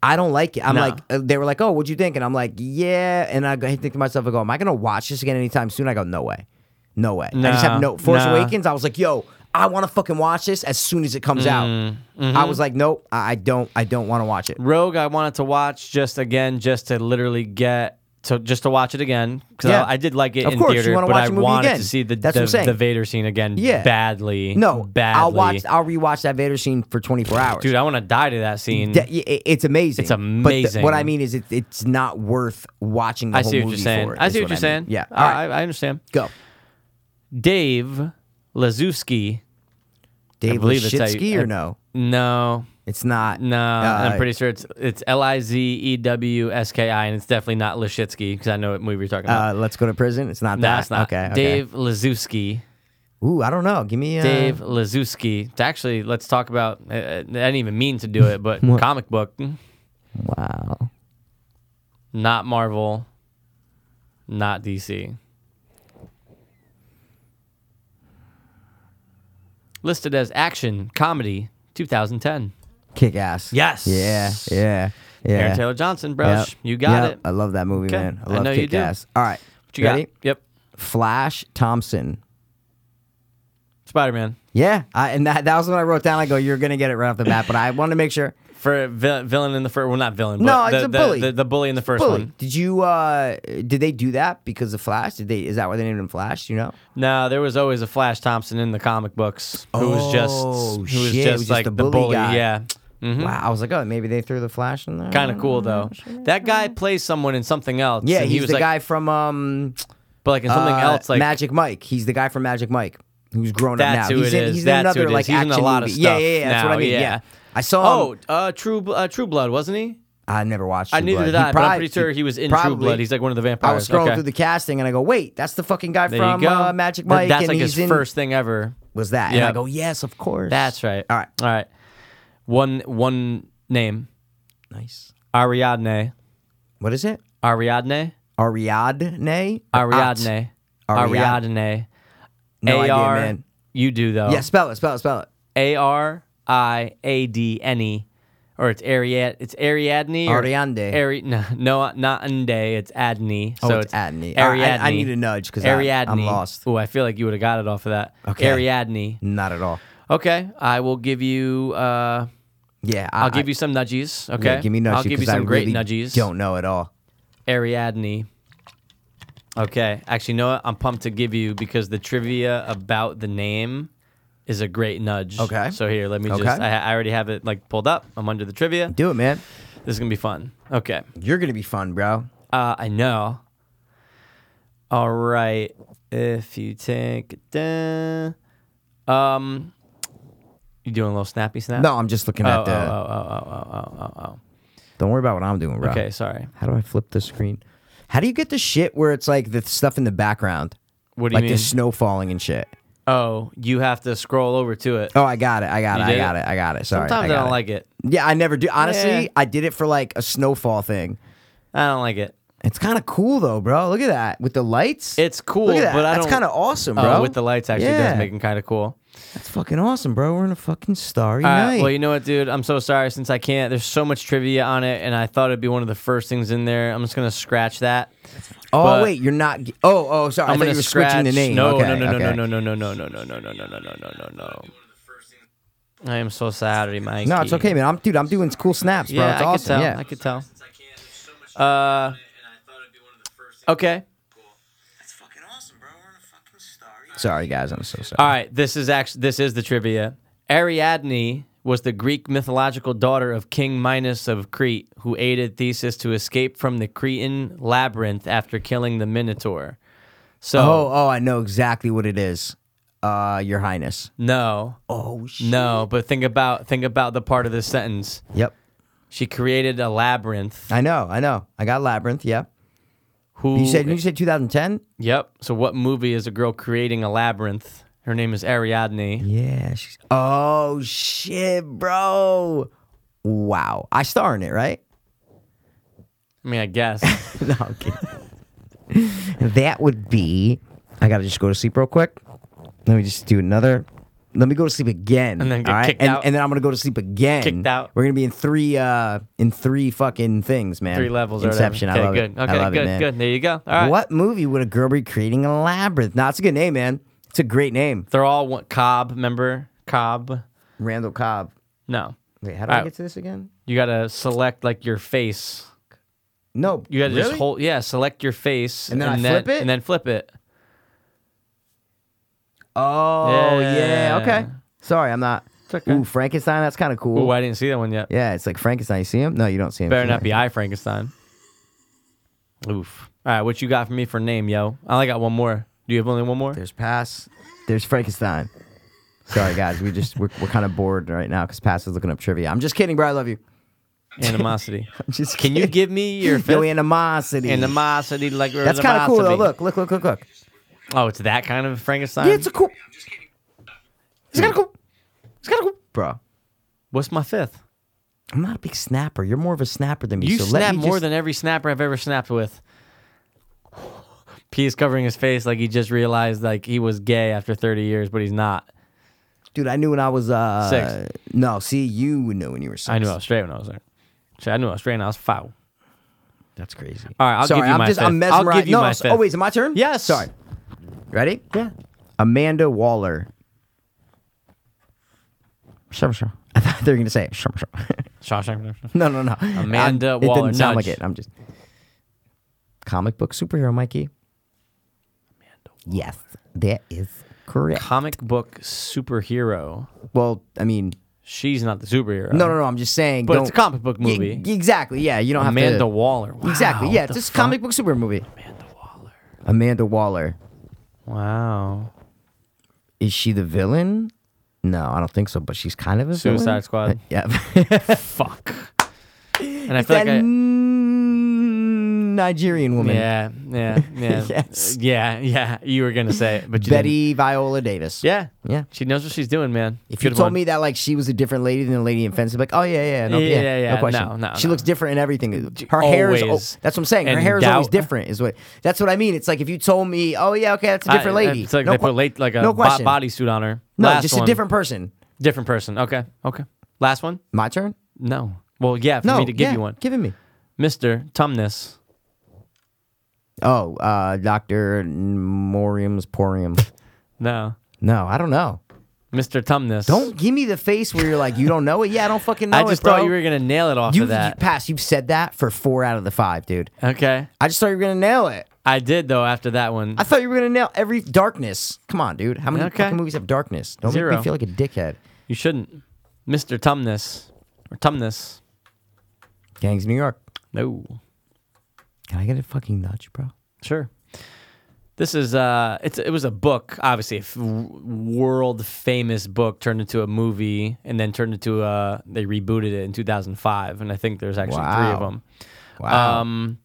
I don't like it. I'm No. like, uh, they were like, oh, what'd you think? And I'm like, yeah. And I go- I think to myself, I go, am I gonna watch this again anytime soon? I go, no way, no way. I just Nah, have no Force nah. Awakens. I was like, yo, I want to fucking watch this as soon as it comes out. Mm-hmm. I was like, nope, I I don't, I don't want to watch it. Rogue, I wanted to watch just again, just to literally get to just to watch it again because Yeah. I, I did like it Of in course, you theater, wanna but watch I a movie wanted again. to see the That's the, what I'm saying. the Vader scene again. Yeah. badly. No, badly. I'll watch, I'll rewatch that Vader scene for 24 hours, Dude, I want to die to that scene. That- y- it- it's amazing. It's But the- amazing. what I mean is, it, it's not worth watching. The I whole see what movie you're saying. for, I is see what, you're I saying. mean. Yeah. All I, right. I understand. Go. Dave Lazuski. Dave believe it's how you- Lashitsky I- or no? No, It's not. no, and Uh, I'm pretty sure it's it's L I Z E W S K I, and it's definitely not Lashitsky because I know what movie you're talking about. Uh, let's go to prison. It's not no, that. it's not. Okay. okay. Dave Lazuski. Ooh, I don't know. Give me uh, Dave Lazuski. It's actually, let's talk about. Uh, I didn't even mean to do it, but comic book, Wow. not Marvel, not DC. Listed as action comedy 2010. Kick ass. Yes. Yeah. Yeah. Yeah. Aaron Taylor Johnson, bro. Yep, You got yep. it. I love that movie, Okay, man. I I love know you Kick do. Ass. All right. What you Ready? got? Yep. Flash Thompson. Spider Man. Yeah. I, and that, that was when I wrote down. I go, you're going to get it right off the bat, but I wanted to make sure. For vi- villain in the first, well, not villain. No, but it's the, a the- bully. The, the bully in the first Bully, one. did you, uh, did they do that because of Flash? Did they, is that why they named him Flash? Do you know? No, there was always a Flash Thompson in the comic books who was just Oh, who was shit, just it was just like the the bully bully. guy. Yeah, Wow. I was like, oh, maybe they threw the Flash in there. kind of Hmm. cool though. Oh, That guy plays someone in something else. Yeah. and He's he was the like, guy from, um, but like in something uh, else, like Magic Mike. He's the guy from Magic Mike who's grown That's up now. who he's it in, is. He's That's in another who it is. like He's in action a lot of movie. Yeah, stuff yeah, yeah. That's what now, I mean. Yeah. yeah. I saw. him- oh, uh, True Bl- uh, True Blood wasn't he? I never watched. I um, True neither Blood. did He I, but prob- I'm pretty sure he was in True probably- Blood. He's like one of the vampires. I was scrolling Okay. through the casting and I go, wait, that's the fucking guy There from you go. uh, Magic That- Mike. That's and like he's his in, first thing ever. was that. And Yeah. I go, yes, of course. That's right. All right. All right. One one name. nice. Ariadne. What is it? Ariadne. Ariadne. Or At? Ariadne. Ariad- Ariadne. No idea, AR man. You do though. Yeah, spell it, spell it, spell it. A R I A D N E, or it's Ariad. It's Ariadne. Or Ariande. Ari. No, no, not Ande. It's Adne. Oh, so it's Adne. All right, I- I Ariadne. need a nudge 'cause I- I'm Ariadne. lost. Ooh, I feel like you would have got it off of that. Okay. Ariadne. Not at all. Okay, I will give you. Uh, Yeah, I, I'll give you some nudgies. I, yeah, Okay. give me nudges. I'll give you 'cause I some great really nudgies. Don't know at all. Ariadne. Okay. Actually, you know what? I'm pumped to give you because the trivia about the name is a great nudge. Okay. So here, let me Okay. just. I, I already have it like pulled up. I'm under the trivia. Do it, man. This is gonna be fun. Okay. You're gonna be fun, bro. Uh, I know. All right. If you take it down, um, you doing a little snappy snap? No, I'm just looking Oh, at oh, the. oh, oh, oh, oh, oh, oh, Don't worry about what I'm doing, bro. oh. Okay, sorry. How do I flip the screen? How do you get the shit where it's like the stuff in the background, What do like you mean? the snow falling and shit? oh, you have to scroll over to it. Oh, I got it. I got You it. I did got it? it. I got it. Sorry. Sometimes I, got don't it. like it. Yeah, I never do. Honestly, Yeah. I did it for like a snowfall thing. I don't like it. It's kind of cool though, bro. Look at that with the lights. It's cool, Look at that. but I That's don't- kind of awesome, bro. Oh, with the lights actually does Yeah. make it kind of cool. That's fucking awesome, bro. We're in a fucking starry All right, night. Uh, well, you know what, dude? I'm so sorry since I can't. There's so much trivia on it, and I thought it'd be one of the first things in there. I'm just gonna scratch that. oh but- wait, you're not. ge- Oh, oh, sorry. I I'm thought gonna you were scratch. switching the name. No, okay, no, no, no, okay. no, no, no, no, no, no, no, no, no, no, no, no, no, no, no. I am so sorry, Mike. No, it's okay, man. I'm dude. I'm doing cool snaps, bro. Yeah, it's I awesome. could tell. Yeah. I could tell. Uh, okay. Sorry, guys. I'm so sorry. All right, this is actually this is the trivia. Ariadne was the Greek mythological daughter of King Minos of Crete, who aided Theseus to escape from the Cretan labyrinth after killing the Minotaur. So Oh, oh, I know exactly what it is. Uh, Your Highness. no, Oh shit. no. But think about think about the part of this sentence. Yep. She created a labyrinth. I know. I know. I got Labyrinth. Yeah. Who You said you said 2010. Yep. So what movie is a girl creating a labyrinth? Her name is Ariadne. Yeah. She's, oh shit, bro. Wow. I star in it, right? I mean, I guess. no, I'm kidding. that would be. I gotta just go to sleep real quick. Let me just do another. Let me go to sleep again. And then get all right? kicked and, out. and then I'm gonna go to sleep again. Kicked out. We're gonna be in three. Uh, in three fucking things, man. Three levels or whatever. Inception. Okay, I love good. it. Okay, I love good, it, man. good. There you go. All right. What movie would a girl be creating a labyrinth? Nah, it's a good name, man. It's a great name. They're all one, Cobb. Remember Cobb? Randall Cobb. No, Wait, how do I Alright. get to this again? you gotta select like your face. No, You gotta just really? hold. Yeah, select your face And then I flip it? and then flip it. Oh yeah. Yeah. Okay. Sorry, I'm not. okay. Ooh, Frankenstein. That's kind of cool. Ooh, I didn't see that one yet. yeah, it's like Frankenstein. You see him? No, you don't see him. Better not be I Frankenstein. Oof. All right, what you got for me for name, yo? I only got one more. Do you have only one more? There's Pass. There's Frankenstein. Sorry, guys. We just we're, we're kind of bored right now because Pass is looking up trivia. I'm just kidding, bro. I love you. Animosity. I'm just Can you kidding. give me your Yo, fifth? animosity? animosity? Like That's kind of cool though. Look, look, look, look, look. Oh, it's that kind of Frankenstein. Yeah, it's a cool. It's kind of cool. It's kind of cool, bro. What's my fifth? I'm not a big snapper. You're more of a snapper than me. You so let snap me more just- than every snapper I've ever snapped with. P is covering his face like he just realized like he was gay after 30 years, but he's not. dude. I knew when I was uh Six. No, see, you knew when you were six. I knew I was straight when I was there. Shit, I knew I was straight and I was foul. That's crazy. All right, I'll Sorry, give you I'm my just fifth. I'm I'll mesmerized. give you no, my s- fifth. oh wait, is it my turn? Yes. Sorry. Ready? Yeah. Amanda Waller. Sure, sure. I thought they were gonna say sure, sure. Shawshank Redemption. no, no, no. Amanda I- It Waller, didn't sound nudge. like it. I'm just comic book superhero, Mikey. Yes, that is correct. Comic book superhero. well, I mean, She's not the superhero. no, no, no. I'm just saying. But it's don't- a comic book Y- movie. exactly. Yeah, you don't have Amanda to. Waller. Wow, Exactly. Yeah, what it's the just a comic book superhero movie. Amanda Waller. fuck? Wow. Is she the villain? No, I don't think so. But she's kind of a Uh, Suicide villain. Squad. Yeah. Fuck. And I feel that like I, n- Nigerian woman, yeah, yeah, yeah, Yes. yeah, yeah. You were gonna say it, but you didn't. Betty Viola Davis. Yeah, Yeah. She knows what she's doing, man. If you Good told one. me that like she was a different lady than the lady in Fence, I'd be like, oh yeah, yeah, no, Yeah, yeah, yeah, yeah. no question. No, no, she no. looks different in everything. Her hair is. oh, Always. that's what I'm saying. Her And hair is always doubt- different. Is what. That's what I mean. It's like if you told me, oh yeah, okay, that's a I- different lady. It's like no they que- put late, like a no bo- question. bodysuit on her. No, Last just one. a different person. different person. Okay, okay. Last one? My turn. No. Well, yeah, for No, me to give yeah, you one, Giving me. Mister Tumnus. Oh, uh, Doctor Morium's Porium. No, no, I don't know. Mister Tumnus. Don't give me the face where you're like, you don't know it. Yeah, I don't fucking know I it, just bro. thought you were gonna nail it off You- of that. you pass. You've said that for four out of the five, dude. okay, I just thought you were gonna nail it. I did though. After that one, I thought you were gonna nail every darkness. Come on, dude. How many Okay. fucking movies have darkness? Don't make Zero. me feel like a dickhead. you shouldn't, Mister Tumnus or Tumnus. Gangs of New York. No. Can I get a fucking nudge, bro? Sure. This is uh, it's it was a book, obviously a f- world famous book turned into a movie, and then turned into a they rebooted it in 2005, and I think there's actually three of Wow. them. Wow. Um,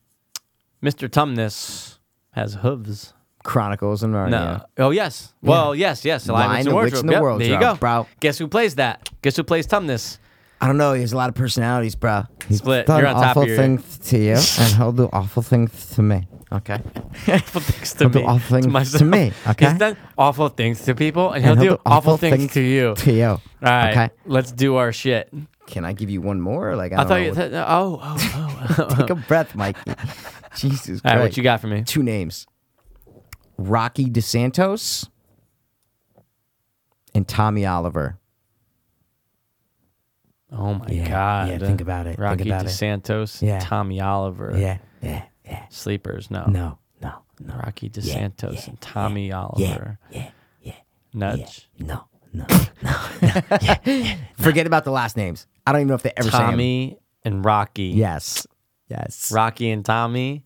Mr. Tumnus has hooves. Chronicles and Narnia. No. Oh yes. Well yes yes. Lion, Lion, the Witch, and the Yep, Wardrobe, There you go. bro. Guess who plays that? Guess who plays Tumnus? I don't know. There's a lot of personalities, bro. He's Split. done You're on top of awful your- things to you, and he'll do awful things to me. Okay. Awful things to do me. awful things to myself. me, okay? He's done awful things to people, and he'll, And do, awful things, to you. To you. All All right, Okay. let's do our shit. Can I give you one more? Like I, I don't thought know you. what- Th- oh, oh, oh. All take a breath, Mikey. Jesus Christ. right, what you got for me? Two names: Rocky DeSantos and Tommy Oliver. Oh my Yeah, god! yeah, think about it, think Rocky about it. DeSantos, Yeah. Tommy Oliver, yeah, yeah. sleepers. No, No, no, Rocky DeSantos and Tommy Oliver. Yeah, yeah. Nudge. no, no, no. Forget about the last names. I don't even know if they ever say 'em. Tommy and Rocky. Yes, yes. Rocky and Tommy.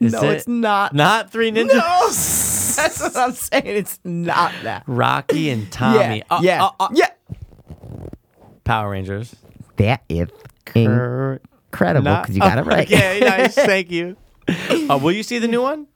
Is no, it it's not. not three ninjas? No, that's what I'm saying. It's not that. Rocky and Tommy. yeah, Uh, yeah, uh, uh, yeah. Power Rangers. That is incredible Not- because you got it right. Okay, Oh, nice. Thank you. Uh, will you see the new one?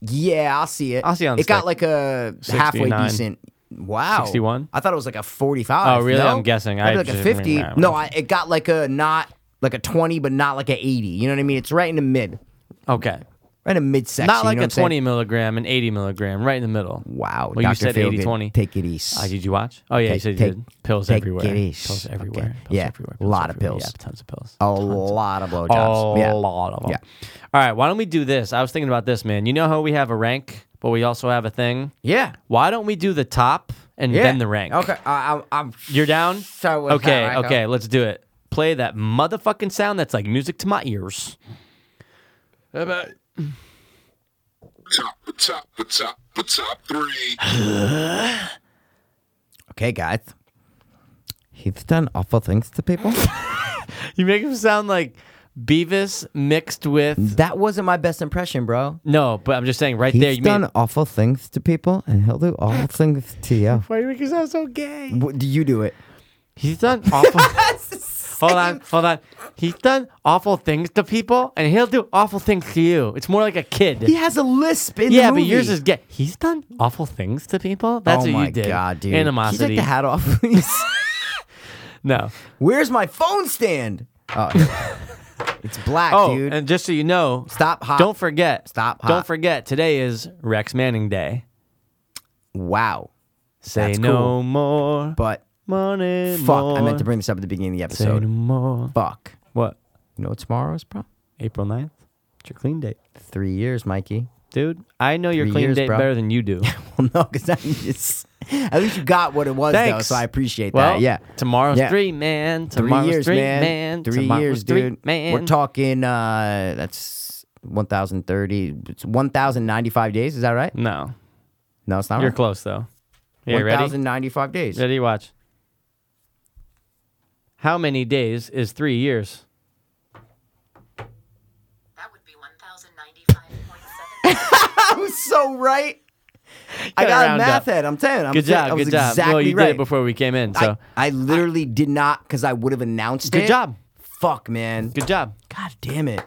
Yeah, I'll see it. I'll see it on It got stick. like a halfway 69. decent. Wow, 61? I thought it was like a forty-five. Oh, really? No? I'm guessing. Maybe I like a just- fifty. nah, No, whatever. I, it got like a not like a twenty, but not like a eighty. You know what I mean? It's right in the mid, Okay. right in the midsection. Not you like know a what I'm 20 saying? milligram and 80 milligram, right in the middle. Wow, Well, Dr. you said Feelgood, 80 20. Take it easy. Oh, did you watch? Oh, yeah, you Take- said you take- did. Pills take everywhere. it easy. Pills Okay. everywhere. Pills Yeah, everywhere. lot of everywhere. pills. Yeah, tons of pills. a Tons of lot of a blowjobs. yeah. lot of them. Yeah. All right, why don't we do this? I was thinking about this, man. You know how we have a rank, but we also have a thing? Yeah. Why don't we do the top and Yeah. then the rank? Okay. I, I, I'm. You're down? So with okay, that, I go. okay, let's do it. Play that motherfucking sound that's like music to my ears. top, the top, the top, the top three. Okay, guys. He's done awful things to people. You make him sound like Beavis mixed with that wasn't my best impression, bro. no, but I'm just saying right there. You mean, awful things to people, and he'll do awful things to you. why do you make him sound so gay? What do you do it? He's done awful. hold on, hold on. He's done awful things to people, and he'll do awful things to you. It's more like a kid. He has a lisp in Yeah, the but movie. yours is gay. He's done awful things to people. That's oh what my you did. god, dude! Animosity. Can you take the hat off, please? no. Where's my phone stand? Oh, here we are. it's black, Oh, dude. and just so you know, Stop hot. Don't forget. Stop Don't hot. forget. Today is Rex Manning Day. wow, Say That's no cool. more but money. fuck! more. I meant to bring this up at the beginning of the Say no episode. more. Fuck! What? You know what tomorrow is, bro? April 9th? It's your clean date. Three years, Mikey. Dude, I know your Three clean years, date bro. better than you do. Well, no, because I just at least you got what it was though, Thanks. so I appreciate well, that. Yeah, Tomorrow's Yeah. three, man. three Tomorrow's years, man. Three Tomorrow's years, three, dude. Man. We're talking. uh That's one thousand thirty. It's one thousand ninety-five days. Is that right? No. No, it's not. You're right. close, though. Yeah, you One ready? thousand ninety-five days. Ready? Watch. How many days is three years? That would be 1095.7. I was so right. I Gotta got a round math up. head. I'm telling. I'm Good saying- I job. was Good job. Exactly well, you right. did it before we came in, so I, I literally did not because I would have announced it. good job. fuck, man. Good job. God damn it.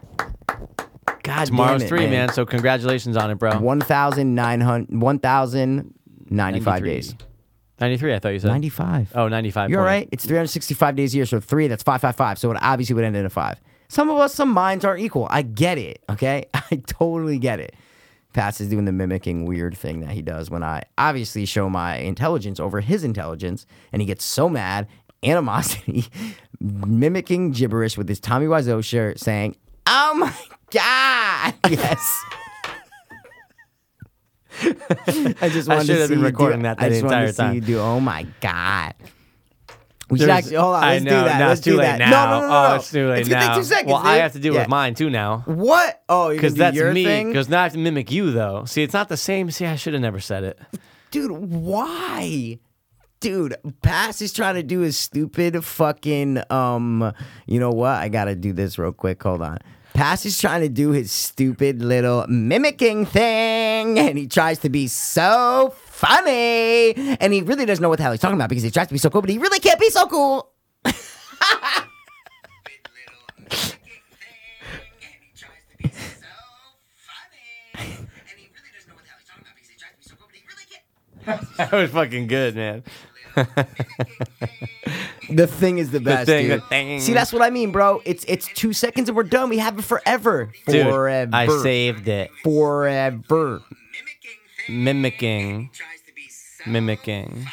God Tomorrow's damn it, three, man. So congratulations on it, bro. 1,900 1,095 93. days. 93, I thought you said. 95. Oh, 95. You're point. right. It's 365 days a year, so three, that's 555. So it obviously would end in a five. Some of us, some minds aren't equal. I get it, okay? I totally get it. Pat's is doing the mimicking weird thing that he does when I obviously show my intelligence over his intelligence, and he gets so mad, animosity, mimicking gibberish with his Tommy Wiseau shirt saying, Oh my God. Yes. I just wanted should to see have been you do- recording that I the just wanted entire to see time. you do. Oh my god. We should There's- actually hold on. I Let's do know, that. now let's it's too do late that. now. No, no, no, no, no. Oh, it's too late it's now. gonna take two seconds. Well, I dude. have to do it Yeah. with mine too now. What? Oh, you're Because gonna that's do your me. thing, Because now I have to mimic you, though. See, it's not the same. See, I should have never said it. dude. Why? Dude, Pass is trying to do his stupid fucking. Um, you know what? I gotta do this real quick. Hold on. Pass is trying to do his stupid little mimicking thing, and he tries to be so funny, and he really doesn't know what the hell he's talking about because he tries to be so cool, but he really can't be so cool. That was fucking good, man. The thing is the best. thing, dude. the thing. See, that's what I mean, bro. It's it's two seconds and we're done. We have it forever. Dude, forever. I saved it. forever. Mimicking. Mimicking.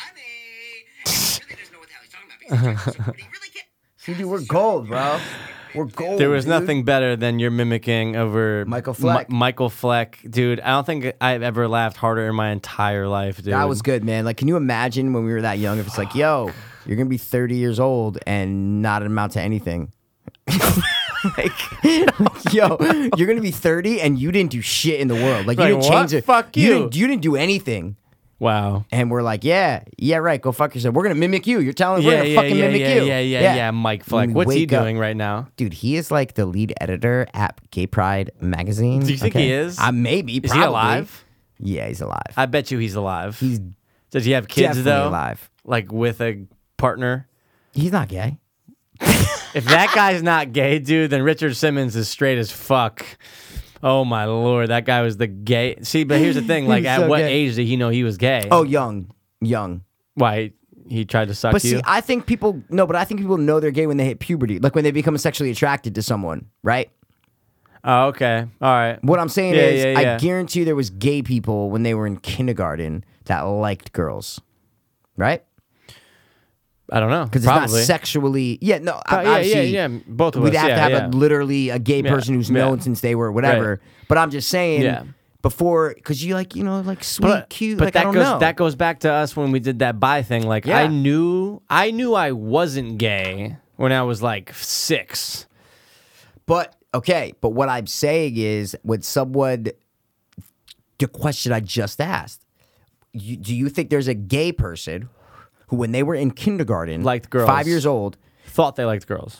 See, dude, we're gold, bro. We're gold. There was dude. nothing better than your mimicking over Michael Fleck. Mi- Michael Fleck, dude. I don't think I've ever laughed harder in my entire life, dude. That was good, man. Like, can you imagine when we were that young? If it's like, yo, you're gonna be 30 years old and not amount to anything. like, like, yo, you're gonna be 30 and you didn't do shit in the world. Like, Like, you didn't what? change it. Fuck you. didn't, you didn't do anything. wow. And we're like, yeah, yeah, right. Go fuck yourself. We're gonna mimic you. You're telling. we're Yeah, gonna yeah, fucking yeah, mimic yeah, you. yeah, yeah, yeah, Mike Fleck. And we What's he wake up- doing right now? Dude, he is like the lead editor at Gay Pride magazine. Do you think he is? I maybe. Is probably. he alive? Yeah, he's alive. I bet you he's alive. he's Does he have kids definitely though? alive. Like with a partner? He's not gay. If that guy's not gay, dude, then Richard Simmons is straight as fuck. Oh my lord, that guy was the gay. See, but here's the thing: like, was at so what gay. age did he know he was gay? Oh, young, young. why he tried to suck But you? see, I think people no, but I think people know they're gay when they hit puberty, like when they become sexually attracted to someone, right? oh, okay, all right. What I'm saying Yeah, is, yeah, yeah. I guarantee you there was gay people when they were in kindergarten that liked girls, right? I don't know. Because it's not sexually. Yeah, no. Pro- I yeah, yeah, yeah, both of We'd us, have yeah, to have yeah. a, literally a gay Yeah, person who's yeah. known since they were whatever. But I'm just saying, Yeah. before, because you like, you know, like sweet, But, cute. but like, that I don't goes know. that goes back to us when we did that bi thing. Like I Yeah. knew I knew I wasn't gay when I was like six. But okay, but what I'm saying is, when someone, the question I just asked, you, do you think there's a gay person who, when they were in kindergarten, Liked girls. five years old? Thought they liked girls.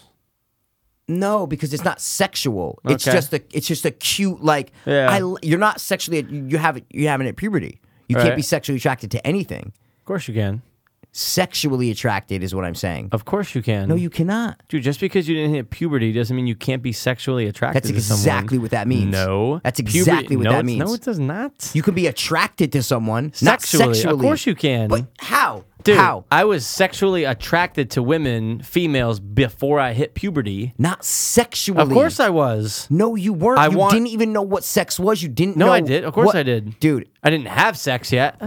No, because it's not sexual. It's Okay. just a it's just a cute like Yeah. I l- you're not sexually you you have you haven't at puberty. You Right. can't be sexually attracted to anything. Of course you can. Sexually attracted is what I'm saying. Of course you can. No, you cannot. Dude, just because you didn't hit puberty doesn't mean you can't be sexually attracted That's to someone. exactly what that means. No. That's Puberty- exactly what no, that it's- means. No, it does not. You can be attracted to someone, sexually, not sexually. Of course you can. But how? Dude, how? I was sexually attracted to women, females, before I hit puberty. Not sexually. Of course I was. No, you weren't. I you want- didn't even know what sex was. You didn't No, know I did. Of course what- I did. Dude, I didn't have sex yet.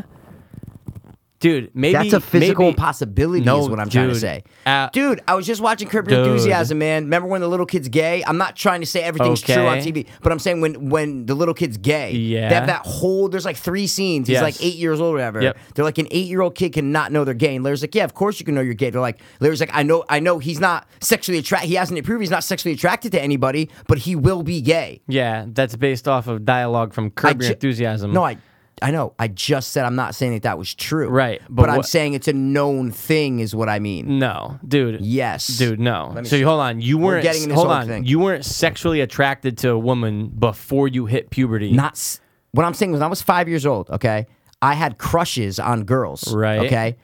Dude, maybe That's a physical maybe- impossibility, No, is what I'm trying to dude. say. Uh, dude, I was just watching Curb Your Dude. Enthusiasm, man. Remember when the little kid's gay? I'm not trying to say everything's true on Okay. TV, but I'm saying when when the little kid's gay, Yeah. they have that whole. There's like three scenes. He's Yes. like eight years old, or whatever. Yep. They're like an eight year old kid cannot know they're gay, and Larry's like, yeah, of course you can know you're gay. They're like, Larry's like, I know, I know he's not sexually attracted. He hasn't proved he's not sexually attracted to anybody, but he will be gay. Yeah, that's based off of dialogue from I Curb Your ju- Enthusiasm. No, I. I know. I just said I'm not saying that that was true. Right, But, but I'm what- saying it's a known thing, is what I mean. No, dude. Yes. Dude, no. me So you hold on. You weren't getting into this hold whole on. thing. You weren't sexually attracted to a woman before you hit puberty. Not s- what I'm saying was when I was five years old, okay, I had crushes on girls. Right. Okay.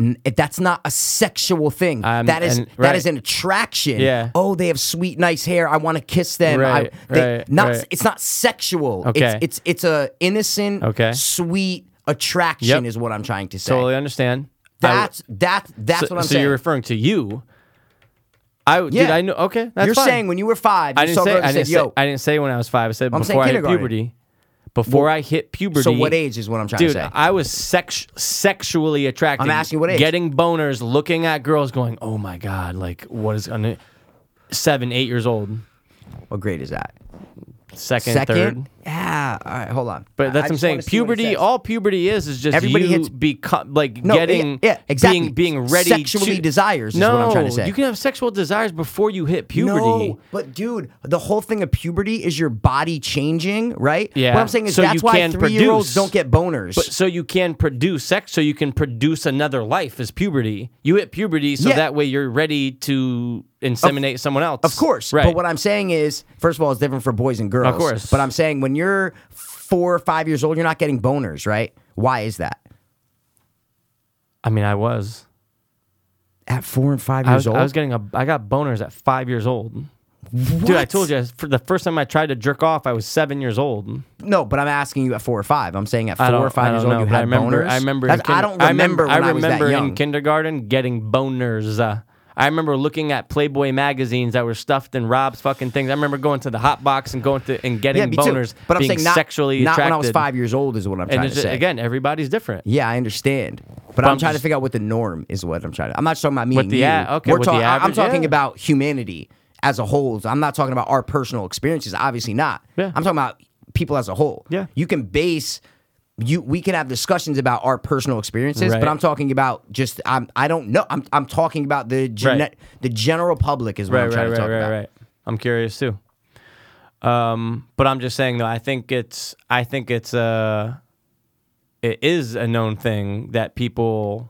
n- that's not a sexual thing. Um, that is and- that right. is an attraction. Yeah. Oh, they have sweet, nice hair. I want to kiss them. I, Right, they, right, not right. it's not sexual. Okay. It's it's it's a innocent, Okay. sweet attraction Yep. is what I'm trying to say. Totally understand. I w- That's that that's so, what I'm so saying. you're referring to you. I w- Yeah. dude, I know. Okay, that's You're fine. saying when you were five, you I didn't saw a say. girl and I you didn't said, say. "Yo." I didn't say when I was five. I said I'm saying before I hit kindergarten. puberty. Before I hit puberty. so what age is what I'm trying Dude, to say? I was sex- sexually attracted. I'm asking what age. Getting boners, looking at girls, going, "Oh my god, like what is?" On seven, eight years old, what grade is that? second, Second. third. Yeah. All right. Hold on. I- But that's I what I'm just saying. wanna see what it Puberty, says. all puberty is, is just Everybody you hits- become like No, yeah, getting, yeah, exactly. being, being ready. Sexually to, desires is no, what I'm trying to say. You can have sexual desires before you hit puberty. No, but dude, the whole thing of puberty is your body changing, right? Yeah. What I'm saying is So you that's why can three-year-olds produce- don't get boners. But so you can produce sex, so you can produce another life is puberty. You hit puberty, so Yeah. that way you're ready to inseminate someone else. Of course. right? But what I'm saying is, first of all, it's different for boys and girls. Of course. But I'm saying when you're four or five years old, you're not getting boners, right? Why is that? I mean, I was. At four and five I years was, old, I was getting a. I got boners at five years old. Dude, I What? told you for the first time I tried to jerk off, I was seven years old. No, but I'm asking you at four or five. I'm saying at I four don't- or five I years don't old, you know, but had I remember, boners. I remember. in That's- I don't kinder- remember. I when remember I was that young. in kindergarten getting boners. Uh, I remember looking at Playboy magazines that were stuffed in Rob's fucking things. I remember going to the hot box and going to and getting yeah, me too. boners. But I'm being saying not, sexually not attracted. when I was five years old is what I'm And trying it's to just- say. again, everybody's different. Yeah, I understand. But, I'm, I'm trying to just- figure out what the norm is. What I'm trying to. I'm not talking about me What and the you. a- okay, We're what the talking- I- average- I'm talking yeah. about humanity as a whole. I'm not talking about our personal experiences. Obviously not. Yeah. I'm talking about people as a whole. Yeah. You can base. You we can have discussions about our personal experiences, Right. but I'm talking about just I'm I don't know. I'm I'm talking about the gene- Right. the general public is what Right, I'm right, trying right, to talk right, about. right. I'm curious too. Um, but I'm just saying though, I think it's, I think it's, uh, it is a known thing that people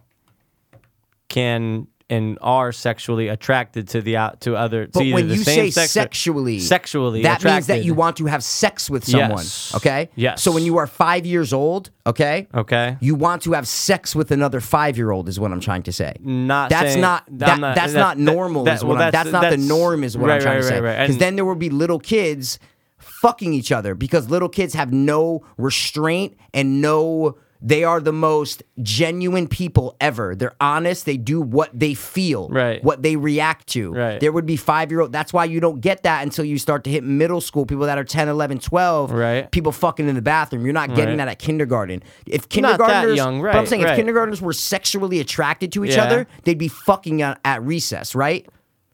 can and are sexually attracted to the out to other But to either when the you same say sex or- sexually, sexually that means that attracted. you want to have sex with someone. Yes. Okay. Yes. So when you are five years old, okay, okay you want to have sex with another five year old is what I'm trying to say. not that's saying- not, I'm that, that's that- not that- normal. that- is what well, I'm- that's, not the norm is what I'm right, trying right, to say. right, right. Because And- then there will be little kids fucking each other because little kids have no restraint and no. They are the most genuine people ever. They're honest. They do what they feel, Right. what they react to. Right. There would be five year old. That's why you don't get that until you start to hit middle school. People that are 10, 11, 12, Right. people fucking in the bathroom. You're not getting Right. that at kindergarten. If Not that kindergartners, young, But I'm right, saying if right. kindergartners were sexually attracted to each Yeah. other, they'd be fucking at, at recess, right?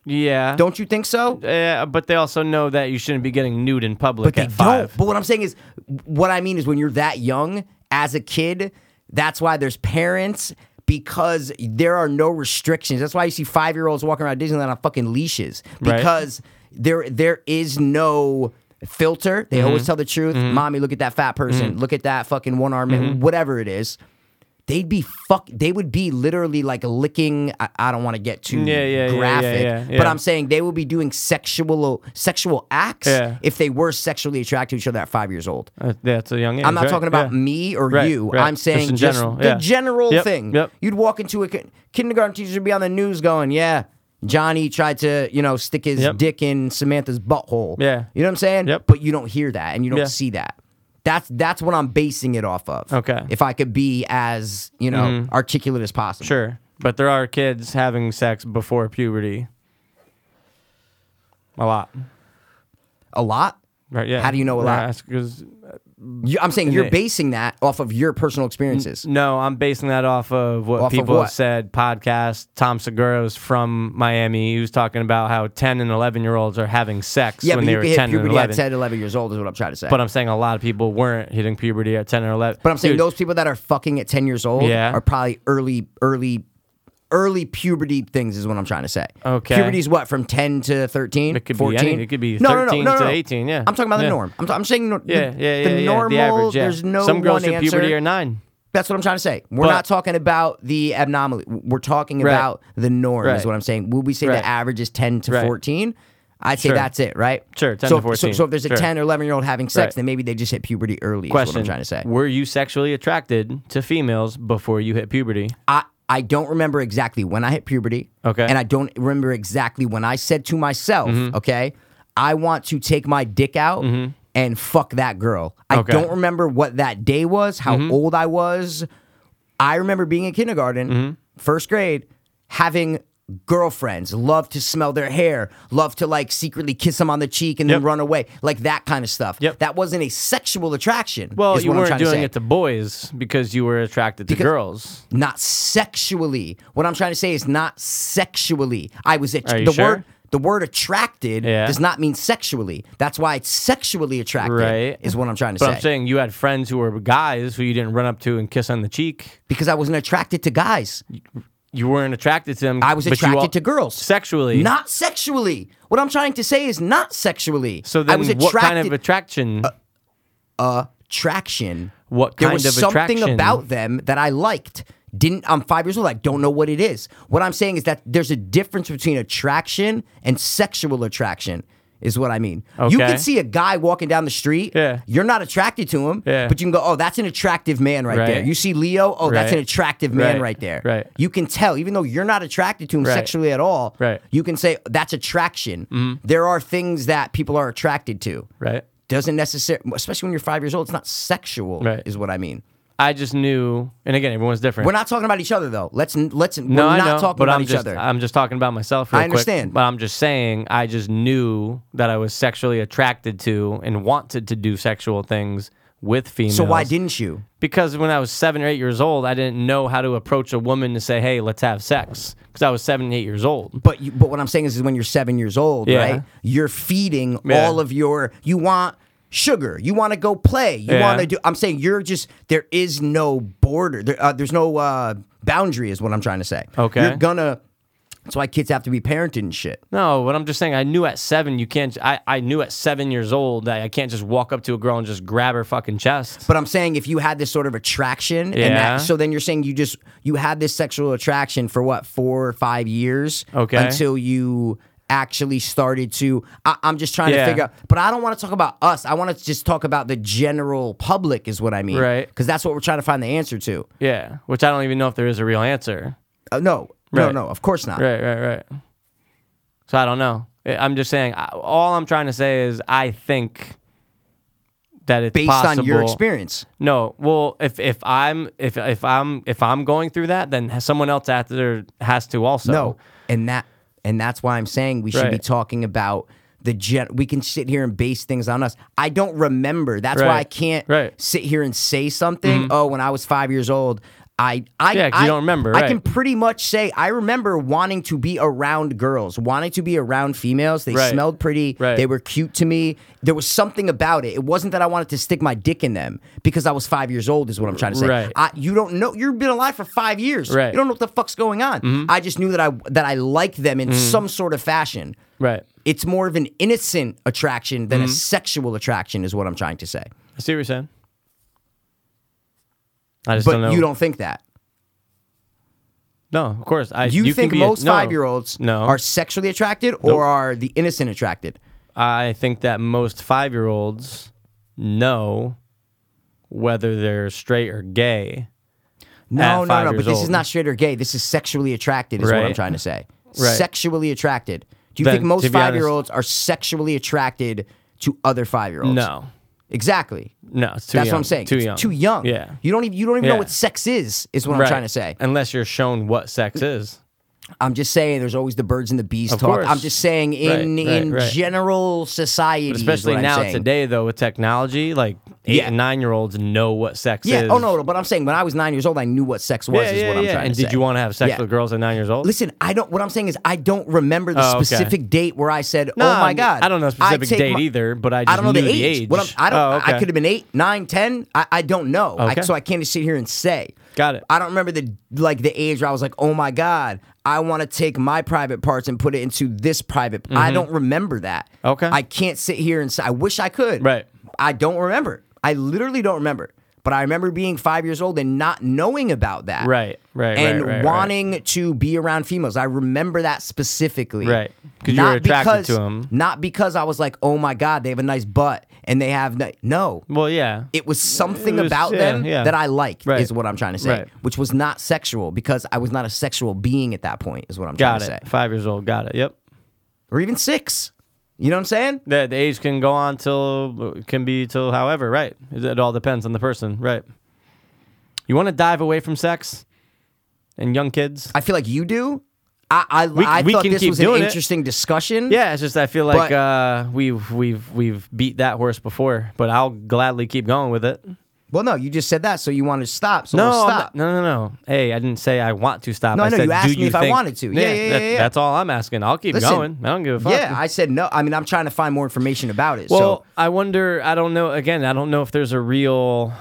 yeah Don't you think so? yeah but they also know that you shouldn't be getting nude in public But they at five don't. But what I'm saying is, what I mean is, when you're that young as a kid, that's why there's parents because there are no restrictions. That's why you see five year olds walking around Disneyland on fucking leashes Right. because there there is no filter. Mm-hmm. They always tell the truth. Mommy, look at that fat person. Look at that fucking one arm, Mm-hmm. whatever it is. They'd be fuck. They would be literally like licking. I, I don't want to get too Yeah, yeah, yeah, yeah, graphic, yeah, but yeah. I'm saying they will be doing sexual sexual acts Yeah. if they were sexually attracted to each other at five years old. Uh, that's a young age I'm not right? talking about Yeah. me or Right, you. right. I'm saying Just in just general, the yeah. general Yep, thing. yep. You'd walk into a kin- kindergarten teacher would be on the news going, "Yeah, Johnny tried to, you know, stick his Yep. dick in Samantha's butthole." Yeah. you know what I'm saying? Yep. But you don't hear that and you don't Yeah. see that. That's that's what I'm basing it off of. Okay. Mm-hmm. if I could be as you know articulate as possible. Sure, but there are kids having sex before puberty. A lot, a lot. right? Yeah. How do you know a lot? Because You, I'm saying you're Yeah. basing that off of your personal experiences. no, I'm basing that off of what Off of people what? have said. Podcast. Tom Segura's from Miami. He was talking about how 10 and 11 year olds are having sex Yeah, when but they you were could hit 10 and puberty at 11. 10, 11 years old is what I'm trying to say. But I'm saying a lot of people weren't hitting puberty at 10 or 11. But I'm saying Dude, those people that are fucking at 10 years old Yeah. are probably early, early, early puberty things is what I'm trying to say. Okay. Puberty is what, from 10 to 13? It could be 14? any- it could be 13 to 18, yeah. I'm talking about the Yeah. norm. I'm, t- I'm saying nor- Yeah, the, yeah, yeah. the yeah, normal, the average, yeah. there's no Some girls one hit answer. puberty at nine. That's what I'm trying to say. We're But- not talking about the abnormal. We're talking Right. about the norm is Right. what I'm saying. Would we say Right. the average is 10 to Right. 14? I'd say Sure. that's it, right? Sure, 10 so, to 14. So, so if there's a Sure. 10 or 11 year old having sex, Right. then maybe they just hit puberty early. Is what Question: I'm trying to say. Were you sexually attracted to females before you hit puberty? I I don't remember exactly when I hit puberty. Okay. Mm-hmm. And I don't remember exactly when I said to myself, okay, I want to take my dick out and fuck that girl. I Okay. Mm-hmm. don't remember what that day was, how old I was. I remember being in kindergarten, Mm-hmm. first grade, having girlfriends love to smell their hair, love to like secretly kiss them on the cheek and then Yep. run away, like that kind of stuff. Yep. That wasn't a sexual attraction. Well, is you what I'm weren't trying to doing say. it to boys because you were attracted to Because- girls. not sexually. What I'm trying to say is not sexually. I was att- Are you the sure? word the word attracted Yeah. does not mean sexually. That's why it's sexually attracted Right. is what I'm trying to But say. I'm saying you had friends who were guys who you didn't run up to and kiss on the cheek. because I wasn't attracted to guys. You weren't attracted to them. I was but you attracted all- to girls. Sexually. Not sexually. What I'm trying to say is not sexually. so then I was what kind of attracted- attraction? attraction. What there kind was of something attraction? about them that I liked. Didn't I'm five years old? I don't know what it is. What I'm saying is that there's a difference between attraction and sexual attraction. Is what I mean. You Okay. can see a guy walking down the street. Yeah. You're not attracted to him. Yeah. But you can go, oh, that's an attractive man right, Right. there. You see Leo, oh, that's an Right. attractive man Right. right, there. Right. You can tell, even though you're not attracted to him Right. sexually at all. Right. Mm-hmm. You can say that's attraction. There are things that people are attracted to right. doesn't necessarily, especially when you're five years old, it's not sexual, Right. is what I mean. I just knew, and again, everyone's different. We're not talking about each other though. Let's let's no, we're I not know, talking but about I'm each just, other. I'm just talking about myself. Real I understand. Quick, but I'm just saying, I just knew that I was sexually attracted to and wanted to do sexual things with females. so why didn't you? Because when I was seven or eight years old, I didn't know how to approach a woman to say, "Hey, let's have sex," because I was seven, eight years old. But you, but what I'm saying is, is when you're seven years old, Yeah. right? You're feeding Yeah. all of your. You want sugar. You want to go play. You Yeah. want to do. I'm saying you're just. There is no border. There, uh, there's no uh, boundary. Is what I'm trying to say. Okay. You're gonna. That's why kids have to be parented and shit. No, but I'm just saying, I knew at seven, you can't. I, I knew at seven years old that I can't just walk up to a girl and just grab her fucking chest. But I'm saying if you had this sort of attraction, and Yeah. that, so then you're saying you just you had this sexual attraction for what four or five years, Okay. until you actually started to. I, I'm just trying Yeah. to figure out. But I don't want to talk about us. I want to just talk about the general public, is what I mean, Right. Because that's what we're trying to find the answer to. yeah, which I don't even know if there is a real answer. Uh, no, no, Right. no. Of course not. Right, right, right. So I don't know. I- I'm just saying. I- All I'm trying to say is I think that it's Based possible. on your experience, No, well, if if I'm if if I'm if I'm going through that, then someone else after has to also. no, and that and that's why I'm saying we should be Right. talking about. The gen- we can sit here and base things on us. I don't remember. That's why I Right. can't Right. Mm-hmm. sit here and say something. Oh, when I was five years old, I I Yeah, 'cause you I- don't remember, I can right. pretty much say I remember wanting to be around girls, wanting to be around females. They Right. smelled pretty. Right. They were cute to me. There was something about it. It wasn't that I wanted to stick my dick in them because I was five years old. Is what I'm trying to say. Right. I, you don't know. You've been alive for five years. Right. Mm-hmm. You don't know what the fuck's going on. I just knew that I that I liked them in some sort of fashion. Right. It's more of an innocent attraction than a sexual attraction, is what I'm trying to say. Mm-hmm. I see what you're saying. I just But don't know. you don't think that. No, of course. I. You, can think be a- most no. five year olds No. are sexually attracted or are the innocent attracted? I think that most five year olds know whether they're straight or gay. at No, no, five no. But years this is old. not straight or gay. This is sexually attracted, is what I'm Right. trying to say. Right. Sexually attracted. Do you Then, think most to be honest- five year olds are sexually attracted to other five year olds? No, Exactly. no. It's too That's young. what I'm saying. Too It's young. Too young. Yeah. You don't even you don't even know Yeah. what sex is, is what I'm Right. trying to say. Unless you're shown what sex is. I'm just saying there's always the birds and the bees Of talk. course. I'm just saying in Right, right, in right. general society. is Especially what I'm now saying. today though with technology, like eight Yeah. and nine year olds know what sex Yeah. is. Oh no, no, but I'm saying when I was nine years old, I knew what sex was. Yeah, is yeah, what I'm yeah. trying And to did say. you want to have sex Yeah. with girls at nine years old? Listen, I don't. What I'm saying is, I don't remember the Oh, okay. specific date where I said, No, "Oh my god." I don't know a I specific take date my- either, but I just I don't know knew the age. What I'm, I don't. Oh, okay. I could have been eight, nine, ten. I, I don't know. I- Okay. so I can't just sit here and say. Got it. I don't remember the like the age where I was like, "Oh my god, I want to take my private parts and put it into this private." I don't remember that. Mm-hmm. Okay. I can't sit here and say. I wish I could. Right. I don't remember. I literally don't remember. But I remember being five years old and not knowing about that. Right, right, right, And right, right. wanting to be around females. I remember that specifically. Right. 'Cause you were Not attracted because- to 'em. Not because I was like, oh my God, they have a nice butt. and they have no. no. Well, yeah. It was something It was- about yeah, them yeah. that I liked, Right. is what I'm trying to say, Right. which was not sexual because I was not a sexual being at that point, is what I'm Got trying it. to say. Five years old. Got it. Yep. Or even six. You know what I'm saying? The, the age can go on till can be till however. Right. It, it all depends on the person. Right. You want to dive away from sex and young kids? I feel like you do. I I, I we thought can this keep was an doing it. interesting discussion. Yeah, it's just I feel like But- uh, we've we've we've beat that horse before, but I'll gladly keep going with it. Well, no, you just said that, so you wanted to stop. So No, we'll I'm stop. not- no, no, no. Hey, I didn't say I want to stop. No, I I know, said, you do asked me you if I think- wanted to. Yeah, yeah, yeah, that- yeah. That's all I'm asking. I'll keep Listen. going. I don't give a fuck. Yeah, I said no. I mean, I'm trying to find more information about it. well, so. I wonder. I don't know. Again, I don't know if there's a real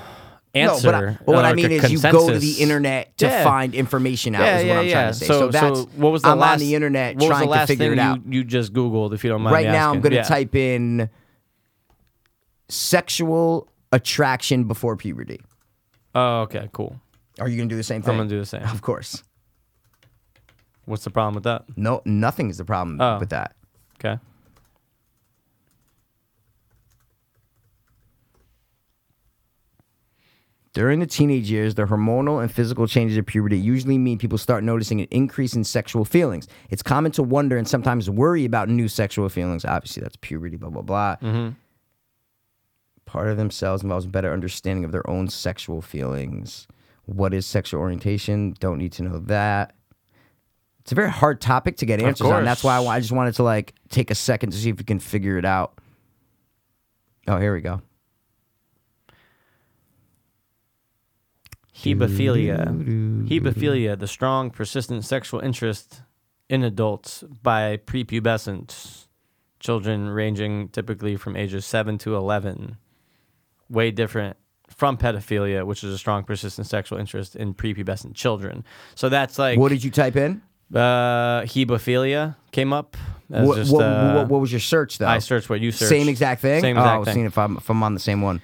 No, answer. but, I- but what uh, I like mean a is you go to the consensus. internet to Yeah. find information out. Yeah, is what yeah, I'm yeah. trying to say. So, that's so what was the I'm last, on the internet what was trying the last to figure thing it out. You, you just Googled, if you don't mind. right me now, I'm asking. going to Yeah. type in sexual attraction before puberty. Oh, okay, cool. Are you going to do the same thing? I'm gonna do the same. Of course. What's the problem with that? No, nothing is the problem Oh. with that. Okay. During the teenage years, the hormonal and physical changes of puberty usually mean people start noticing an increase in sexual feelings. It's common to wonder and sometimes worry about new sexual feelings. Obviously, that's puberty, blah, blah, blah. Part of themselves involves a better understanding of their own sexual feelings. What is sexual orientation? Don't need to know that. It's a very hard topic to get answers on. That's why I, wa- I just wanted to like take a second to see if we can figure it out. Oh, here we go. Hebephilia. Hebephilia, the strong, persistent sexual interest in adults by prepubescent children ranging typically from ages 7 to 11. Way different from pedophilia, which is a strong, persistent sexual interest in prepubescent children. So that's like What did you type in? uh, hebephilia came up. That's What, just, what, uh, what, what was your search though? I searched what you searched. Same exact thing. Same oh, exact Seeing thing. if I'm if I'm on the same one.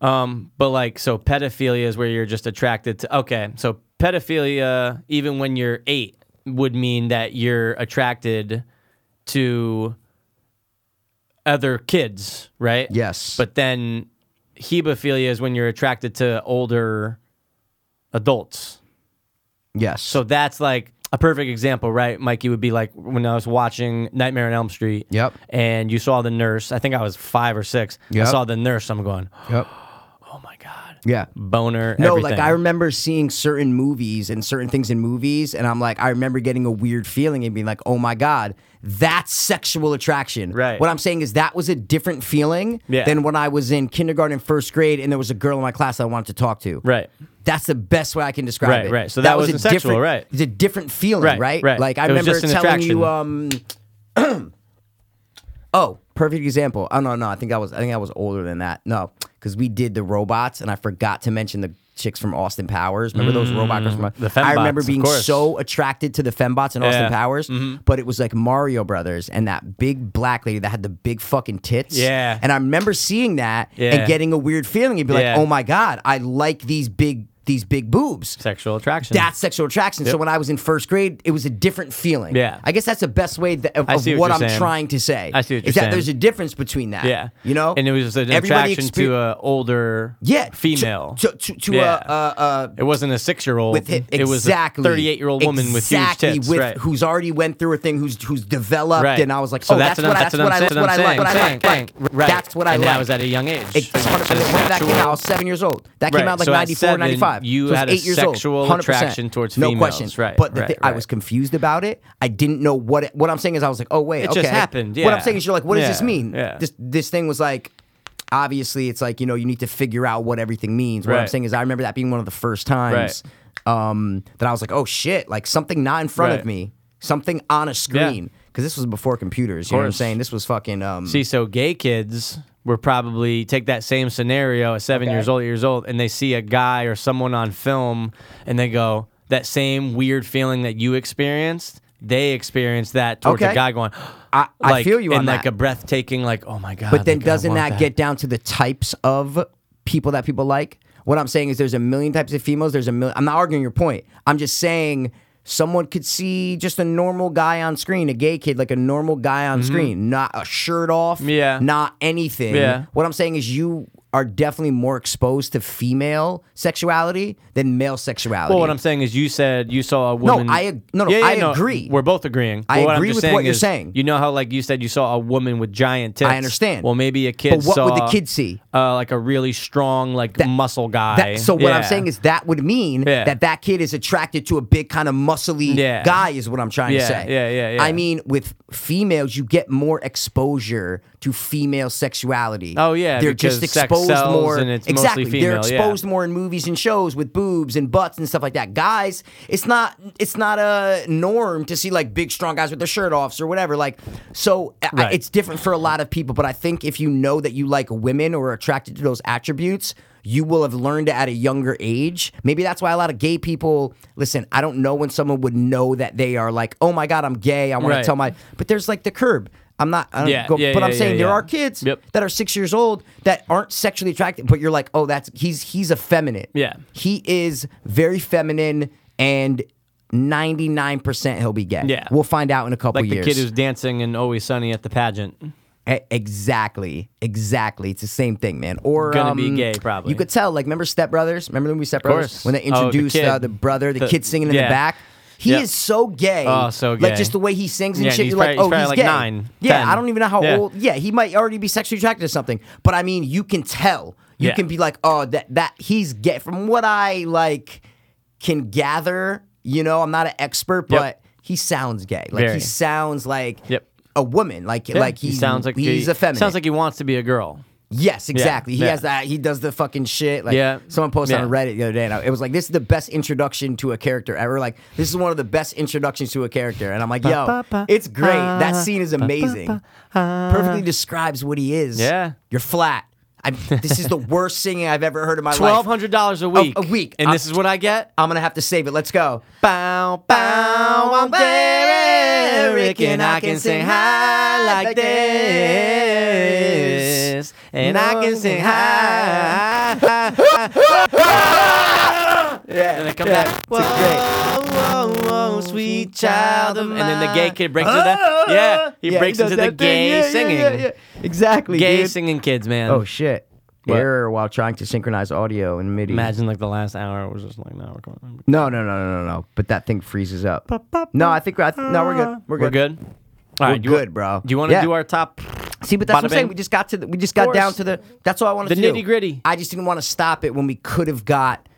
Um, but like, so pedophilia is where you're just attracted to. Okay, so pedophilia, even when you're eight, would mean that you're attracted to other kids, right? Yes. But then hebephilia is when you're attracted to older adults. yes. So that's like a perfect example, right? Mikey would be like when I was watching Nightmare on Elm Street. Yep. And you saw the nurse. I think I was five or six. Yep. I saw the nurse. I'm going, Yep. oh my god yeah. boner. No, everything. like I remember seeing certain movies and certain things in movies, and I'm like, I remember getting a weird feeling and being like, oh my god, that's sexual attraction. Right. What I'm saying is that was a different feeling Yeah. than when I was in kindergarten, first grade, and there was a girl in my class that I wanted to talk to. Right. That's the best way I can describe Right, it. right. So that was wasn't a sexual, different- right. It's a different feeling, Right, right? right. Like I It was remember just an telling you, um, attraction. Oh, perfect example. Oh no, no, I think I was I think I was older than that. No, because we did the robots, and I forgot to mention the chicks from Austin Powers. Remember those robots? From, Mm, the I fembots, remember of being course. so attracted to the fembots in Austin Yeah. Mm-hmm. Powers, but it was like Mario Brothers and that big black lady that had the big fucking tits. Yeah. and I remember seeing that Yeah. and getting a weird feeling and be Yeah. like, oh my god, I like these big these big boobs. Sexual attraction. That's sexual attraction. So when I was in first grade, it was a different feeling. Yeah. I guess that's the best way that, of, I of see what, what you're I'm saying. trying to say. I see what is you're that there's a saying. difference between that. yeah. You know, and it was just an Everybody attraction exper- to an older yeah to- female. to to, to Yeah. a, a, a it wasn't a six year old. with hi- exactly it was a thirty eight year old woman exactly with huge tits. with- right. who's already went through a thing who's who's developed right. and I was like so oh that's, that's, what I- that's what I that's that's what I like saying. what I saying, like like saying, right. that's what I and like that was at a young age. It- it's 100% when that came out, I was seven years old. That came Right, out like so at 94, seven, 95. you so I was had a eight years old, sexual 100%. attraction towards no females, question. right, But the right, thi- I right. was confused about it. I didn't know what it, what I'm saying is I was like, oh wait, It okay. just happened, What yeah. I'm saying is you're like, what does this Yeah, mean? yeah. This this thing was like. Obviously, it's like you know you need to figure out what everything means. What I'm Right. saying is, I remember that being one of the first times um, that I was like, "Oh shit!" Like something not in front Right. of me, something on a screen. Because this was before computers. You know what I'm course. saying? This was fucking. Um, See, so gay kids were probably take that same scenario at seven Okay. years old, eight years old, and they see a guy or someone on film, and they go that same weird feeling that you experienced. They experience that towards a Okay. guy going. I, I like, feel you and on like that. a breathtaking, like oh my god. But then like, I doesn't want that, get down to the types of people that people like? What I'm saying is there's a million types of females. There's a million. I'm not arguing your point. I'm just saying someone could see just a normal guy on screen, a gay kid, like a normal guy on screen, not a shirt off, Mm-hmm. Yeah. not anything. Yeah. What I'm saying is you are definitely more exposed to female sexuality than male sexuality. Well, what I'm saying is, you said you saw a woman. I ag- no, no, I agree. We're both agreeing. I But what I'm agree just with what saying you're is, saying. You know how, like you said, you saw a woman with giant tits. I understand. Well, maybe a kid. But what would the saw, kid see? Uh, like a really strong, like muscle guy. That- so what I'm Yeah. saying is that would mean Yeah. that that kid is attracted to a big kind of muscly Yeah. guy is what I'm trying Yeah, to say. yeah, yeah, yeah. I mean, with females, you get more exposure to female sexuality. Oh, yeah, they're just because sex exposed sells more. and it's mostly exactly, they're female, yeah. exposed more in movies and shows with boobs and butts and stuff like that. Guys, it's not it's not a norm to see like big strong guys with their shirt offs or whatever. Like, so I- Right. it's different for a lot of people. But I think if you know that you like women or are attracted to those attributes, you will have learned at a younger age. Maybe that's why a lot of gay people listen. I don't know when someone would know that they are like, oh my god, I'm gay. I want Right. to tell my. But there's like the curb. I'm not. I don't Yeah, go, yeah, but I'm yeah, saying yeah, there yeah. are kids Yep. that are six years old that aren't sexually attracted, but you're like, oh, that's he's he's effeminate. Yeah. he is very feminine, and 99 percent he'll be gay. Yeah. we'll find out in a couple like years. the kid who's dancing in Always Sunny at the pageant. E- Exactly, exactly. It's the same thing, man. Or Gonna be um, gay, probably. You could tell, like, remember Step Brothers? Remember the movie Step Brothers course. when they Oh, the introduced uh, kid. the brother, the, The- kid singing in yeah. the back. He Yep. is so gay. Oh, so Like gay. just the way he sings and Yeah, and shit. he's You're like, probably- oh, he's probably he's like gay. nine, yeah, 10. I don't even know how Yeah. old. Yeah, he might already be sexually attracted to something, but I mean, you can tell. You Yeah. can be like, oh, that that he's gay. From what I like can gather, you know, I'm not an expert, Yep. but he sounds gay. Like Very. he sounds like Yep. a woman. Like like he he's, sounds like he's he, effeminate. Sounds like he wants to be a girl. Yes, exactly. he yeah. has that. He does the fucking shit. Like Yeah, someone posted yeah. on Reddit the other day, and I, it was like, "This is the best introduction to a character ever." Like, this is one of the best introductions to a character, and I'm like, "Yo, it's great. that scene is amazing. Perfectly describes what he is. Yeah. you're flat. I'm, this is the worst singing I've ever heard in my Twelve life. hundred dollars a week. a week. Uh, And I'm- this is what I get. I'm gonna have to save it. Let's go. Bow, bow, I'm Derek, and I can sing high like this. And I can sing high. high, high, high. yeah. And then come back. Whoa, whoa, whoa, sweet child of mine. And then the gay kid breaks into that. Yeah, he Yeah, breaks does into the that thing. gay Yeah, yeah, singing. yeah, yeah. Exactly, Gay dude. singing kids, man. Oh shit! Error while trying to synchronize audio in MIDI. Imagine like the last hour was just like, no, we're going. No, no, no, no, no, no. But that thing freezes up. No, I think I th- no, we're good. We're good. We're good? All We're right, do you wa- good, bro. Do you want to Yeah. do our top? See, but that's what Bada I'm saying. bing. We just got to the, we just got course. down to the. That's all I wanted The to do. nitty-gritty. I just didn't want to stop it when we could have got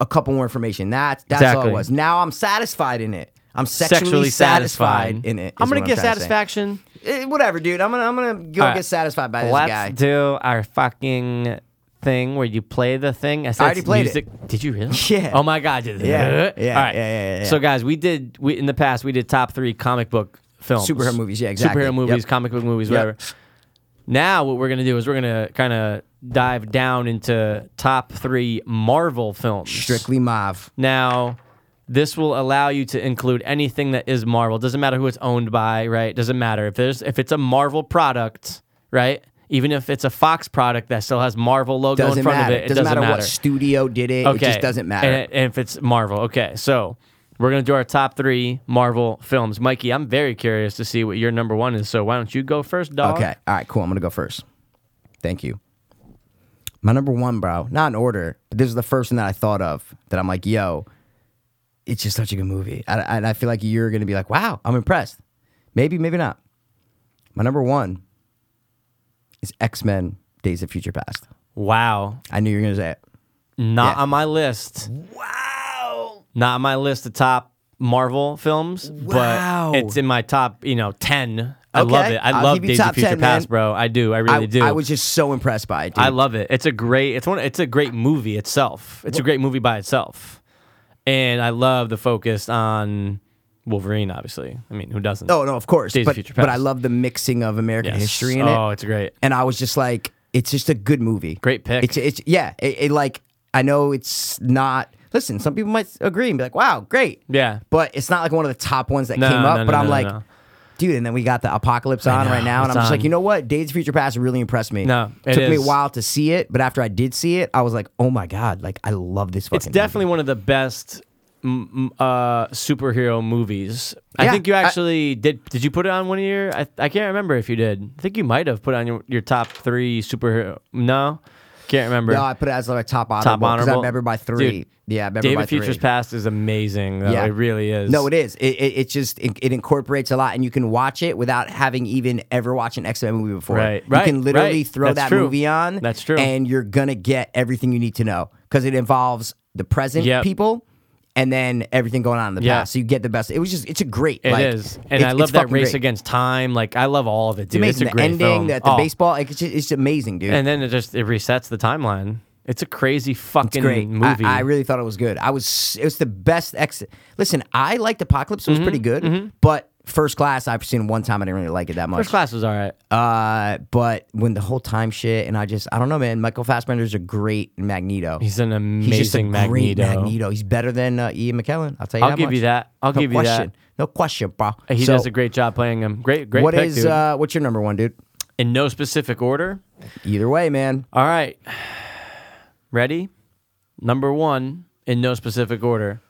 a couple more information. That's that's all Exactly. it was. Now I'm satisfied in it. I'm sexually, satisfied. in it. I'm is gonna what get trying to say. satisfaction. Eh, whatever, dude. I'm gonna I'm gonna go All right. get satisfied by this Let's guy. do our fucking thing where you play the thing. I, said I already it's played music. Did you really? Yeah. Oh my god. Yeah. Yeah, yeah, All yeah, right. yeah, yeah. So guys, we did we in the past we did top three comic book films, Superhero movies, yeah, exactly. Superhero movies, Yep. comic book movies, whatever. Now what we're gonna do is we're gonna kind of dive down into top three Marvel films. Strictly Mav. Now, this will allow you to include anything that is Marvel. Doesn't matter who it's owned by, right? Doesn't matter if there's if it's a Marvel product, right? Even if it's a Fox product that still has Marvel logo Doesn't in front matter. of it, it doesn't, matter, what studio did it. okay, It just doesn't matter. And, and if it's Marvel, okay. So we're gonna do our top three Marvel films. Mikey, I'm very curious to see what your number one is. So why don't you go first, dog? Okay. All right, cool. I'm going to go first. Thank you. My number one, bro, not in order, but this is the first one that I thought of that I'm like, yo, it's just such a good movie. I- I- And I, feel like you're going to be like, wow, I'm impressed. Maybe, maybe not. My number one is X Men Days of Future Past. Wow, I knew you were going to say it. not Yeah. on my list. Wow. not on my list of top Marvel films, Wow. but it's in my top, you know, ten. I Okay. love it. I I'll love give you Days of top Future 10, man. Past, bro. I do. I really I, do. I was just so impressed by it. Dude. I love it. It's a great. It's one. It's a great movie itself. It's a great movie by itself, and I love the focus on Wolverine. Obviously, I mean, who doesn't? Oh no, of course. Days of but, Future but Past. I love the mixing of American Yes. history in it. Oh, it's great. And I was just like, it's just a good movie. Great pick. It's it's yeah. It, it like I know it's not. Listen, some people might agree and be like, "Wow, great." Yeah. But it's not like one of the top ones that No, came up. no, no, but I'm no, like, no. dude. And then we got the apocalypse on right now, and it's I'm just on. like, you know what? Days of Future Past really impressed me. No, it took me a is. while to see it, but after I did see it, I was like, oh my god, like I love this. Fucking It's definitely one of the best m- uh, superhero movies. I Yeah, think you I- actually did. Did you put it on one of your? I, I can't remember if you did. I think you might have put on your, your top three superhero. No, can't remember. No, I put it as like top honorable. 'cause I honorable. remember by three. Dude, yeah, I remember by David three. Futures Past is amazing. Though. Yeah. It really is. No, it is. It, it, it just it, it incorporates a lot, and you can watch it without having even ever watched an X Men movie before. Right, you right, can literally right. throw that That's true. movie on. That's true. And you're gonna get everything you need to know because it involves the present Yep. people. And then everything going on in the Yeah. past, so you get the best. It was just—it's a great. It is, like, and it's- I it's love that fucking race great. against time. Like I love all of it, It's dude. It's, amazing. a the great ending, film. the, the Oh, baseball, like, it's, just, it's amazing, dude. and then it just it resets the timeline. It's a crazy It's fucking great movie. I, I really thought it was good. I was it was the best ex. Listen, I liked Apocalypse. It Mm-hmm, was pretty good, but First Class I've seen one time. I didn't really like it that much. First class was all right. Uh, but when the whole time shit, and I just I don't know, man. Michael Fassbender's a great Magneto. He's an amazing He's just a great Magneto. Magneto. He's better than uh, Ian McKellen. I'll tell you. I'll that give you much. that. I'll no give you that. question. No question, bro. He So, does a great job playing him. Great, great. What pick, is dude. uh, what's your number one, dude? in no specific order? Either way, man. All right, ready? Number one in no specific order.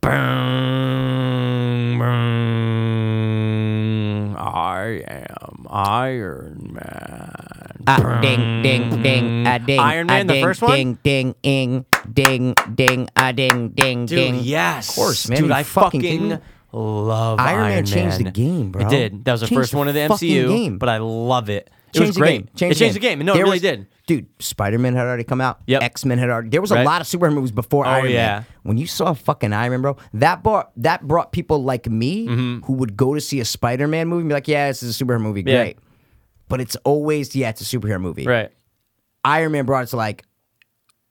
Boom, boom. I am Iron Man. Ah, ding, ding, ding, ah, ding. Iron ah, Man, the ding, first one? Ding, ding, ing, ding, ding, ah, ding, ding, Dude, ding. yes. Of course, man. Dude, Are you I fucking kidding fucking me? love Iron, Iron Man changed the game, bro. It did. That was the Changed first the one of the fucking MCU, game. but I love it. It Changed was the great. game. Changed it changed the game. No, There it really was- did. Dude, Spider Man had already come out. Yep. X Men had already. There was a Right. lot of superhero movies before Oh, Iron Man. yeah. When you saw fucking Iron Man, bro, that brought that brought people like me who would go to see a Spider Man movie and be like, "Yeah, this is a superhero movie, Mm-hmm. Yeah. great." But it's always, yeah, it's a superhero movie. Right. Iron Man brought it to like,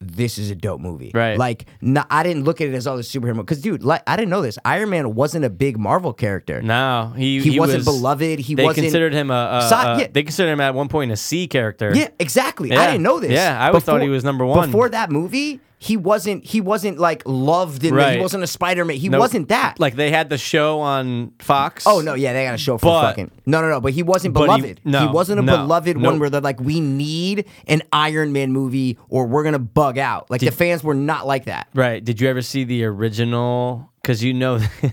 this is a dope movie. Right. Like, no, I didn't look at it as all the superhero movie because, dude, like, I didn't know this. Iron Man wasn't a big Marvel character. No, he He wasn't was- beloved, he they wasn't- considered him a. a- So- a- yeah. They considered him at one point a C character. Yeah, exactly. I Yeah. didn't know this. Yeah, I always thought he was number one. Before that movie, he wasn't. He wasn't like loved and Right. he wasn't a Spider Man. He No, wasn't that. Like they had the show on Fox. oh no, yeah, they got a show for But- fucking no, no, no. But he wasn't But he- beloved. He, no, wasn't a no, beloved no. one where they're like, we need an Iron Man movie or we're gonna bug out. Like the fans were not like that. Right. Did you ever see the original? Because you know,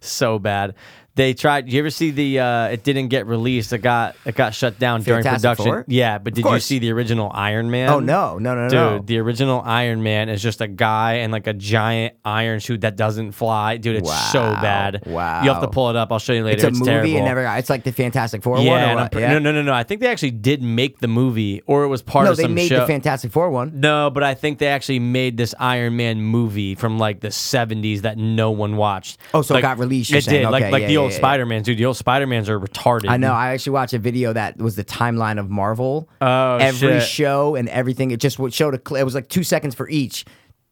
so bad. They tried. You ever see the? Uh, it didn't get released. It got it got shut down during Fantastic production. Four? Yeah, but did you course. see the original Iron Man? Oh no, no, no, no, Dude, no. the original Iron Man is just a guy in like a giant iron suit that doesn't fly. Dude, it's so Wow. bad. You have Wow. to pull it up. I'll show you later. It's a movie terrible. and never. It's like the Fantastic Four one. yeah, Or and I'm what? pre- yeah. no, no, no, no. I think they actually did make the movie, or it was part No, of they some made show. the Fantastic Four one. No, but I think they actually made this Iron Man movie from like the '70s that no one watched. Oh, so it Like, got released, you're it saying. did. like Okay, like yeah, the yeah, old yeah. Spider Mans, dude. The old Spider Mans are retarded. I know. I actually watched a video that was the timeline of Marvel. Oh, every shit. show and everything. It just would- showed a clip. It was like two seconds for each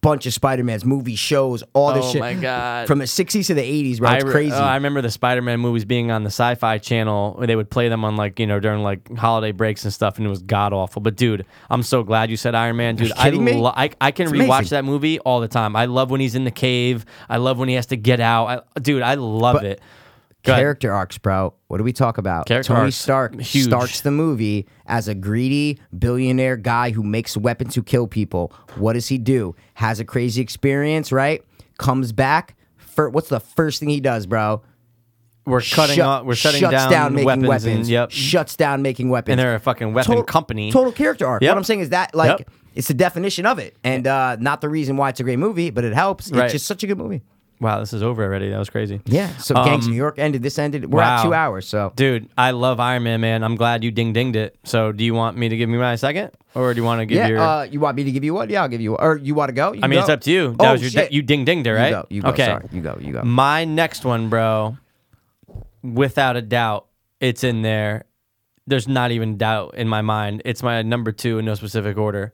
bunch of Spider Man's movie shows. All this Oh, shit. my God. From the '60s to the '80s, bro. It's I re- crazy. oh, I remember the Spider Man movies being on the Sci Fi Channel. They would play them on like you know during like holiday breaks and stuff, and it was god awful. But dude, I'm so glad you said Iron Man, dude. I kidding me? lo- I I can It's rewatch amazing. that movie all the time. I love when he's in the cave. I love when he has to get out. I, dude, I love But- it. Go ahead. Character arcs, bro. What do we talk about? Character Tony arcs, Stark huge. starts the movie as a greedy billionaire guy who makes weapons to kill people. What does he do? Has a crazy experience, right? Comes back. Fir- what's the first thing he does, bro? We're cutting Shut- off. We're shutting shuts down, making weapons. weapons. And, yep. Shuts down making weapons. and they're a fucking weapon total, company. Total character arc. Yep. What I'm saying is that like Yep. it's the definition of it, and uh, not the reason why it's a great movie, but it helps. Right. It's just such a good movie. Wow, this is over already. That was crazy. Yeah. So Gangs of New York ended. This ended. We're at Um, wow. two hours. So Dude, I love Iron Man, man. I'm glad you ding dinged it. So, do you want me to give me my second, or do you want to give yeah. your? Uh, you want me to give you one? Yeah, I'll give you. One. Or you want to go? You I mean, go. it's up to you. That oh was your di- shit. you ding dinged it, right? You go. You go. Okay. Mm. Sorry. You go. You go. My next one, bro. Without a doubt, it's in there. There's not even doubt in my mind. It's my number two in no specific order.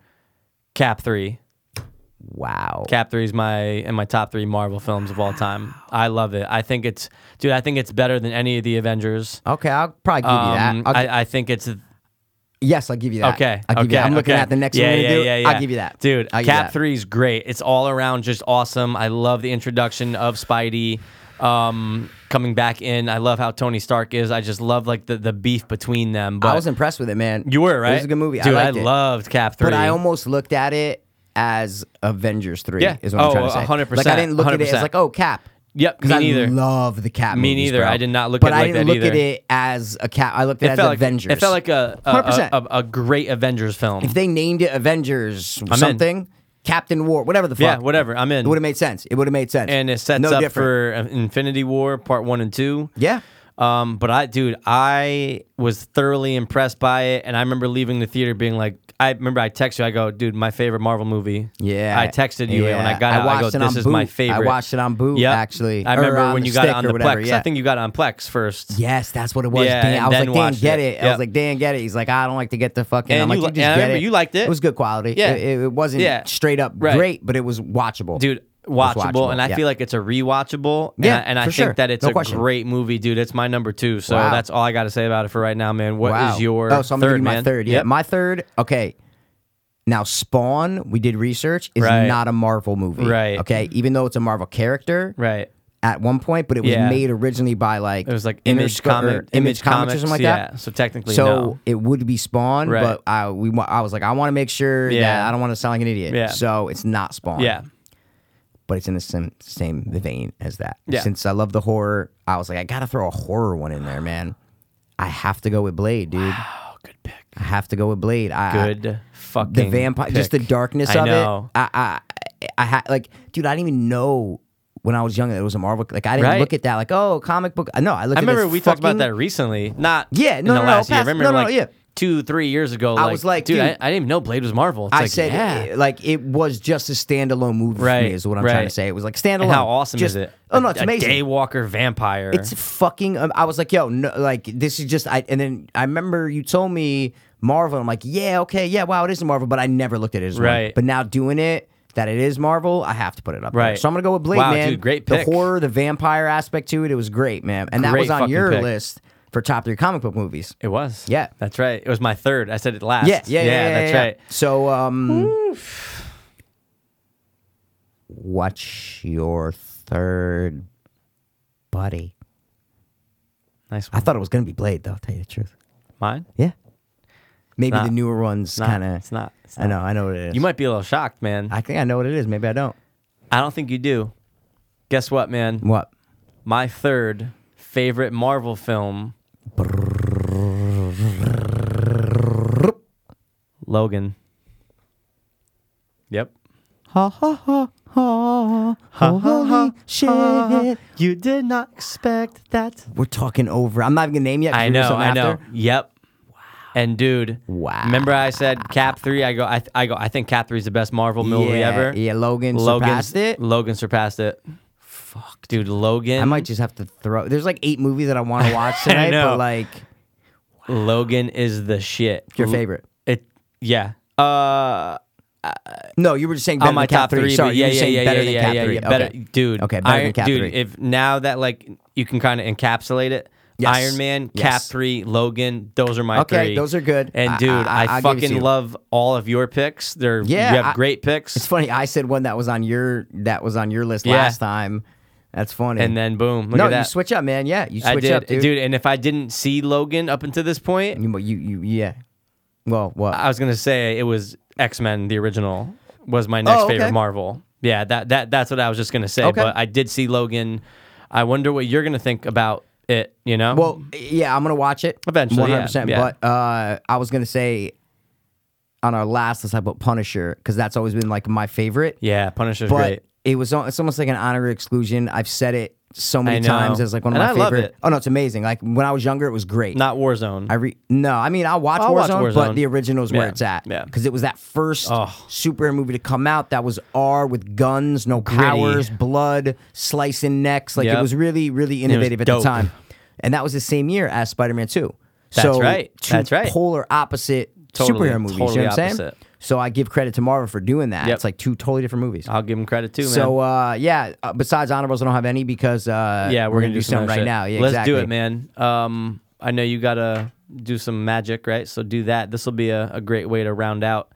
Cap three. wow. Cap Three is my and my top three Marvel films of all time. I love it. I think it's, dude. I think it's better than any of the Avengers. Okay, I'll probably give you that. Um, I'll, I, I think it's yes, I'll give you that. okay. I'll give okay you that. I'm looking okay. at the next yeah, one. we're Yeah, gonna do. yeah, yeah. I'll give you that, dude. I'll give you Cap that. Three is great. It's all around just awesome. I love the introduction of Spidey um, coming back in. I love how Tony Stark is. I just love like the, the beef between them. But I was impressed with it, man. you were right. It was a good movie. dude. I, liked it. loved Cap Three. But I almost looked at it as Avengers three. Yeah. is what Oh, I'm trying to say. 100%, Like I didn't look at it as 100%. like oh Cap. Yep, because me I neither. love the Cap. Me movies, neither. bro. I did not look but at it I like didn't that look at either. it as a Cap. I looked at it, as felt like Avengers. It felt like a a, 100%. a, a, a great Avengers film. if they named it Avengers in. something, Captain War, whatever the fuck. yeah, whatever. I'm in. It would have made sense. It would have made sense. and it sets no up different. for uh, Infinity War Part One and Two. yeah. Um, but I, dude, I was thoroughly impressed by it, and I remember leaving the theater being like, I remember I texted you, I go, dude, my favorite Marvel movie. Yeah, I texted you and when I got out. I go, watched it on this is my boot. favorite. I watched it on boot. Yep. actually. I Or remember on when the you got it stick on or the whatever, Plex. yeah. I think you got it on Plex first. Yes, that's what it was. Yeah, Dan, and I was then like, Dan, watched get it. it. I Yep. was like, Dan, get it. He's like, I don't like to get the fucking. And I'm like, you you, li- just and I get remember it. you liked it. It was good quality. Yeah. it, it- it wasn't Yeah. straight up Right. great, but it was watchable, Dude, was watchable, and I yeah. feel like it's a rewatchable. Yeah, and I, and I for think sure. that it's No a question. great movie, dude. It's my number two, so Wow. that's all I got to say about it for right now, man. What is Wow. your oh, so I'm third, gonna give you my man? third. Yeah, Yep. my third. Okay. Now, Spawn, we did research, is Right. not a Marvel movie. Right. Okay. Even though it's a Marvel character right. at one point, but it was Yeah. made originally by like It was like Intersco- image or comic, image comics or something like that. Yeah, so technically, So no. it would be Spawn, Right. but I we wa- I was like I want to make sure Yeah. that I don't want to sound like an idiot. Yeah. So it's not Spawn. Yeah, But it's in the same same vein as that. Yeah. Since I love the horror, I was like I got to throw a horror one in there, man. I have to go with Blade, dude. oh, good pick. I have to go with Blade. I, I- Good fucking the vampire, just the pick. darkness I of know. it. I I I had like dude, I didn't even know when I was young that it was a Marvel like I didn't Right. look at that like oh, comic book. No, I looked at I remember this we talked about fucking- that recently. Not Yeah, in no, the no, no, last year. I past- remember no, no, like yeah. two, three years ago. I was like, dude, I, dude, I didn't even know Blade was Marvel. It's I like, said uh, yeah. it- like it was just a standalone movie for Right, me is what I'm trying right. to say. It was like standalone. and how awesome Just- is it? Oh no, A- it's a amazing. Daywalker vampire. It's fucking. Um, I was like, yo, no, like this is just. I and then I remember you told me Marvel. I'm like, yeah, okay, yeah, wow, it is Marvel, but I never looked at it as one. Right. But now doing it. That it is Marvel, I have to put it up. there. Right. So I'm gonna go with Blade, Wow, man. dude, great The pick. horror, the vampire aspect to it, it was great, man. And that Great was on fucking your pick. list for top three comic book movies. it was. Yeah. that's right. It was my third. I said it last. Yeah, yeah, yeah, yeah, that's yeah. right. So, um, what's your third buddy? Nice I one. thought it was gonna be Blade, though. I'll tell you the truth. Mine. Yeah, maybe not. the newer ones Not- kind of. It's not. It's I not. know. I know what it is. You might be a little shocked, man. I think I know what it is. Maybe I don't. I don't think you do. Guess what, man? What? my third favorite Marvel film. Logan. Yep. Holy shit! You did not expect that. We're talking over. I'm not even gonna name yet. 'cause I we were know. something I know. after. Yep. And dude, Wow. Remember I said Cap three? I go. I, th- I go. I think Cap three is the best Marvel movie yeah, ever. Yeah, Logan Logan surpassed it. Logan surpassed it. Fuck, dude. Logan. I might just have to throw. There's like eight movies that I want to watch tonight, know. but like. Logan is the shit. Your L- favorite. It. Yeah. Uh. No, you were just saying better on my than Cap top three. Sorry, but you yeah, were yeah, saying yeah, better yeah, than yeah, Cap yeah, three. yeah, better, okay. dude. Okay, better Iron- than Cap dude, three. If now that like you can kind of encapsulate it, Yes. Iron Man, Cap Yes. three, Logan, those are my Okay, three. those are good. And I- dude, I- I'll I, give it to fucking you. love all of your picks. They're Yeah, you have I- great picks. It's funny. I said one that was on your that was on your list Yeah. last time. That's funny. and then boom, look no, at that. you switch up, man. Yeah, you switch I did, up, dude. And if I didn't see Logan up until this point, You, you, you, yeah. Well, what? I was gonna say it was X Men, the original, was my next Oh, okay. favorite Marvel. Yeah, that that that's what I was just gonna say. Okay. But I did see Logan. I wonder what you're gonna think about it. You know, well, yeah, I'm gonna watch it Eventually, yeah, 100%, yeah. But uh, I was gonna say on our last list, I put Punisher because that's always been like my favorite. yeah, Punisher's but great. it was al- it's almost like an honorary exclusion. I've said it so I many know. times as like one of And my I love favorite. it. Oh no, it's amazing. Like when I was younger, it was great. Not Warzone. I re- no, I mean I'll watch, I'll Warzone, Oh, watch Warzone. but the original's where Yeah, it's at. yeah. Because it was that first Oh. superhero movie to come out that was R with guns, no powers, blood, slicing necks. Like Yep. it was really, really was innovative at the dope. time. And that was the same year as Spider Man 2. That's so right, Two that's right. Polar opposite Totally, superhero movies. you totally know what I'm saying? opposite. So I give credit to Marvel for doing that. Yep. It's like two totally different movies. I'll give him credit too, man. so uh, yeah, uh, besides honorables, I don't have any because uh, yeah, we're, gonna, do some something other right shit. now. Yeah, let's exactly. do it, man. Um, I know you gotta do some magic, right? So do that. This will be a, a great way to round out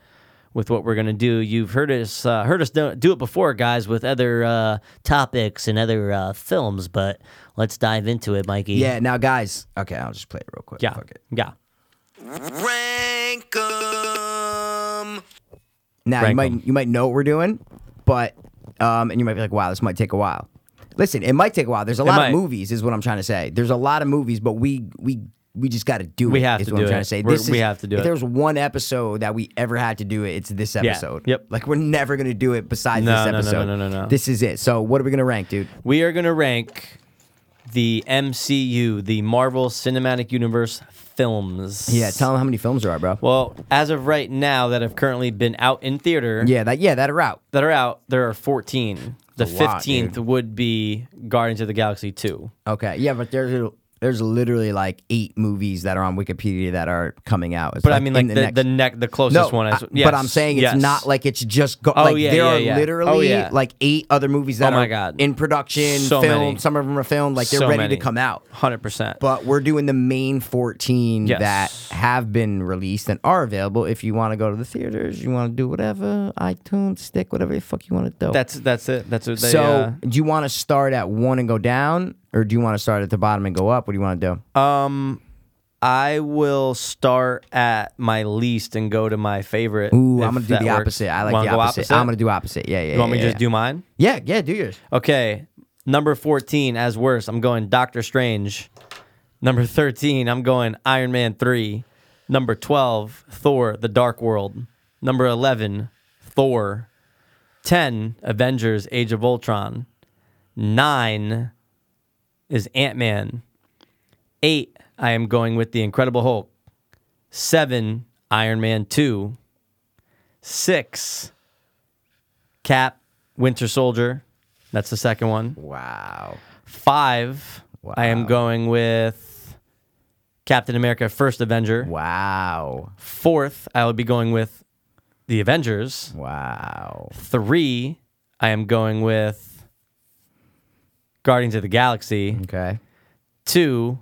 with what we're gonna do. You've heard us uh, heard us do, do it before, guys, with other uh, topics and other uh, films, but let's dive into it, Mikey. Yeah, now guys, okay, I'll just play it real quick. yeah, Fuck it. yeah. Rank 'em. Now you Rank might 'em. you might know what we're doing, but um, and you might be like, wow, this might take a while. Listen, it might take a while. There's a lot might. of movies, is what I'm trying to say. There's a lot of movies, but we we we just got to do it. We have is to what do I'm trying it. to say. We're- This we is- have to do if it. There's one episode that we ever had to do it. It's this episode. Yep. Like we're never gonna do it besides No, this no, no, no, episode. no, no, no. This is it. So what are we gonna rank, dude? We are going to rank the MCU, the Marvel Cinematic Universe films. Yeah, tell them how many films there are, bro. Well, as of right now, that have currently been out in theater, yeah, that yeah, that route. that are out, there are 14. The a lot, 15th would be Guardians of the Galaxy 2. Okay, yeah, but there's there's literally like eight movies that are on Wikipedia that are coming out. It's But I mean, like in the the next- the, neck, the closest one. Is, I- yes, but I'm saying it's yes. not like it's just go- Oh, like yeah, there yeah, are yeah. literally Oh, yeah. like eight other movies that Oh, my are God. in production, So filmed. many. Some of them are filmed, like they're So ready many. to come out. 100%. But we're doing the main 14 Yes. that have been released and are available. If you want to go to the theaters, you want to do whatever, iTunes, stick, whatever the fuck you want to do. that's that's it. That's what they, so, uh, do you want to start at one and go down, or do you want to start at the bottom and go up? What do you want to do? Um, I will start at my least and go to my favorite. Ooh, if I'm gonna do that the works. opposite. I like Wanna the go opposite. I'm gonna do opposite. Yeah, yeah. You want yeah, me to yeah. just do mine? Yeah, yeah, do yours. Okay. Number 14, as worse, I'm going Doctor Strange. Number 13, I'm going Iron Man 3. Number 12, Thor, The Dark World. Number 11, Thor. 10, Avengers, Age of Ultron. 9 is Ant Man. 8, I am going with The Incredible Hulk. 7, Iron Man 2. 6, Cap, Winter Soldier. That's the second one Wow. five. I am Wow. going with Captain America: First Avenger. Wow. Fourth, I will be going with the Avengers. Wow. Three, I am going with Guardians of the Galaxy. Okay. Two,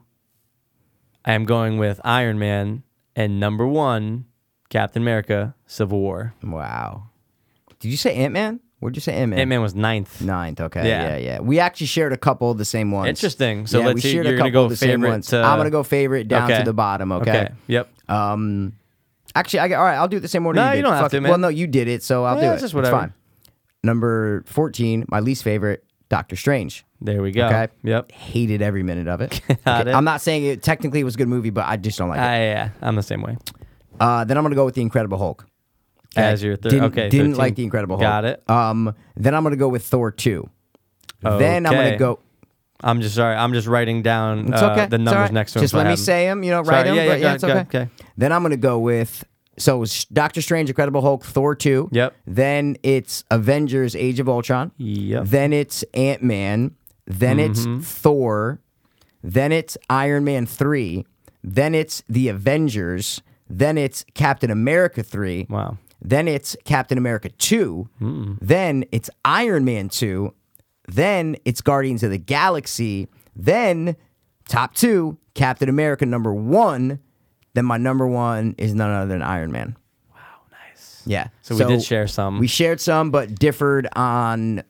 I am going with Iron Man, and number one, Captain America: Civil War. Hmm. Wow. Did you say Ant Man? Where'd you say Ant Man? Ant Man was ninth. Ninth. Okay. Yeah. Yeah. yeah, We actually shared a couple of the same ones. Interesting. So let's we hear- shared you're a gonna couple go of the same favorite ones. to- I'm gonna go favorite down Okay. to the bottom. Okay. Yep. Um. Actually, I all right. I'll do it the same order. No, you, you did. don't have Fuck to, it. man. Well, no, you did it, so I'll Yeah, do it. it's just whatever. It's fine. Number fourteen, my least favorite, Doctor Strange. There we go. Okay. Yep. Hated every minute of it. Got it. I'm not saying it technically was a good movie, but I just don't like it. I, Ah, yeah, I'm the same way. Uh, then I'm gonna go with the Incredible Hulk. As your third. didn't, Okay. didn't 13. like the Incredible Hulk. Got it. Um, then I'm gonna go with Thor two. Then I'm Okay. gonna go. I'm just sorry. I'm just writing down It's uh, okay. the It's numbers alright. next to him. Just if I let me have 'em. say them. You know, Sorry, write them. yeah, yeah, but go- yeah, it's go- okay. okay. Then I'm gonna go with. So it was Doctor Strange, Incredible Hulk, Thor two. Yep. Then it's Avengers: Age of Ultron. Yep. Mm-hmm. Then it's Ant Man. Then it's Thor. Then it's Iron Man three. Then it's the Avengers. Then it's Captain America three. Wow. Then it's Captain America 2. Then it's Iron Man 2. Then it's Guardians of the Galaxy. Then top two, Captain America number one. Then my number one is none other than Iron Man. Yeah. So we did share some. We shared some, but differed on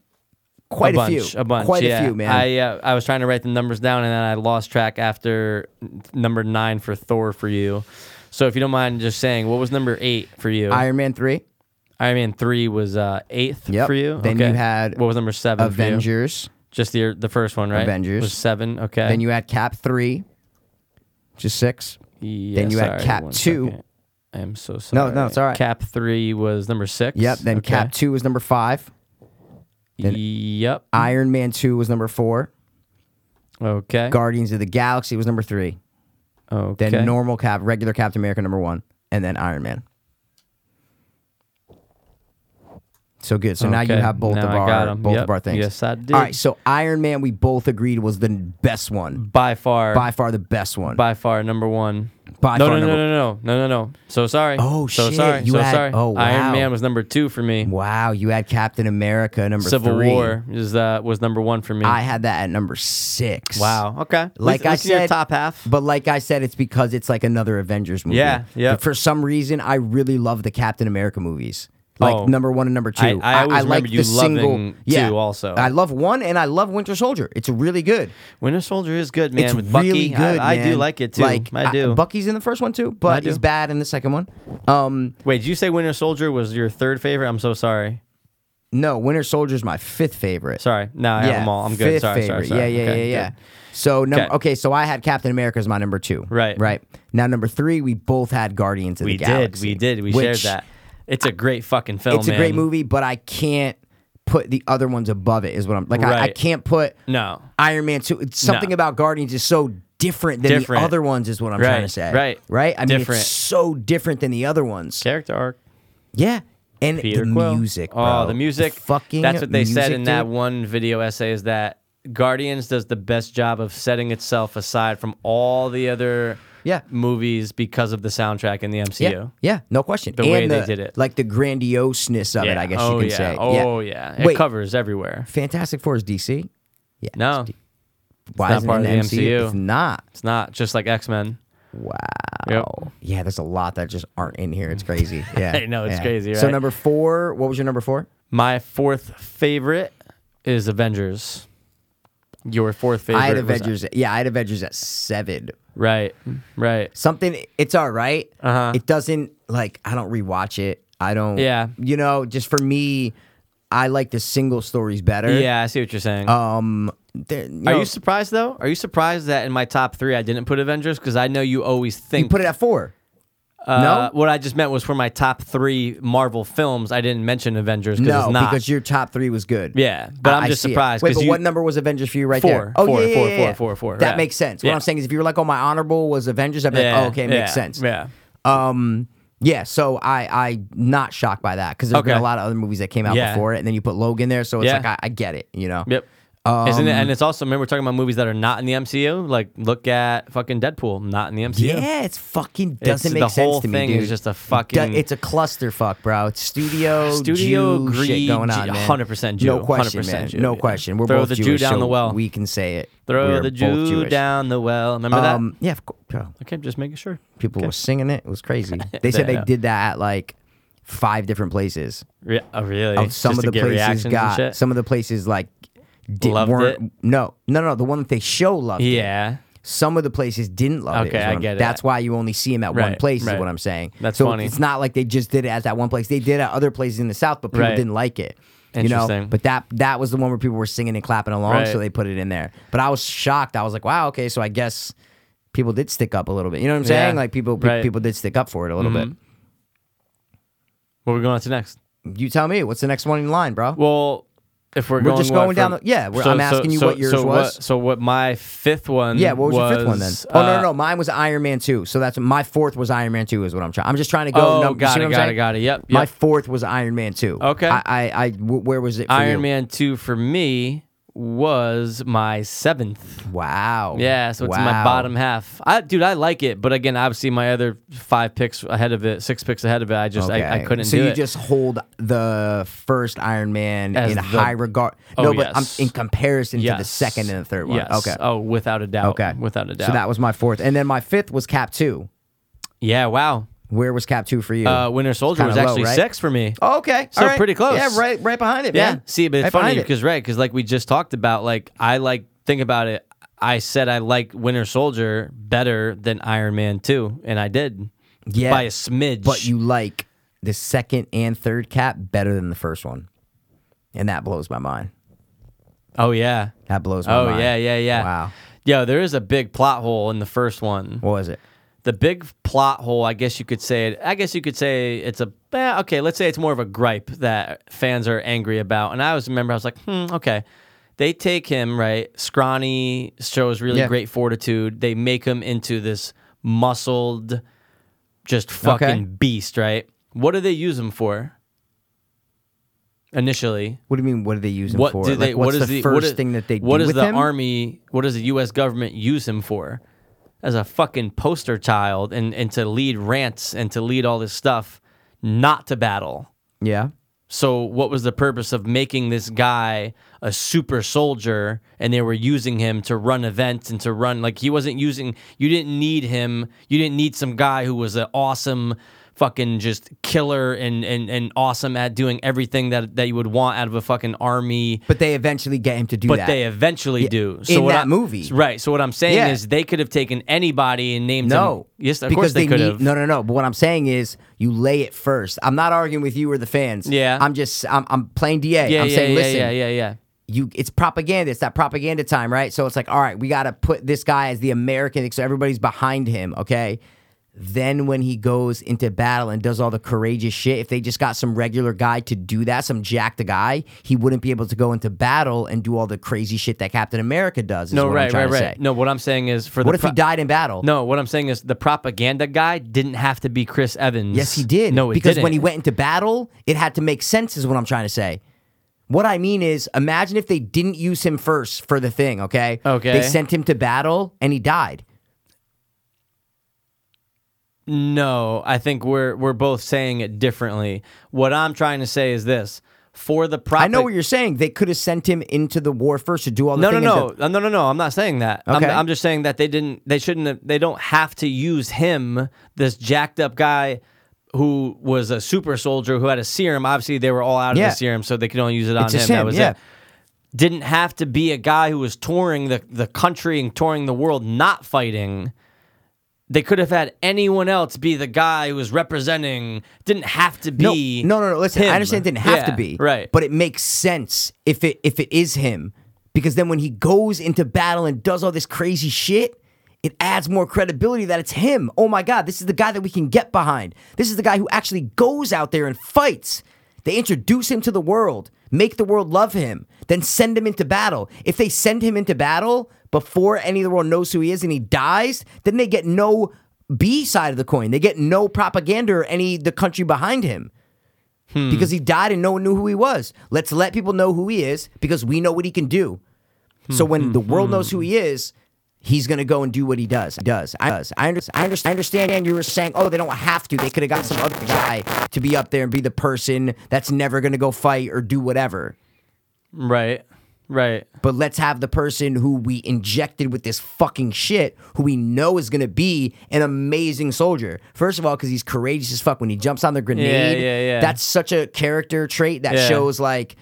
quite a, bunch, few. A bunch. Quite yeah. a few, man. I uh, I was trying to write the numbers down and then I lost track after n- number nine for Thor for you. So if you don't mind just saying, what was number eight for you? Iron Man 3, Iron Man three was uh, eighth Yep. for you. Then Okay. you had what was number seven? for you? Avengers. Just the the first one, right? Avengers. was seven. Okay. Then you had Cap 3, which is six. Yeah, then you had sorry, Cap one two. second. I am so No, sorry. no, it's all right. Cap three was number six. Yep. Then Okay. Cap 2 was number five. then- Yep. Iron Man 2 was number four. Okay. Guardians of the Galaxy was number three. okay. Then normal cap, regular Captain America number one, and then Iron Man. So good. So now you Okay, have both now of I our got 'em. both Yep, of our things. yes, I did. All right. So Iron Man, we both agreed was the best one, by far. by far the best one. by far number one. By no, far no, no, number- no, no, no, no, no. So sorry. Oh, so shit, sorry. you so had- sorry. oh, Iron wow. Man was number two for me. wow, you had Captain America number Civil three. War is uh, was number one for me. I had that at number six. wow. Okay. At Like least- at I least in your said, top half. But like I said, it's because it's like another Avengers movie. Yeah, yeah. For some reason, I really love the Captain America movies. like Oh. number one and number two. I- I always remember like you the single. loving two also. I love one and I love Winter Soldier. It's really good. Winter Soldier is good, man. it's with Bucky, really good. I, I do man. like it too. Like, I do. Bucky's in the first one too, I but do. he's bad in the second one. Um, Wait, did you say Winter Soldier was your third favorite? I'm so sorry. no, Winter Soldier's my fifth favorite. Sorry. No, I have them all. I'm good. fifth Sorry, sorry, favorite. sorry. Yeah, yeah, Okay, yeah, yeah. good. So number Okay. okay. so I had Captain America as my number two. Right. right. Now number three, we both had Guardians of We the did. Galaxy. We did. We which shared that. It's a great fucking film. It's a great man. movie, but I can't put the other ones above it. Is what I'm like. I, I Right. can't put No. Iron Man two. It's something No. about Guardians is so different than Different. the other ones. Is what I'm trying to Right, say. right. Right. I mean, Different. it's so different than the other ones. Character arc. Yeah. And Peter the Quill. music. Oh, bro. the music. fucking. That's what they said music, in that dude. one video essay is that Guardians does the best job of setting itself aside from all the other Yeah. movies because of the soundtrack in the MCU. Yeah, yeah, no question. The and way they did it. like the grandioseness of it, I guess oh, you can yeah. say. Oh yeah. It Wait. covers everywhere. Fantastic Four is DC. Yeah, No. why not isn't part it of in the MCU? MCU. It's not. It's not just like X Men. Wow. Yep. Yeah, there's a lot that just aren't in here. It's crazy. Yeah, I know, it's yeah. crazy, So right? number four, what was your number four? My fourth favorite is Avengers. Your fourth favorite. I had was- Avengers. yeah, I had Avengers at seven. Right. Right. Something. It's all right. Uh-huh. It doesn't like. I don't rewatch it. I don't. Yeah. You know, just for me, I like the single stories better. Yeah, I see what you're saying. Um. there- you Are know, you surprised though? Are you surprised that in my top three I didn't put Avengers? Because I know you always think you put it at four? Uh, no. What I just meant was for my top three Marvel films, I didn't mention Avengers because No, it's not. because your top three was good. Yeah, but I- I'm I just see it. surprised Wait, 'cause but you- what number was Avengers for you right there? Four, Oh, four, yeah, yeah, four, yeah, four, yeah. four, four, That yeah. makes sense. What Yeah. I'm saying is, if you were like, "Oh, my honorable was Avengers," I'd be Yeah, like, "Oh, okay, yeah, makes sense." Yeah. Um. Yeah. So I I not shocked by that because there's been Okay. a lot of other movies that came out Yeah. before it, and then you put Logan there, so it's Yeah. like I, I get it. You know. Yep. Isn't Um, it? And it's also remember we're talking about movies that are not in the MCU. Like look at fucking Deadpool, not in the MCU. Yeah, it's fucking It's- doesn't the make sense whole to me, thing dude. is just a It do- fucking- it's a clusterfuck, bro. It's studio, Studio Jew greed, shit going on, Jew- man. 100% no Jew, question, 100% man. Jew, no yeah. question. We're Throw both the Jew Jewish, down so the well. We can say it. Throw We're the both Jew Jewish. down the well. Remember Um, yeah, of course, bro. that? Okay, just making sure. People were singing it. It was crazy. They said Yeah. they did that at like five different places. Re- oh, really? Of some Just of to the get places reactions and got shit? some of the places like did, Loved weren't. it? No, no, no. The one that they show loved. it. Yeah. Some of the places didn't love it. Okay, is what I I'm- get it. That's why you only see them at one Right, place. right. Is what I'm saying. That's so funny. It's not like they just did it at that one place. They did it at other places in the south, but people Right. didn't like it. You know, Interesting. but that that was the one where people were singing and clapping along, Right. so they put it in there. But I was shocked. I was like, wow, okay, so I guess people did stick up a little bit. You know what I'm Yeah. saying? Like people pe- Right. Mm-hmm. people did stick up for it a little What we're going on to next? bit. You tell me, what's the next one in line, bro? Well, if we're, We're just one going down from- the- yeah, we're- I'm asking you what yours so was. so what my fifth one? yeah, what was, your fifth one then? was, Oh no, no, uh, no, mine was Iron Man two. So that's my fourth was Iron Man two, is what I'm trying. I'm just trying to go. Oh, num- you got see it, what I'm got it, saying? got it. Yep, My yep. fourth was Iron Man two. Okay. I, I, I- w- where was it? For you? Iron Man two for me was my seventh. Wow. Yeah, so it's in my Wow. bottom half. I dude, I like it, but again, obviously my other five picks ahead of it, six picks ahead of it. I just I, I Okay. couldn't So do you it. just hold the first Iron Man As in the- high regard. Oh, no, but yes. I'm in comparison yes. to the second and the third one. Yes. Okay. Oh, without a doubt. Okay. Without a doubt. So that was my fourth, and then my fifth was Cap two. yeah. Wow. Where was Cap two for you? Uh, Winter Soldier kinda was low, actually right? six for me. Oh, okay. So All right. pretty close. Yeah, right, right behind it. Yeah. man. See, but it's Right funny behind it. because right, because like we just talked about, like I like think about it. I said I like Winter Soldier better than Iron Man two, and I did. Yeah. By a smidge. but you like the second and third cap better than the first one, and that blows my mind. Oh yeah. That blows my Oh mind. yeah, yeah, yeah. Wow. Yo, there is a big plot hole in the first one. What was it? the big plot hole, I guess you could say. I guess you could say it's a eh, okay. Let's say it's more of a gripe that fans are angry about. And I always remember I was like, hmm, okay. They take him right, scrawny, shows really Yeah. great fortitude. They make him into this muscled, just fucking Okay. beast, right? What do they use him for? Initially, What do you mean? What do they use him what for? do they? like, what what's is the, first what is, thing that they What do does with the him? army? What does the U.S. government use him for? As a fucking poster child and and to lead rants and to lead all this stuff, not to battle. Yeah. So what was the purpose of making this guy a super soldier and they were using him to run events and to run like he wasn't using you didn't need him you didn't need some guy who was an awesome fucking just killer and and, and awesome at doing everything that that you would want out of a fucking army. But they eventually get him to do But that. they eventually do. So in what that I- movie. right? So what I'm saying Yeah. is they could have taken anybody and named no, him. Yes, of because course they, could need- have. No, no, no. But what I'm saying is, you lay it first. I'm not arguing with you or the fans. Yeah. I'm just, I'm, I'm playing DA. yeah, I'm yeah, saying, yeah, listen, yeah, yeah, yeah. you it's propaganda it's that propaganda time right so it's like all right we got to put this guy as the american so everybody's behind him okay then when he goes into battle and does all the courageous shit if they just got some regular guy to do that some jacked guy he wouldn't be able to go into battle and do all the crazy shit that captain america does is No, what I'm right, trying right, to right. say. No, what I'm saying is for what the if he pro- died in battle No, what I'm saying is the propaganda guy didn't have to be Chris Evans. Yes, he did. No, it because didn't. when he went into battle, it had to make sense. Is what I'm trying to say. What I mean is, imagine if they didn't use him first for the thing. Okay. Okay. They sent him to battle and he died. No, I think we're we're both saying it differently. What I'm trying to say is this: for the prop, I know what you're saying. They could have sent him into the war first to do all the No, no, things no, that- no, no, no. I'm not saying that. Okay. I'm, I'm just saying that they didn't. They shouldn't. Have, they don't have to use him, this jacked up guy who was a super soldier who had a serum. Obviously, they were all out of Yeah. the serum, so they could only use it on It's him. just That him, was yeah. it. Didn't have to be a guy who was touring the the country and touring the world, not fighting. They could have had anyone else be the guy who was representing. Didn't have to no, be. no, no, no. Listen, him. I understand it didn't have to Yeah, be right, but it makes sense if it if it is him, because then when he goes into battle and does all this crazy shit. It adds more credibility that it's him. Oh my God, this is the guy that we can get behind. This is the guy who actually goes out there and fights. They introduce him to the world, make the world love him, then send him into battle. If they send him into battle before any of the world knows who he is and he dies, then they get no B side of the coin. They get no propaganda or any the country behind him because he died and no one knew who he was. Let's let people know who he is because we know what he can do. So when the world knows who he is, he's gonna go and do what he does. Does I does I, under, I, under, I understand? You were saying, oh, they don't have to. They could have got some other guy to be up there and be the person that's never gonna go fight or do whatever. right, right. But let's have the person who we injected with this fucking shit, who we know is gonna be an amazing soldier. First of all, because he's courageous as fuck when he jumps on the grenade. yeah, yeah. That's such a character trait that Yeah. shows like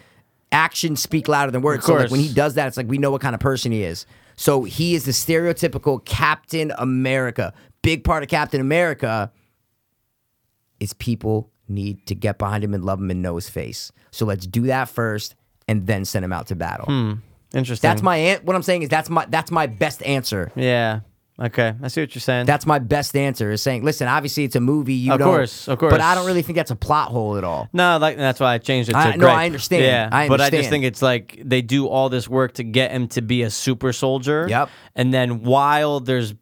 actions speak louder than words. So like course. when he does that, it's like we know what kind of person he is. So he is the stereotypical Captain America. Big part of Captain America is people need to get behind him and love him and know his face. So let's do that first and then send him out to battle. Interesting. That's my an- what I'm saying is that's my that's my best answer. Yeah. Okay. I see what you're saying. That's my best answer is saying, listen, obviously it's a movie. You Of don't, course, of course. But I don't really think that's a plot hole at all. no, like that's why I changed it to I- Greg. no, I understand. Yeah, I but I just understand. think it's like they do all this work to get him to be a super soldier. Yep. And then while there's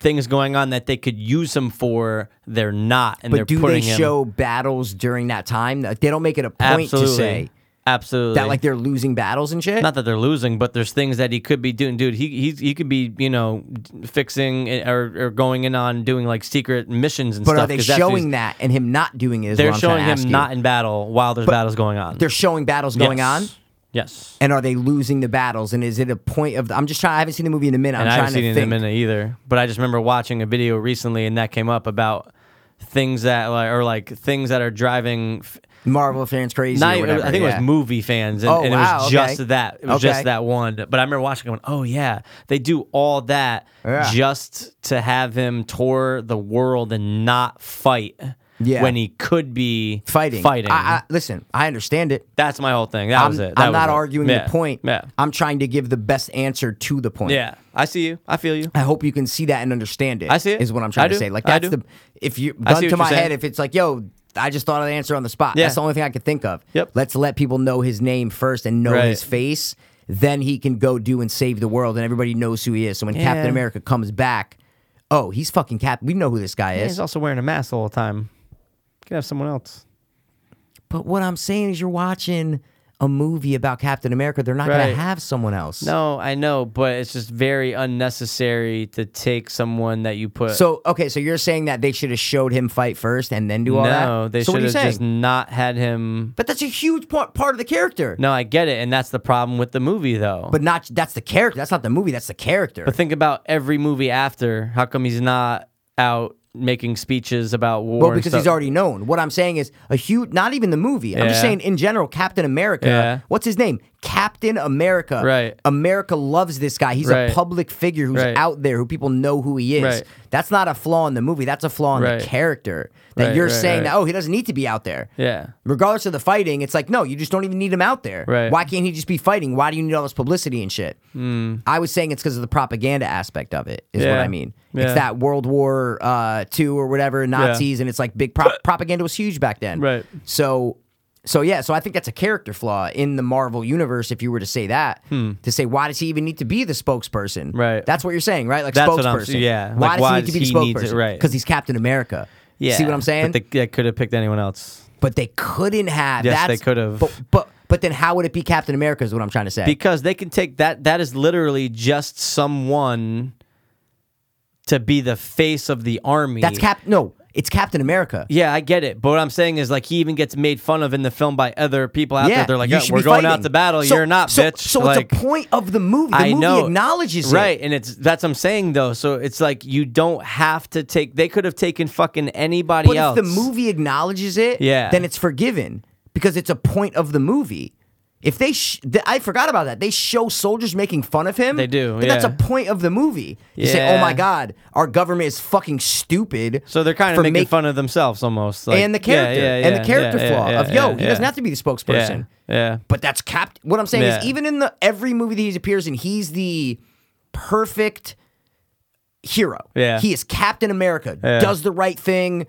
things going on that they could use him for, they're not, and they're But do they putting him- show battles during that time? Like, They don't make it a point absolutely, to say absolutely that like they're losing battles and shit. not that they're losing, but there's things that he could be doing, dude. He he he could be you know fixing it or, or going in on doing like secret missions and but stuff. are they 'cause that's what he's- showing that and him not doing it? is They're what I'm trying showing to him ask you. not in battle while there's battles going on. They're showing battles going Yes. on. Yes. And are they losing the battles? And is it a point of? I'm just trying. I haven't seen the movie in a minute. I'm and I trying haven't seen to it think. in a minute either. But I just remember watching a video recently, and that came up about things that like or like things that are driving. f- Marvel fans crazy. or Not, even- whatever, I think it yeah. was movie fans, and, Oh, and it wow, was okay. just that. It was Okay. just that one. But I remember watching it going, "Oh yeah, they do all that Yeah. just to have him tour the world and not fight Yeah. when he could be fighting. Fighting. I, I, listen, I understand it. That's my whole thing. That I'm, was it. That I'm was not it. arguing Yeah. the point. Yeah, I'm trying to give the best answer to the point. yeah. I see you. I feel you. I hope you can see that and understand it. I see it. Is what I'm I trying to do. say. Like I that's do. the if you I gun see to what you're my head saying. if it's like yo. I just thought of the answer on the spot. Yeah. That's the only thing I could think of. Yep. Let's let people know his name first and know Right. his face. Then he can go do and save the world, and everybody knows who he is. So when Captain Yeah. America comes back, oh, he's fucking Cap. We know who this guy is. He's also wearing a mask the whole time. Could have someone else. But what I'm saying is, you're watching a movie about Captain America. They're not going Right. to have someone else. No, I know, but it's just very unnecessary to take someone that you put. So okay, so you're saying that they should have showed him fight first and then do all that. no, they so what should are you have saying? just not had him. But that's a huge part part of the character. No, I get it, and that's the problem with the movie, though. But not that's the character. That's not the movie. That's the character. But think about every movie after. How come he's not out making speeches about war. Well, and because stuff. he's already known. What I'm saying is a huge, not even the movie. I'm just Yeah. saying in general, Captain America. Yeah. What's his name? Captain America. Right. America loves this guy. He's Right. a public figure who's Right. out there, who people know who he is. Right. That's not a flaw in the movie. That's a flaw in Right. the character. That Right, you're right, saying right. that, oh, he doesn't need to be out there. Yeah. Regardless of the fighting, it's like, no, you just don't even need him out there. Right. Why can't he just be fighting? Why do you need all this publicity and shit? Mm. I was saying it's because of the propaganda aspect of it, is what Hmm. Yeah. I mean. Yeah. It's that World War uh, Two or whatever Nazis, and it's like big pro- propaganda was huge back then. Right. So, so yeah. So I think that's a character flaw in the Marvel universe. If you were to say that, to say why does he even need to be the spokesperson? Hmm. Right. That's what you're saying, right? Like That's spokesperson. what I'm- yeah. Why Like, does why he need to be does the he need to- spokesperson? right. Because he's Captain America. Yeah. See what I'm saying? But they, they could have picked anyone else. But they couldn't have. Yes, that's, they could have. But, but but then how would it be Captain America? Is what I'm trying to say. because they can take that that is literally just someone to be the face of the army that's Cap. No, it's Captain America. yeah i get it but what i'm saying is like he even gets made fun of in the film by other people out there they're like you "Oh, should we're be going out fighting." to battle So- you're not so, bitch So like, it's a point of the movie. The I movie know. acknowledges right, it. and it's that's what I'm saying though. So it's like you don't have to take. They could have taken fucking anybody But else. if the movie acknowledges it, Yeah. then it's forgiven because it's a point of the movie. If they, sh- th- I forgot about that. They show soldiers making fun of him. They do, Then That's yeah. a point of the movie. You say, "Oh Yeah. my god, our government is fucking stupid." so they're kind for of making make- fun of themselves almost, like, and the yeah, character yeah, and yeah, the character yeah, flaw yeah, of yo, yeah, he yeah. doesn't have to be the spokesperson. Yeah, yeah. But that's cap. What I'm saying is, Yeah. even in the every movie that he appears in, he's the perfect hero. Yeah. he is Captain America. Does the right thing.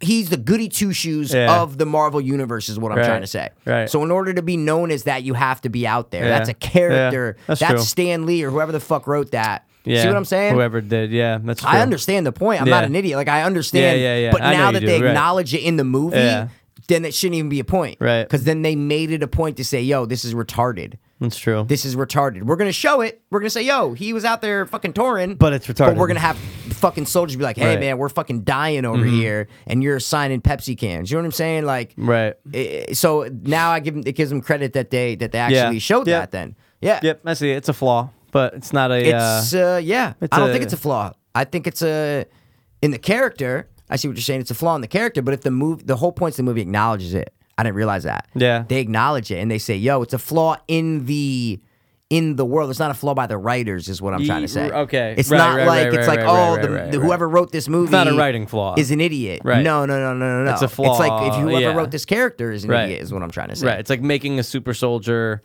He's the goody two shoes Yeah. of the Marvel universe, is what I'm Right. trying to say. Right. So in order to be known as that, you have to be out there. Yeah. That's a character. Yeah. That's true. Stan Lee or whoever the fuck wrote that. Yeah. See what I'm saying? Whoever did, yeah, that's true. I understand the point. I'm not Yeah. an idiot. Like I understand. Yeah, yeah, yeah. But I know now you that do, they right. acknowledge it in the movie, Yeah. then it shouldn't even be a point. Right. Because then they made it a point to say, "Yo, this is retarded. That's true. This is retarded. We're gonna show it. We're gonna say, yo, he was out there fucking touring, But it's But retarded. we're gonna have fucking soldiers be like, hey Right. Mm-hmm. man, we're fucking dying over here, and you're signing Pepsi cans. You know what I'm saying? Like, right. eh, so now I give 'em- it gives them credit that they that they actually showed Yep. that. Then, yeah, Yep, I see. It's a flaw, but it's not a. it's uh, uh, yeah. it's I don't a- think it's a flaw. I think it's a in the character. I see what you're saying. It's a flaw in the character, but if the movie, the whole point is the movie acknowledges it. I didn't realize that. Yeah. they acknowledge it and they say, "Yo, it's a flaw in the." In the world, it's not a flaw by the writers, is what I'm Ye- trying to say. okay. it's Right, not right, like right, it's like right, right, oh, right, the, right, the- right. whoever wrote this movie, not a writing flaw. is an idiot. Right. No, no, no, no, no, no. It's a It's like if flaw, whoever yeah. wrote this character is an Right. idiot, is what I'm trying to say. right. It's like making a super soldier,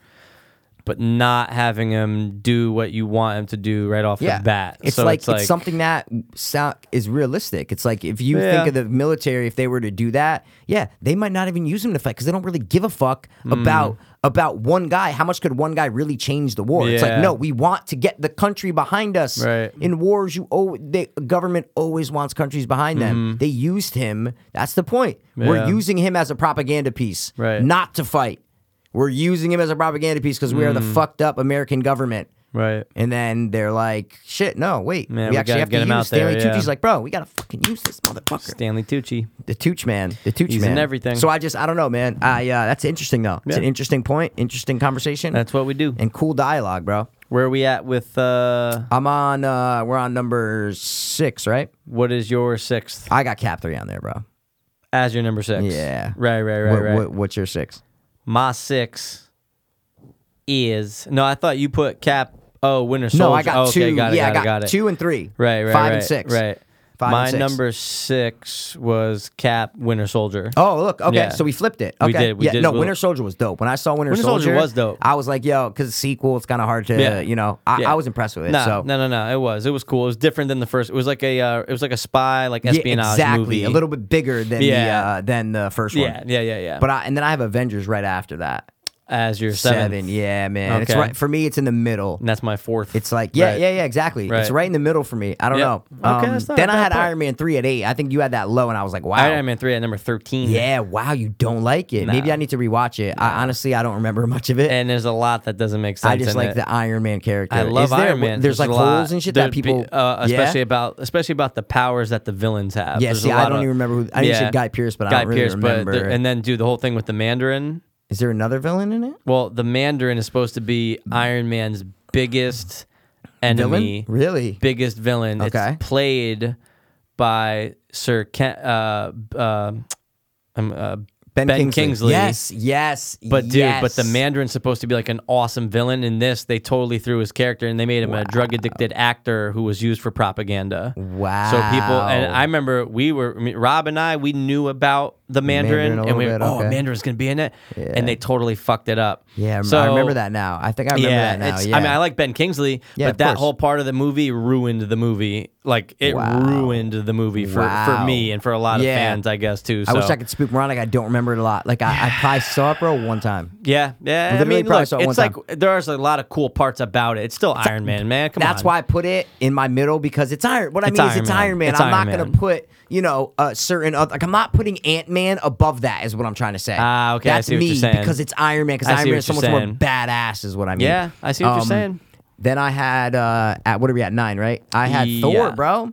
but not having him do what you want him to do right off the bat. It's, so like, it's it's like something that sound, is realistic. It's like if you Yeah. think of the military, if they were to do that, yeah, they might not even use him to fight because they don't really give a fuck Mm. about about one guy. How much could one guy really change the war? It's like Yeah. no, we want to get the country behind us. Right. In wars, you owe the government always wants countries behind them. They used him. That's the point. Mm-hmm. Yeah. We're using him as a propaganda piece, Right. not to fight. We're using him as a propaganda piece because we are the Mm. fucked up American government. Right. And then they're like, shit, no, wait. Man, we, we actually gotta have get to him use out Stanley there, yeah. Tucci's like, bro, we gotta fucking use this motherfucker. Stanley Tucci. The Tooch man. The Tooch He's in man. everything. So I just I don't know, man. I uh that's interesting though. It's Yeah. an interesting point, interesting conversation. That's what we do. and cool dialogue, bro. Where are we at with uh, I'm on uh we're on number six, right? what is your sixth I got cap three on there, bro. as your number six? Yeah. Right. Right. Right. what, right. what- what's your six? My six is no. I thought you put Cap. Oh, Winter Soldier. No, I got okay, two. Got it, yeah, got I it, got got it. two and three. Right, right, Five and right, six. Right. Five My and six. number six was Cap Winter Soldier. Oh, look. Okay, Yeah. so we flipped it. We Okay. did, we yeah, did. no, We- Winter Soldier was dope. When I saw Winter, Winter Soldier was dope. I was like, yo, because sequel, it's kind of hard to, Yeah. you know. I, Yeah. I was impressed with it. No, so no, no, no. It was. It was cool. It was different than the first. It was like a. Uh, it was like a spy, like Yeah, espionage exactly, movie. a little bit bigger than Yeah. the uh, than the first Yeah, one. yeah, yeah, yeah. But I, and then I have Avengers right after that. as your Seven, seventh, yeah, man. It's Okay. right for me. It's in the middle. and that's my fourth. It's like yeah, Right. yeah, yeah, exactly. It's Right. right in the middle for me. I don't Yeah. know. Okay, Um, that's not a then I bad had point. Iron Man three at eight. I think you had that low, and I was like, wow. Iron Man three at number thirteen. yeah, wow, you don't like it. Maybe Nah. I need to rewatch it. I honestly I don't remember much of it. and there's a lot that doesn't make sense. I just in like it. the Iron Man character. I love Is there- Iron Man. There's, like a holes lot. and shit There'd that people, be- uh, especially yeah? about especially about the powers that the villains have. Yeah, There's see, a I lot don't of- even remember who- I knew you said Guy Pearce, but I don't really Pearce, but remember. there- and then, dude, the whole thing with the Mandarin. Is there another villain in it? Well, the Mandarin is supposed to be Iron Man's biggest Villain? enemy, Really? biggest villain. Okay. It's played by Sir Ken, uh, uh, um, uh, Ben, Kingsley. Kingsley. Yes, yes. But dude, but the yes. Mandarin's supposed to be like an awesome villain. In this, they totally threw his character and they made him a drug addicted actor who was used for propaganda. Wow. So people, and I remember we were I mean, Rob and I, we knew about the Mandarin, Mandarin a and we were, little bit, oh, okay. Mandarin's gonna be in it, and they totally fucked it up. Yeah, so I remember that now. I think I remember yeah, that now. it's- yeah. I mean, I like Ben Kingsley, Yeah, of but that course. whole part of the movie ruined the movie. Like it Wow. ruined the movie for, for Wow. me and for a lot of Yeah. fans, I guess too. I so. wish I could speak moronic. I don't remember it a lot. Like I, I probably saw it, bro, one time. Yeah, yeah. I Literally mean, probably look, saw it it's one like time. there's a lot of cool parts about it. It's still Iron Man, man. Come That's on. why I put it in my middle because it's Iron. What I It's mean is Iron it's Man. Iron Man. It's I'm Iron not Man. gonna put you know a certain other, like I'm not putting Ant Man above that is what I'm trying to say. Ah, okay, I That's see what me you're saying. because it's Iron Man. I Because see Iron what Man is so you're much more saying. badass, is what I mean. Yeah, I see what you're Um, saying. Then I had uh at what are we at nine right? I had Yeah. Thor, bro.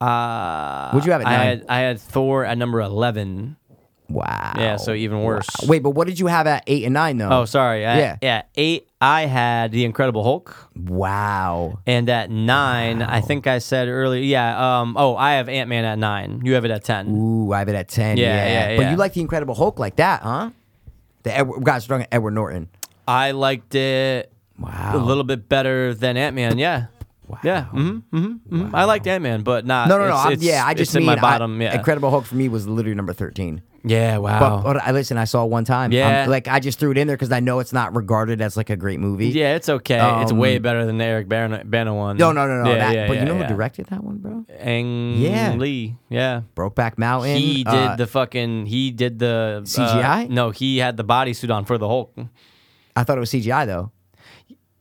Uh, Would you have at I nine? had I had Thor at number eleven. wow. Yeah, so even worse. Wait, but what did you have at eight and nine though? Oh, sorry. I, yeah. Yeah. Eight. I had the Incredible Hulk, wow. and at nine, I think I said earlier. Yeah. Um. Oh, I have Ant Man at nine. You have it at ten. Ooh, I have it at ten. Yeah, Yeah, yeah, yeah. But you like the Incredible Hulk like that, huh? The Edward, guys, we're talking Edward Norton. I liked it. Wow. A little bit better than Ant Man. Yeah. Yeah. hmm hmm hmm I liked Ant Man, but not. No, no, no. it's- I'm- it's- yeah, I it's just in mean my I- bottom. yeah. Incredible Hulk for me was literally number thirteen. Yeah. But, Wow. but I listen, I saw it one time. I'm- Yeah. like I just threw it in there because I know it's not regarded as like a great movie. yeah, it's okay. it's Um, way better than the Eric Bana, Bana one. No, no, no, no. Yeah, that, yeah, but yeah, you know yeah. who directed that one, bro? Ang Yeah. Lee. Yeah. Brokeback Mountain. He did uh, the fucking. He did the uh, CGI? no, he had the bodysuit on for the Hulk. I thought it was CGI though.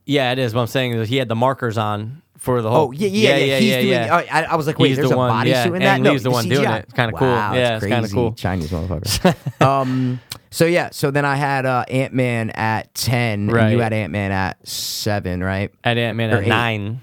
Yeah, it is. What I'm saying is he had the markers on for the Hulk. Oh yeah, yeah, yeah. he's doing. uh, all right, I, I was like, wait, He's there's the a one, bodysuit yeah, in that. Ang no, Lee's the one CGI. doing it. It's kinda cool. Wow, Yeah, it's it's kinda crazy. cool. Chinese motherfucker. um, so yeah, so then I had uh, Ant Man at ten, and Right. you had Ant Man at seven, right? At Ant Man at eight. nine.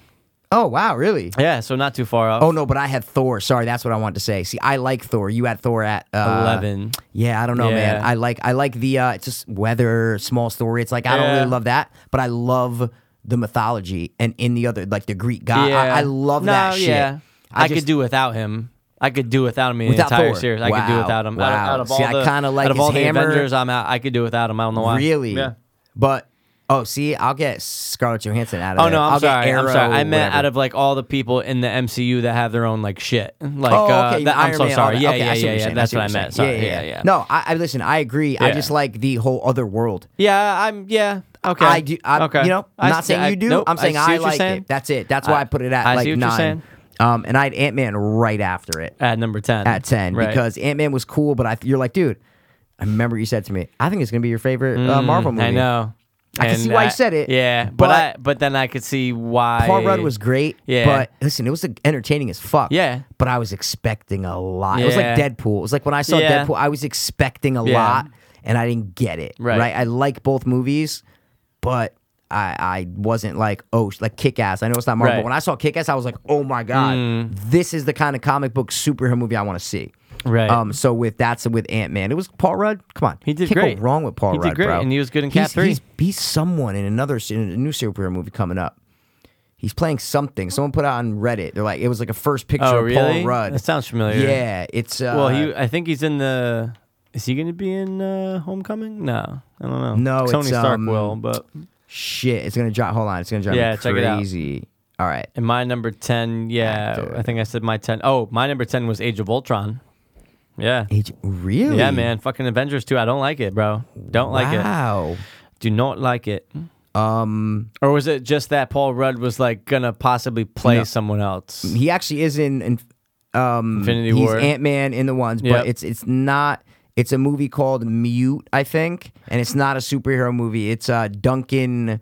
Oh wow, really? Yeah, so not too far off. Oh no, but I had Thor. Sorry, that's what I wanted to say. See, I like Thor. You had Thor at uh, Eleven. Yeah, I don't know, man. Yeah. I like I like the uh, it's just weather, small story. It's like I don't Yeah. really love that, but I love the mythology and in the other like the Greek god. I, I love no, that shit. Yeah. I, just- could do without him. I could do without him in Without the entire Thor? series. I could do Wow, without him. Out, of, wow. out of all See, I the, kinda like out of his all the hammer. Avengers, I'm out. I could do without him. I don't know why. Really? Yeah. But oh, see, I'll get Scarlett Johansson out of. Oh there. no, I'm I'll get sorry. I'm Arrow, sorry. I meant whatever. out of like all the people in the MCU that have their own like shit. Like, Oh, okay. uh, you that- mean I'm Iron so Man, all sorry. that. Yeah, Okay, I yeah, see what yeah, yeah. you're saying. That's see what I you're meant. saying. Sorry. Yeah, yeah. No, I, I listen. I agree. I Yeah. just like the whole other world. Yeah, I'm. Yeah. Okay. I do. I, okay. You know, I I'm not see- saying I- you do. nope, I'm saying see what I, you're like saying. it. That's it. That's why I- I, put it at I like see what you're 9 saying. Um, and I had Ant Man right after it At number ten. at ten Right. because Ant Man was cool. But I, you're like, dude, I remember you said to me, I think it's gonna be your favorite uh, Marvel movie. Mm, I know. I can see And why you said it, Yeah, but but- I, but then I could see why Paul Rudd was great. Yeah. But listen, it was like, entertaining as fuck. Yeah. But I was expecting a lot. It was like Yeah. Deadpool. It was like when I saw Yeah. Deadpool, I was expecting a Yeah. lot and I didn't get it. Right. I like both movies, but I, I wasn't like, oh, sh- like kick ass. I know it's not Marvel, Right. Mm. but when I saw kick ass, I was like, oh my God, this is the kind of comic book superhero movie I want to see. Right. Um. So with that's with Ant Man. It was Paul Rudd. Come on, He did Can't go great. wrong with Paul He did Rudd, great, bro. and he was good in Cat he's, Three. He's, he's someone in another in a new superhero movie coming up. He's playing something. Someone put out on Reddit. They're like, it was like a first picture Oh, of really? Paul Rudd. That sounds familiar. Yeah, it's uh, Well, he. I think he's in the. Is he going to be in uh, Homecoming? No, I don't know. No, Tony it's, Stark um, will. But shit. It's gonna drop. Hold on, it's gonna drop. Yeah, Yeah, check it out. crazy. All right. in my number ten, yeah, Actor. I think I said my ten. Oh, my number ten was Age of Ultron. Yeah, Age, really? yeah, man, fucking Avengers two. I don't like it, bro. Don't like it. Wow. Do not like it. Um, Or was it just that Paul Rudd was like gonna possibly play No. someone else? he actually is in, in um Infinity he's War. Ant Man in the ones, Yep. but it's it's not. It's a movie called Mute, I think, and it's not a superhero movie. It's uh Duncan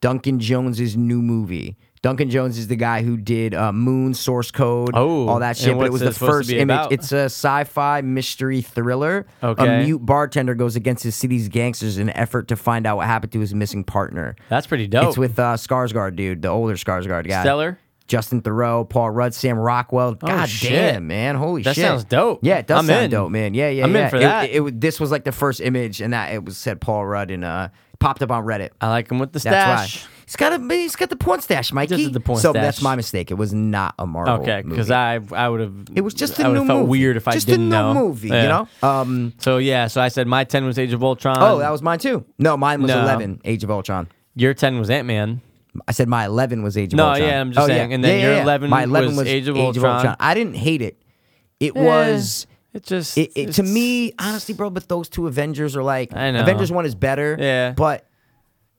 Duncan Jones's new movie. Duncan Jones is the guy who did uh, Moon, Source Code, Oh, all that and shit. But what's it was it the supposed to first be image. about? It's a sci-fi mystery thriller. Okay. A mute bartender goes against his city's gangsters in an effort to find out what happened to his missing partner. That's pretty dope. It's with uh, Skarsgård, dude, the older Skarsgård guy. Stellar. Justin Thoreau, Paul Rudd, Sam Rockwell. God Oh, shit. damn, man. Holy That shit. sounds dope. Yeah, it does I'm sound in. dope, man. Yeah, yeah, I'm in yeah. for It- that. It, it- this was like the first image, and that it was said Paul Rudd and uh popped up on Reddit. I like him with the That's stash. why. He's got a he's got the porn stash, Mikey. This is the porn so stash. that's my mistake. It was not a Marvel. Okay, because movie. I I would have. it was just a I new would've felt movie. Weird if just I didn't a new know. movie. Yeah. You know. Um. So yeah, so I said my ten was Age of Ultron. Oh, that was mine too. No, mine was No. eleven. Age of Ultron. your ten was Ant Man. I said my eleven was Age of No, Ultron. yeah, I'm just Oh, saying. And then your 11 my eleven was Age of Ultron. I didn't hate it. It was. It just It, it, to it's- me, honestly, bro, but those two Avengers are like I know. Avengers one is better. Yeah. but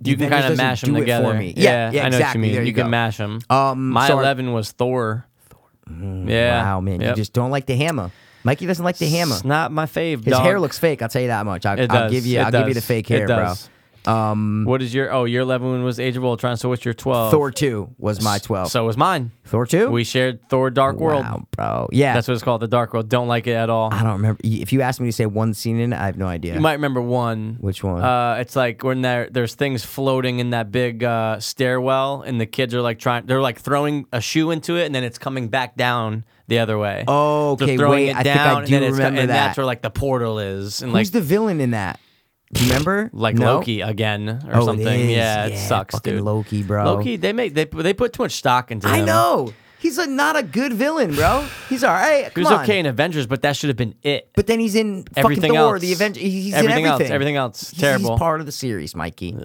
the you can Avengers kind of doesn't mash them do it together. for me. Yeah, yeah, I know exactly. what you There mean. you can go. mash them. Um, my so I- eleven was Thor. yeah. Wow, man, Yep. you just don't like the hammer. Mikey doesn't like the hammer. It's not my fave. His dog. hair looks fake. I'll tell you that much. I, It I'll does. give you. It I'll give you the does. fake hair, It bro. Um, does. What is your? Oh, your eleven was Age of Ultron. So what's your twelve? Thor two was my twelve. Oh. So was mine. Thor two. We shared Thor Dark World. Wow, bro. Yeah, That's what it's called, the Dark World. Don't like it at all. I don't remember. If you asked me to say one scene in it, I have no idea. You might remember one. Which one? Uh, it's like when there there's things floating in that big uh, stairwell, and the kids are like trying. They're like throwing a shoe into it, and then it's coming back down the other way. Oh, They're okay, throwing wait, it I think I down, do and then it's co- remember and that's that. where like the portal is, and Who's like the villain in that? Do you remember? like No? Loki again or Oh, it something. is. Yeah, it Yeah, sucks, fucking dude. Loki, bro. Loki, they make they they put too much stock into. I him. know. He's a, not a good villain, bro. He's all right. He Come was on. okay in Avengers, but that should have been it. But then he's in Everything fucking Thor, else. the Avengers. He's in Everything else, everything. everything else. He's- Terrible. He's part of the series, Mikey.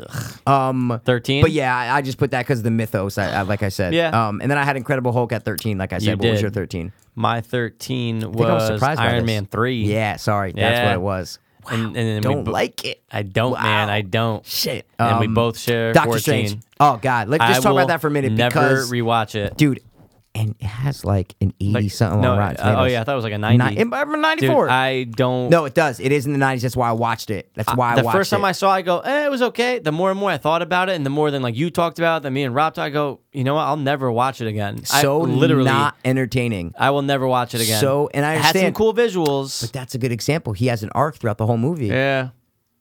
Um, Thirteen. but yeah, I, I just put that because the mythos. I, I, like I said. Yeah. Um, and then I had Incredible Hulk at thirteen. Like I said, You what was did. your thirteen? my thirteen I think I was was, surprised by Iron this. Man three. Yeah. Sorry, that's Yeah. what it was. and, and then we Don't bo- like it. I don't, man. Wow. I don't. Shit. And we Um, both share Doctor 14. Strange. Oh God, let's I just talk will about that for a minute Never because rewatch it. dude, and it has like an eighty Like, something no, on Rotten uh, Tomatoes. oh yeah, I thought it was like a ninety. Ni- remember Dude, 94. I don't. no, it does. It is in the nineties. That's why I watched it. That's why I the watched first time it. I saw, it, I go, eh, it was okay. The more and more I thought about it, and the more than like you talked about, it, then me and Rob talked, I go, you know what? I'll never watch it again. so I, literally, not entertaining. I will never watch it again. So- and I It had some understand. cool visuals. But that's a good example. He has an arc throughout the whole movie. yeah,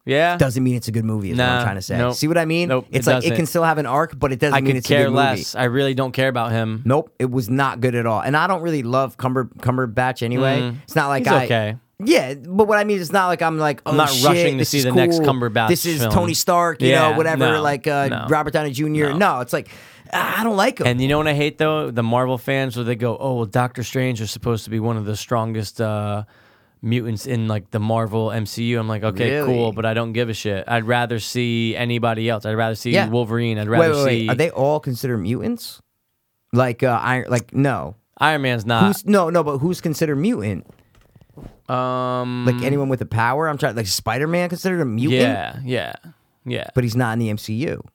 yeah. Doesn't mean it's a good movie. Is what Nah, I'm trying to say. nope. See what I mean? Nope, it's it like it doesn't. can still have an arc, but it doesn't I mean could it's a care good less. movie. I really don't care about him. Nope, it was not good at all. And I don't really love Cumber Cumberbatch anyway. Mm. It's not like He's I okay. Yeah, but what I mean is not like I'm like oh not shit, rushing to this see is the next cool. Cumberbatch This is film. Tony Stark, you Yeah, know, whatever. no, like uh, no. Robert Downey Jr. No. it's like I don't like him. And you know what I hate though? The Marvel fans where they go, "Oh, well, Doctor Strange is supposed to be one of the strongest uh, mutants in like the Marvel MCU." I'm like, "Okay, Really? cool," but I don't give a shit. I'd rather see anybody else. I'd rather see Yeah. Wolverine. I'd wait, rather wait, wait. see Are they all considered mutants? Like uh, Iron? Like no, Iron Man's not. who's no, no? But who's considered mutant? Um, Like anyone with a power? I'm trying. Like Spider Man considered a mutant? yeah, yeah, yeah. but he's not in the MCU.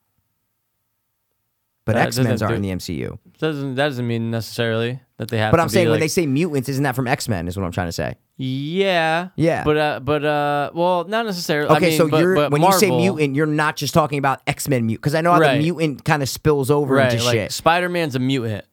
But That X Men's doesn't are do- in the MCU. doesn't that doesn't mean necessarily that they have. But to I'm be, saying when like- they say mutants, isn't that from X Men? Is what I'm trying to say. yeah, Yeah. but uh, but uh, well, not necessarily. I Okay, mean, so but- you're but when you say Marvel- mutant, you're not just talking about X Men mutant because I know how Right. the mutant kind of spills over right? into Like shit, Spider Man's a mutant.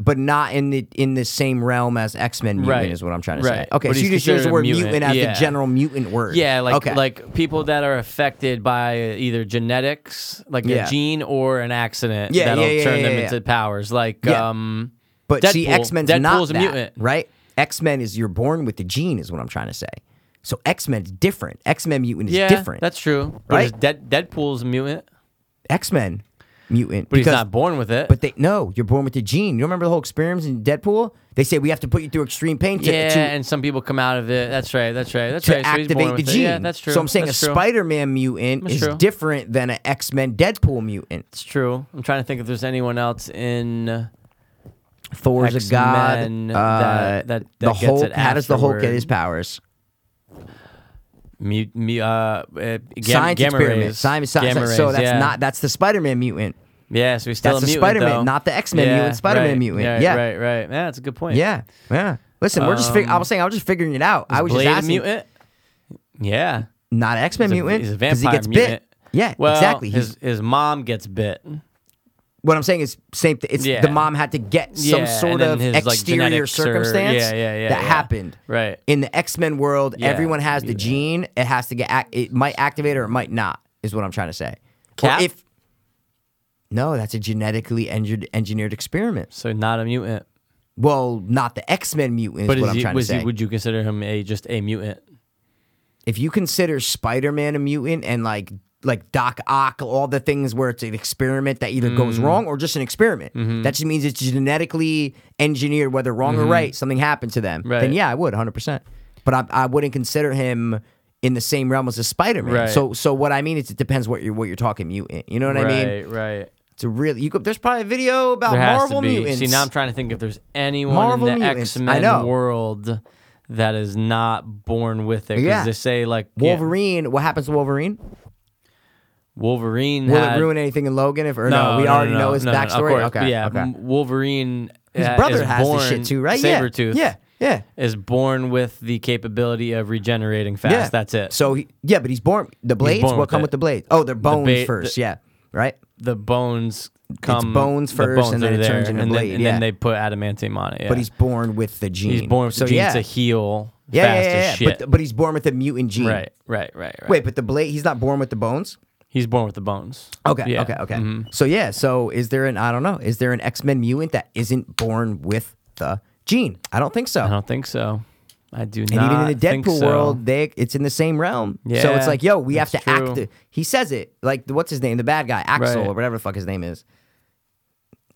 but not in the in the same realm as X Men mutant Right. is what I'm trying to say. Right. Okay, But so you he's just use the considered a word mutant, mutant, as yeah. the general mutant word. Yeah, like okay. like people that are affected by either genetics, like Yeah. a gene or an accident Yeah, that'll yeah, yeah, turn yeah, them yeah. into powers. Like Yeah. um but see, Deadpool. X Men's Deadpool's not a that, mutant. right? X Men is you're born with the gene is what I'm trying to say. So X Men's different. X Men mutant is yeah, different. That's true. But Right? is Dead, Deadpool's a mutant, X Men mutant. but he's because- not born with it. But they no, you're born with the gene. You remember the whole experiments in Deadpool? They say we have to put you through extreme pain to, yeah, to, and some people come out of it. That's right. That's right. That's to right. so he's born activate the with gene. It. Yeah, that's true. So I'm saying that's a true. Spider-Man mutant That's is true. different than an X-Men Deadpool mutant. It's true. I'm trying to think if there's anyone else in Thor's a god. X-Men uh, that- that- that the gets Hulk. it how does the Hulk afterward. get his powers? mu, mu, uh, uh, gam, science gamma experiment. rays. Science, science. Gamma so rays, that's yeah. not that's the Spider-Man mutant. Yeah, so he's still That's a the mutant, Spider-Man, though. not the X-Men mutant, Spider-Man right, mutant. Right, Yeah. right, right. Yeah, that's a good point. Yeah, oh, yeah. Listen, we're just. Fig- I was saying I was just figuring it out. I was Blade just a asking. mutant. Yeah, Not an X-Men He's a- mutant. He's a 'cause vampire he gets mutant. bit. Yeah, well, exactly. He's- His his mom gets bit. what I'm saying is same thing. It's Yeah. the mom had to get some Yeah, and sort then of his, like, exterior genetics or- circumstance yeah, yeah, yeah, that yeah. happened. Right. In the X Men world, Yeah, everyone has the yeah. gene. It has to get. Act- it might activate or it might not. Is what I'm trying to say. Or Cap? if no, that's a genetically engineered engineered experiment. So not a mutant. Well, not the X Men mutant. Is But what is I'm he, trying was to say. he? Would you consider him a just a mutant? if you consider Spider Man a mutant and like like Doc Ock, all the things where it's an experiment that either Mm-hmm. goes wrong or just an experiment. That just means it's genetically engineered, whether wrong or right, something happened to them. Mm-hmm. Right. Then yeah, I would 100%. But I, I wouldn't consider him in the same realm as a Spider-Man. Right. So so what I mean is it depends what you're what you're talking mutant. You know what I mean? right, right. It's a really you could there's probably a video about There has Marvel to be. mutants. See, now I'm trying to think if there's anyone Marvel in the mutants. X I Men know. world that is not born with it. Because Yeah. they say like yeah, Wolverine, what happens to Wolverine? Wolverine Will had- it ruin anything in Logan if or no, we already know his no, no, of backstory? course. okay. Yeah. okay. M- Wolverine. His uh, brother is has born, this shit too, right? Yeah. Sabretooth. Yeah. Yeah. Is born with the capability of regenerating fast. Yeah. That's it. So he, yeah, but he's born the blades. born what with come it. with the blades? Oh, they're bones ba- first. the- yeah, right. the bones come. bones the first, bones and then are it there, turns into and then- blade, and yeah. then they put adamantium on it. Yeah. But he's born with the gene. he's born with so, genes yeah. to heal yeah, yeah, fast yeah, yeah. as shit. But, but he's born with the mutant gene. right, right, right, right. Wait, but the blade. He's not born with the bones. he's born with the bones. Okay. Yeah. Mm-hmm. Okay. Okay. So yeah. So is there an I don't know? Is there an X Men mutant that isn't born with the gene? I don't think so. I don't think so. I do And not. even in the think Deadpool so. world, they it's in the same realm. so Yeah, it's like, yo, we have to that's act. true. He says it like what's his name, the bad guy, Axel Right. or whatever the fuck his name is.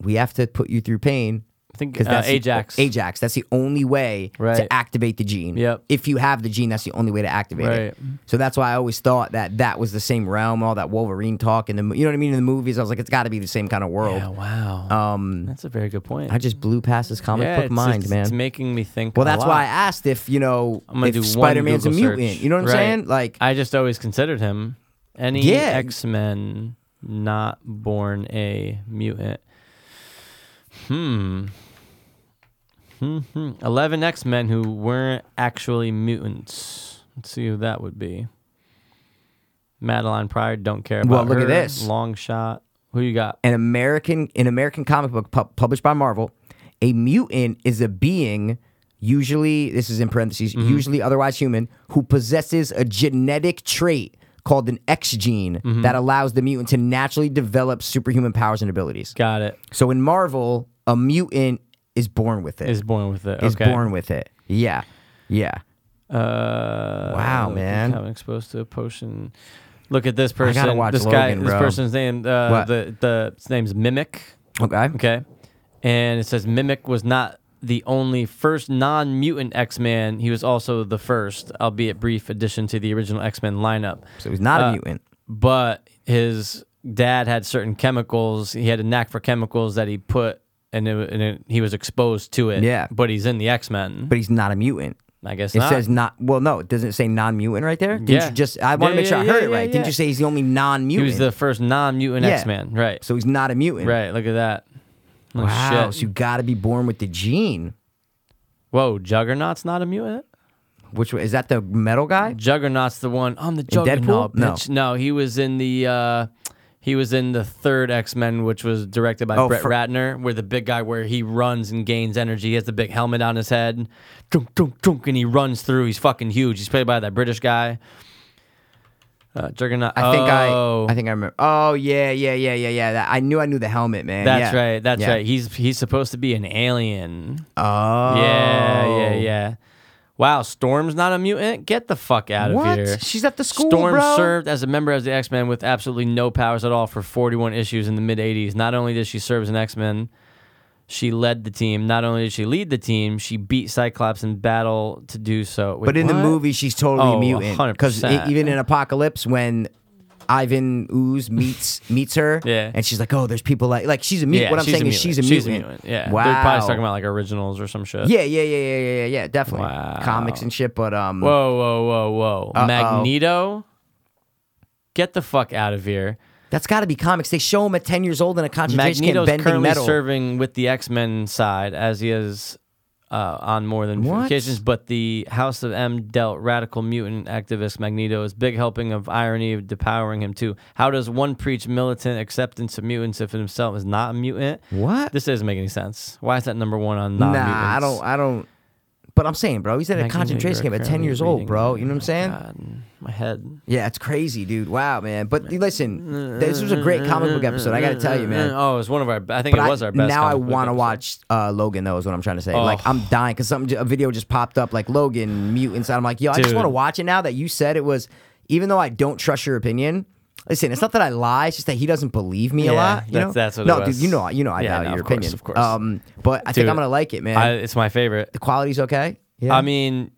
We have to put you through pain. I think uh, Because that's the- Ajax. Ajax. That's the only way Right. to activate the gene. Yep. If you have the gene, that's the only way to activate it. Right. So that's why I always thought that that was the same realm. All that Wolverine talk and the mo- you know what I mean in the movies. I was like, it's got to be the same kind of world. Yeah, wow. Um, that's a very good point. I just blew past this comic yeah, book it's, mind, it's, man. It's making me think. well, a that's lot. why I asked if you know I'm gonna do if one Spider-Man's a Google search. mutant. You know what I'm Right. saying? Like, I just always considered him any Yeah. X Men not born a mutant. Hmm. Hmm. hmm. Eleven X Men who weren't actually mutants. Let's see who that would be. Madeline Pryor. Don't care about Well, look at her. this. long shot. Who you got? an American an American comic book pu- published by Marvel, a mutant is a being usually this is in parentheses Mm-hmm. usually otherwise human who possesses a genetic trait called an X gene Mm-hmm. that allows the mutant to naturally develop superhuman powers and abilities. Got it. So in Marvel, a mutant is born with it. Is born with it. Is okay. born with it. Yeah. Yeah. Uh, Wow, look, man. Having exposed to a potion. Look at this person. gotta watch this guy. Logan, This bro. person's name. Uh, What? The the his name's Mimic. Okay. Okay, and it says Mimic was not the only first non-mutant X-Man. He was also the first, albeit brief, addition to the original X-Men lineup. So he's not Uh, a mutant. But his dad had certain chemicals. He had a knack for chemicals that he put. And, it, and it, he was exposed to it. Yeah. But he's in the X Men. But he's not a mutant. I guess It not. says not. Well, no, doesn't it say non-mutant right there? Didn't Yeah. you just? I want Yeah, to make sure yeah, I heard yeah, it yeah, right. Didn't yeah. you say he's the only He non-mutant? was the first non-mutant Yeah. X-Man, right? so he's not a mutant. right. Look at that. Oh, Wow. shit. So you got to be born with the gene. Whoa, Juggernaut's not a mutant. Which one- is that? The metal guy? Juggernaut's the one. I'm the Juggernaut. Deadpool? No. Bitch. No. he was in the. Uh, he was in the third X Men, which was directed by Oh, Brett fir- Ratner, where the big guy where he runs and gains energy. He has the big helmet on his head, dunk, dunk, dunk, and he runs through. He's fucking huge. He's played by that British guy. Uh, Juggernaut. I think Oh. I. I think I remember. Oh yeah, yeah, yeah, yeah, yeah. That, I knew I knew the helmet, man. That's Yeah. right. That's Yeah. right. He's he's supposed to be an alien. Oh. Yeah, yeah, yeah. Wow, Storm's not a mutant? Get the fuck out What? of here. She's at the school, Storm bro. served as a member of the X Men with absolutely no powers at all for 41 issues in the mid 80s. Not only did she serve as an X Men, she led the team. Not only did she lead the team, she beat Cyclops in battle to do so. Wait, But in what? the movie, she's totally Oh, a mutant. Because 100%. even in Apocalypse, when Ivan Ooze meets meets her, Yeah. and she's like, "Oh, there's people like like she's a mutant." Yeah, what I'm she's a saying is she's a mutant. mutant. Yeah. Wow. They're probably talking about like originals or some shit. Yeah, yeah, yeah, yeah, yeah, yeah, yeah. Definitely Wow. comics and shit. But um, Whoa, whoa, whoa, whoa. Magneto? Get the fuck out of here. that's got to be comics. They show him at ten years old in a concentration camp Magneto's bending currently metal. serving with the X Men side as he is uh, on more than a few What? occasions, but the House of M dealt radical mutant activist Magneto is big helping of irony of depowering him too. How does one preach militant acceptance of mutants if himself is not a mutant? What? This doesn't make any sense. Why is that number one on nah, non mutants? I don't. I don't. But I'm saying, bro, he's at a concentration camp at ten years old, bro. You know what I'm saying? Oh My head. Yeah, it's crazy, dude. Wow, man. But listen, this was a great comic book episode. I got to tell you, man. Oh, it was one of our. I think But it was I- our best. Now I comic book want to episode. watch uh, Logan. Though is what I'm trying to say. Oh. Like I'm dying because something a video just popped up like Logan mutants. And I'm like, yo, I just Dude. want to watch it now that you said it was. Even though I don't trust your opinion, Listen, it's not that I lie; it's just that he doesn't believe me a Yeah, lot. You that's- know? that's what it No, was. dude, you know, you know, I Yeah, value no, your of course, opinion, of course. Um, but I think Dude, I'm gonna like it, man. I, it's my favorite. the quality's okay. Yeah, I mean,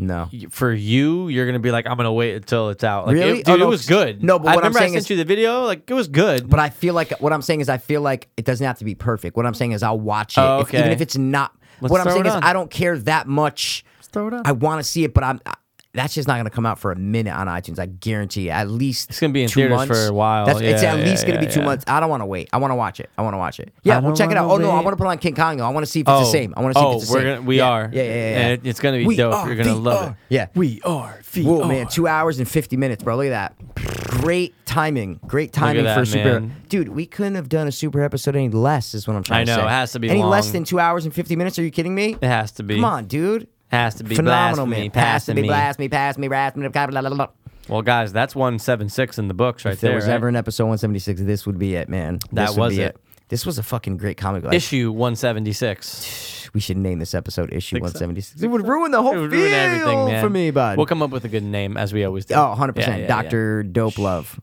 no, y- for you, you're gonna be like, I'm gonna wait until it's out. Like, Really? It, dude, Oh, no, it was good. no, but I what I'm remember saying I sent is- you the video. Like, it was good. but I feel like what I'm saying is I feel like it doesn't have to be perfect. What I'm saying is I'll watch it, Oh, if, even okay. if it's not. Let's what I'm throw saying it is on. I don't care that much. throw it on. I want to see it, but I'm I, that's just not going to come out for a minute on iTunes. I guarantee you. At least It's gonna be in two theaters months. for a while. That's, it's Yeah, at yeah, least gonna yeah, be two yeah. months. I don't want to wait. I want to watch it. I want to watch it. Yeah, I we'll don't check it out. Oh wanna no, I wait. want to put it on King Kong. though. I want to see if it's the same. I want to see oh, if it's the we're same. Gonna, we yeah, are. Yeah, yeah, yeah. yeah. And it- it's gonna be We dope. are You're gonna love it. VR. Yeah. We are. VR. Whoa, man, two hours and 50 minutes, bro. Look at that. Great timing. Great timing that, for a super. man. Dude, we couldn't have done a super episode any less, is what I'm trying I to say. know, it has to be Any less long. than two hours and 50 minutes? Are you kidding me? It has to be. Come on, dude. Has to be Phenomenal, blasphemy, man. Pass passing me, me. blast me, pass me, blast me. Blah, blah, blah, blah. Well, guys, that's one seven six in the books right If there there. was right? ever an episode 176, this would be it, man. This That would was be it. This was a fucking great comic. Like, issue one seventy six. we should name this episode Issue so? 176. It would ruin the whole It would feel ruin everything, man. for me, bud. We'll come up with a good name as we always do. Oh, 100%. Yeah, yeah, yeah. Dr. Dope Love.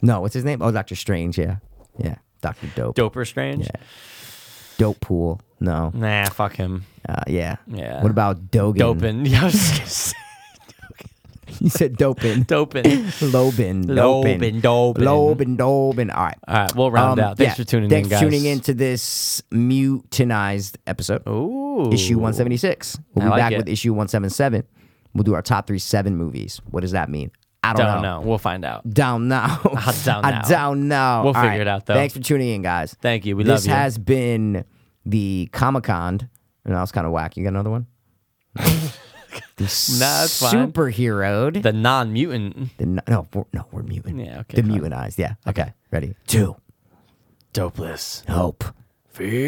No, what's his name? Oh, Dr. Strange. Yeah. Yeah. Dr. Dope. Doper Strange. Dope Pool. No. Nah, fuck him. Uh, yeah. Yeah. What about Dogan? Dopin. Yeah, I was just gonna say You said Dopin. Dopin. Lobin. Lobin, Dobin. Lobin. Lobin. All right. All right, we'll round Um, out. Thanks yeah, for tuning thanks in, guys. for tuning in to this mutinized episode. Ooh. Issue 176. We'll I be like back it. with issue 177. We'll do our top three seven movies. What does that mean? I don't, Don't know. know. We'll find out. down now. I don't I know. don't know. We'll All figure it out, though. Thanks for tuning in, guys. Thank you. We this love you. has been the Comic Con. No, that was kind of whack. You got another one? the that's fine. superheroed. the non mutant. The n- no, we're, no, we're mutant. Yeah, okay, The fine. mutinized. Yeah. Okay. Ready? Two. Dopeless. Hope.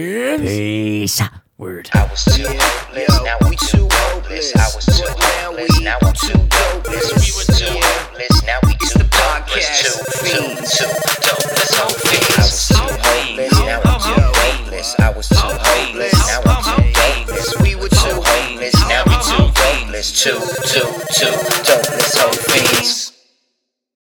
Peace. Peace. Word. I was too hopeless, now we too hopeless. I was too hopeless, now I'm too dopeless. We were too hopeless, now we too dopeless. Too, too, too dopeless. I was too hopeless, now I'm too hopeless. I was too hopeless, now I'm too dopeless. We were too hopeless, now we too dopeless. Too, too, too dopeless. Hope fiends.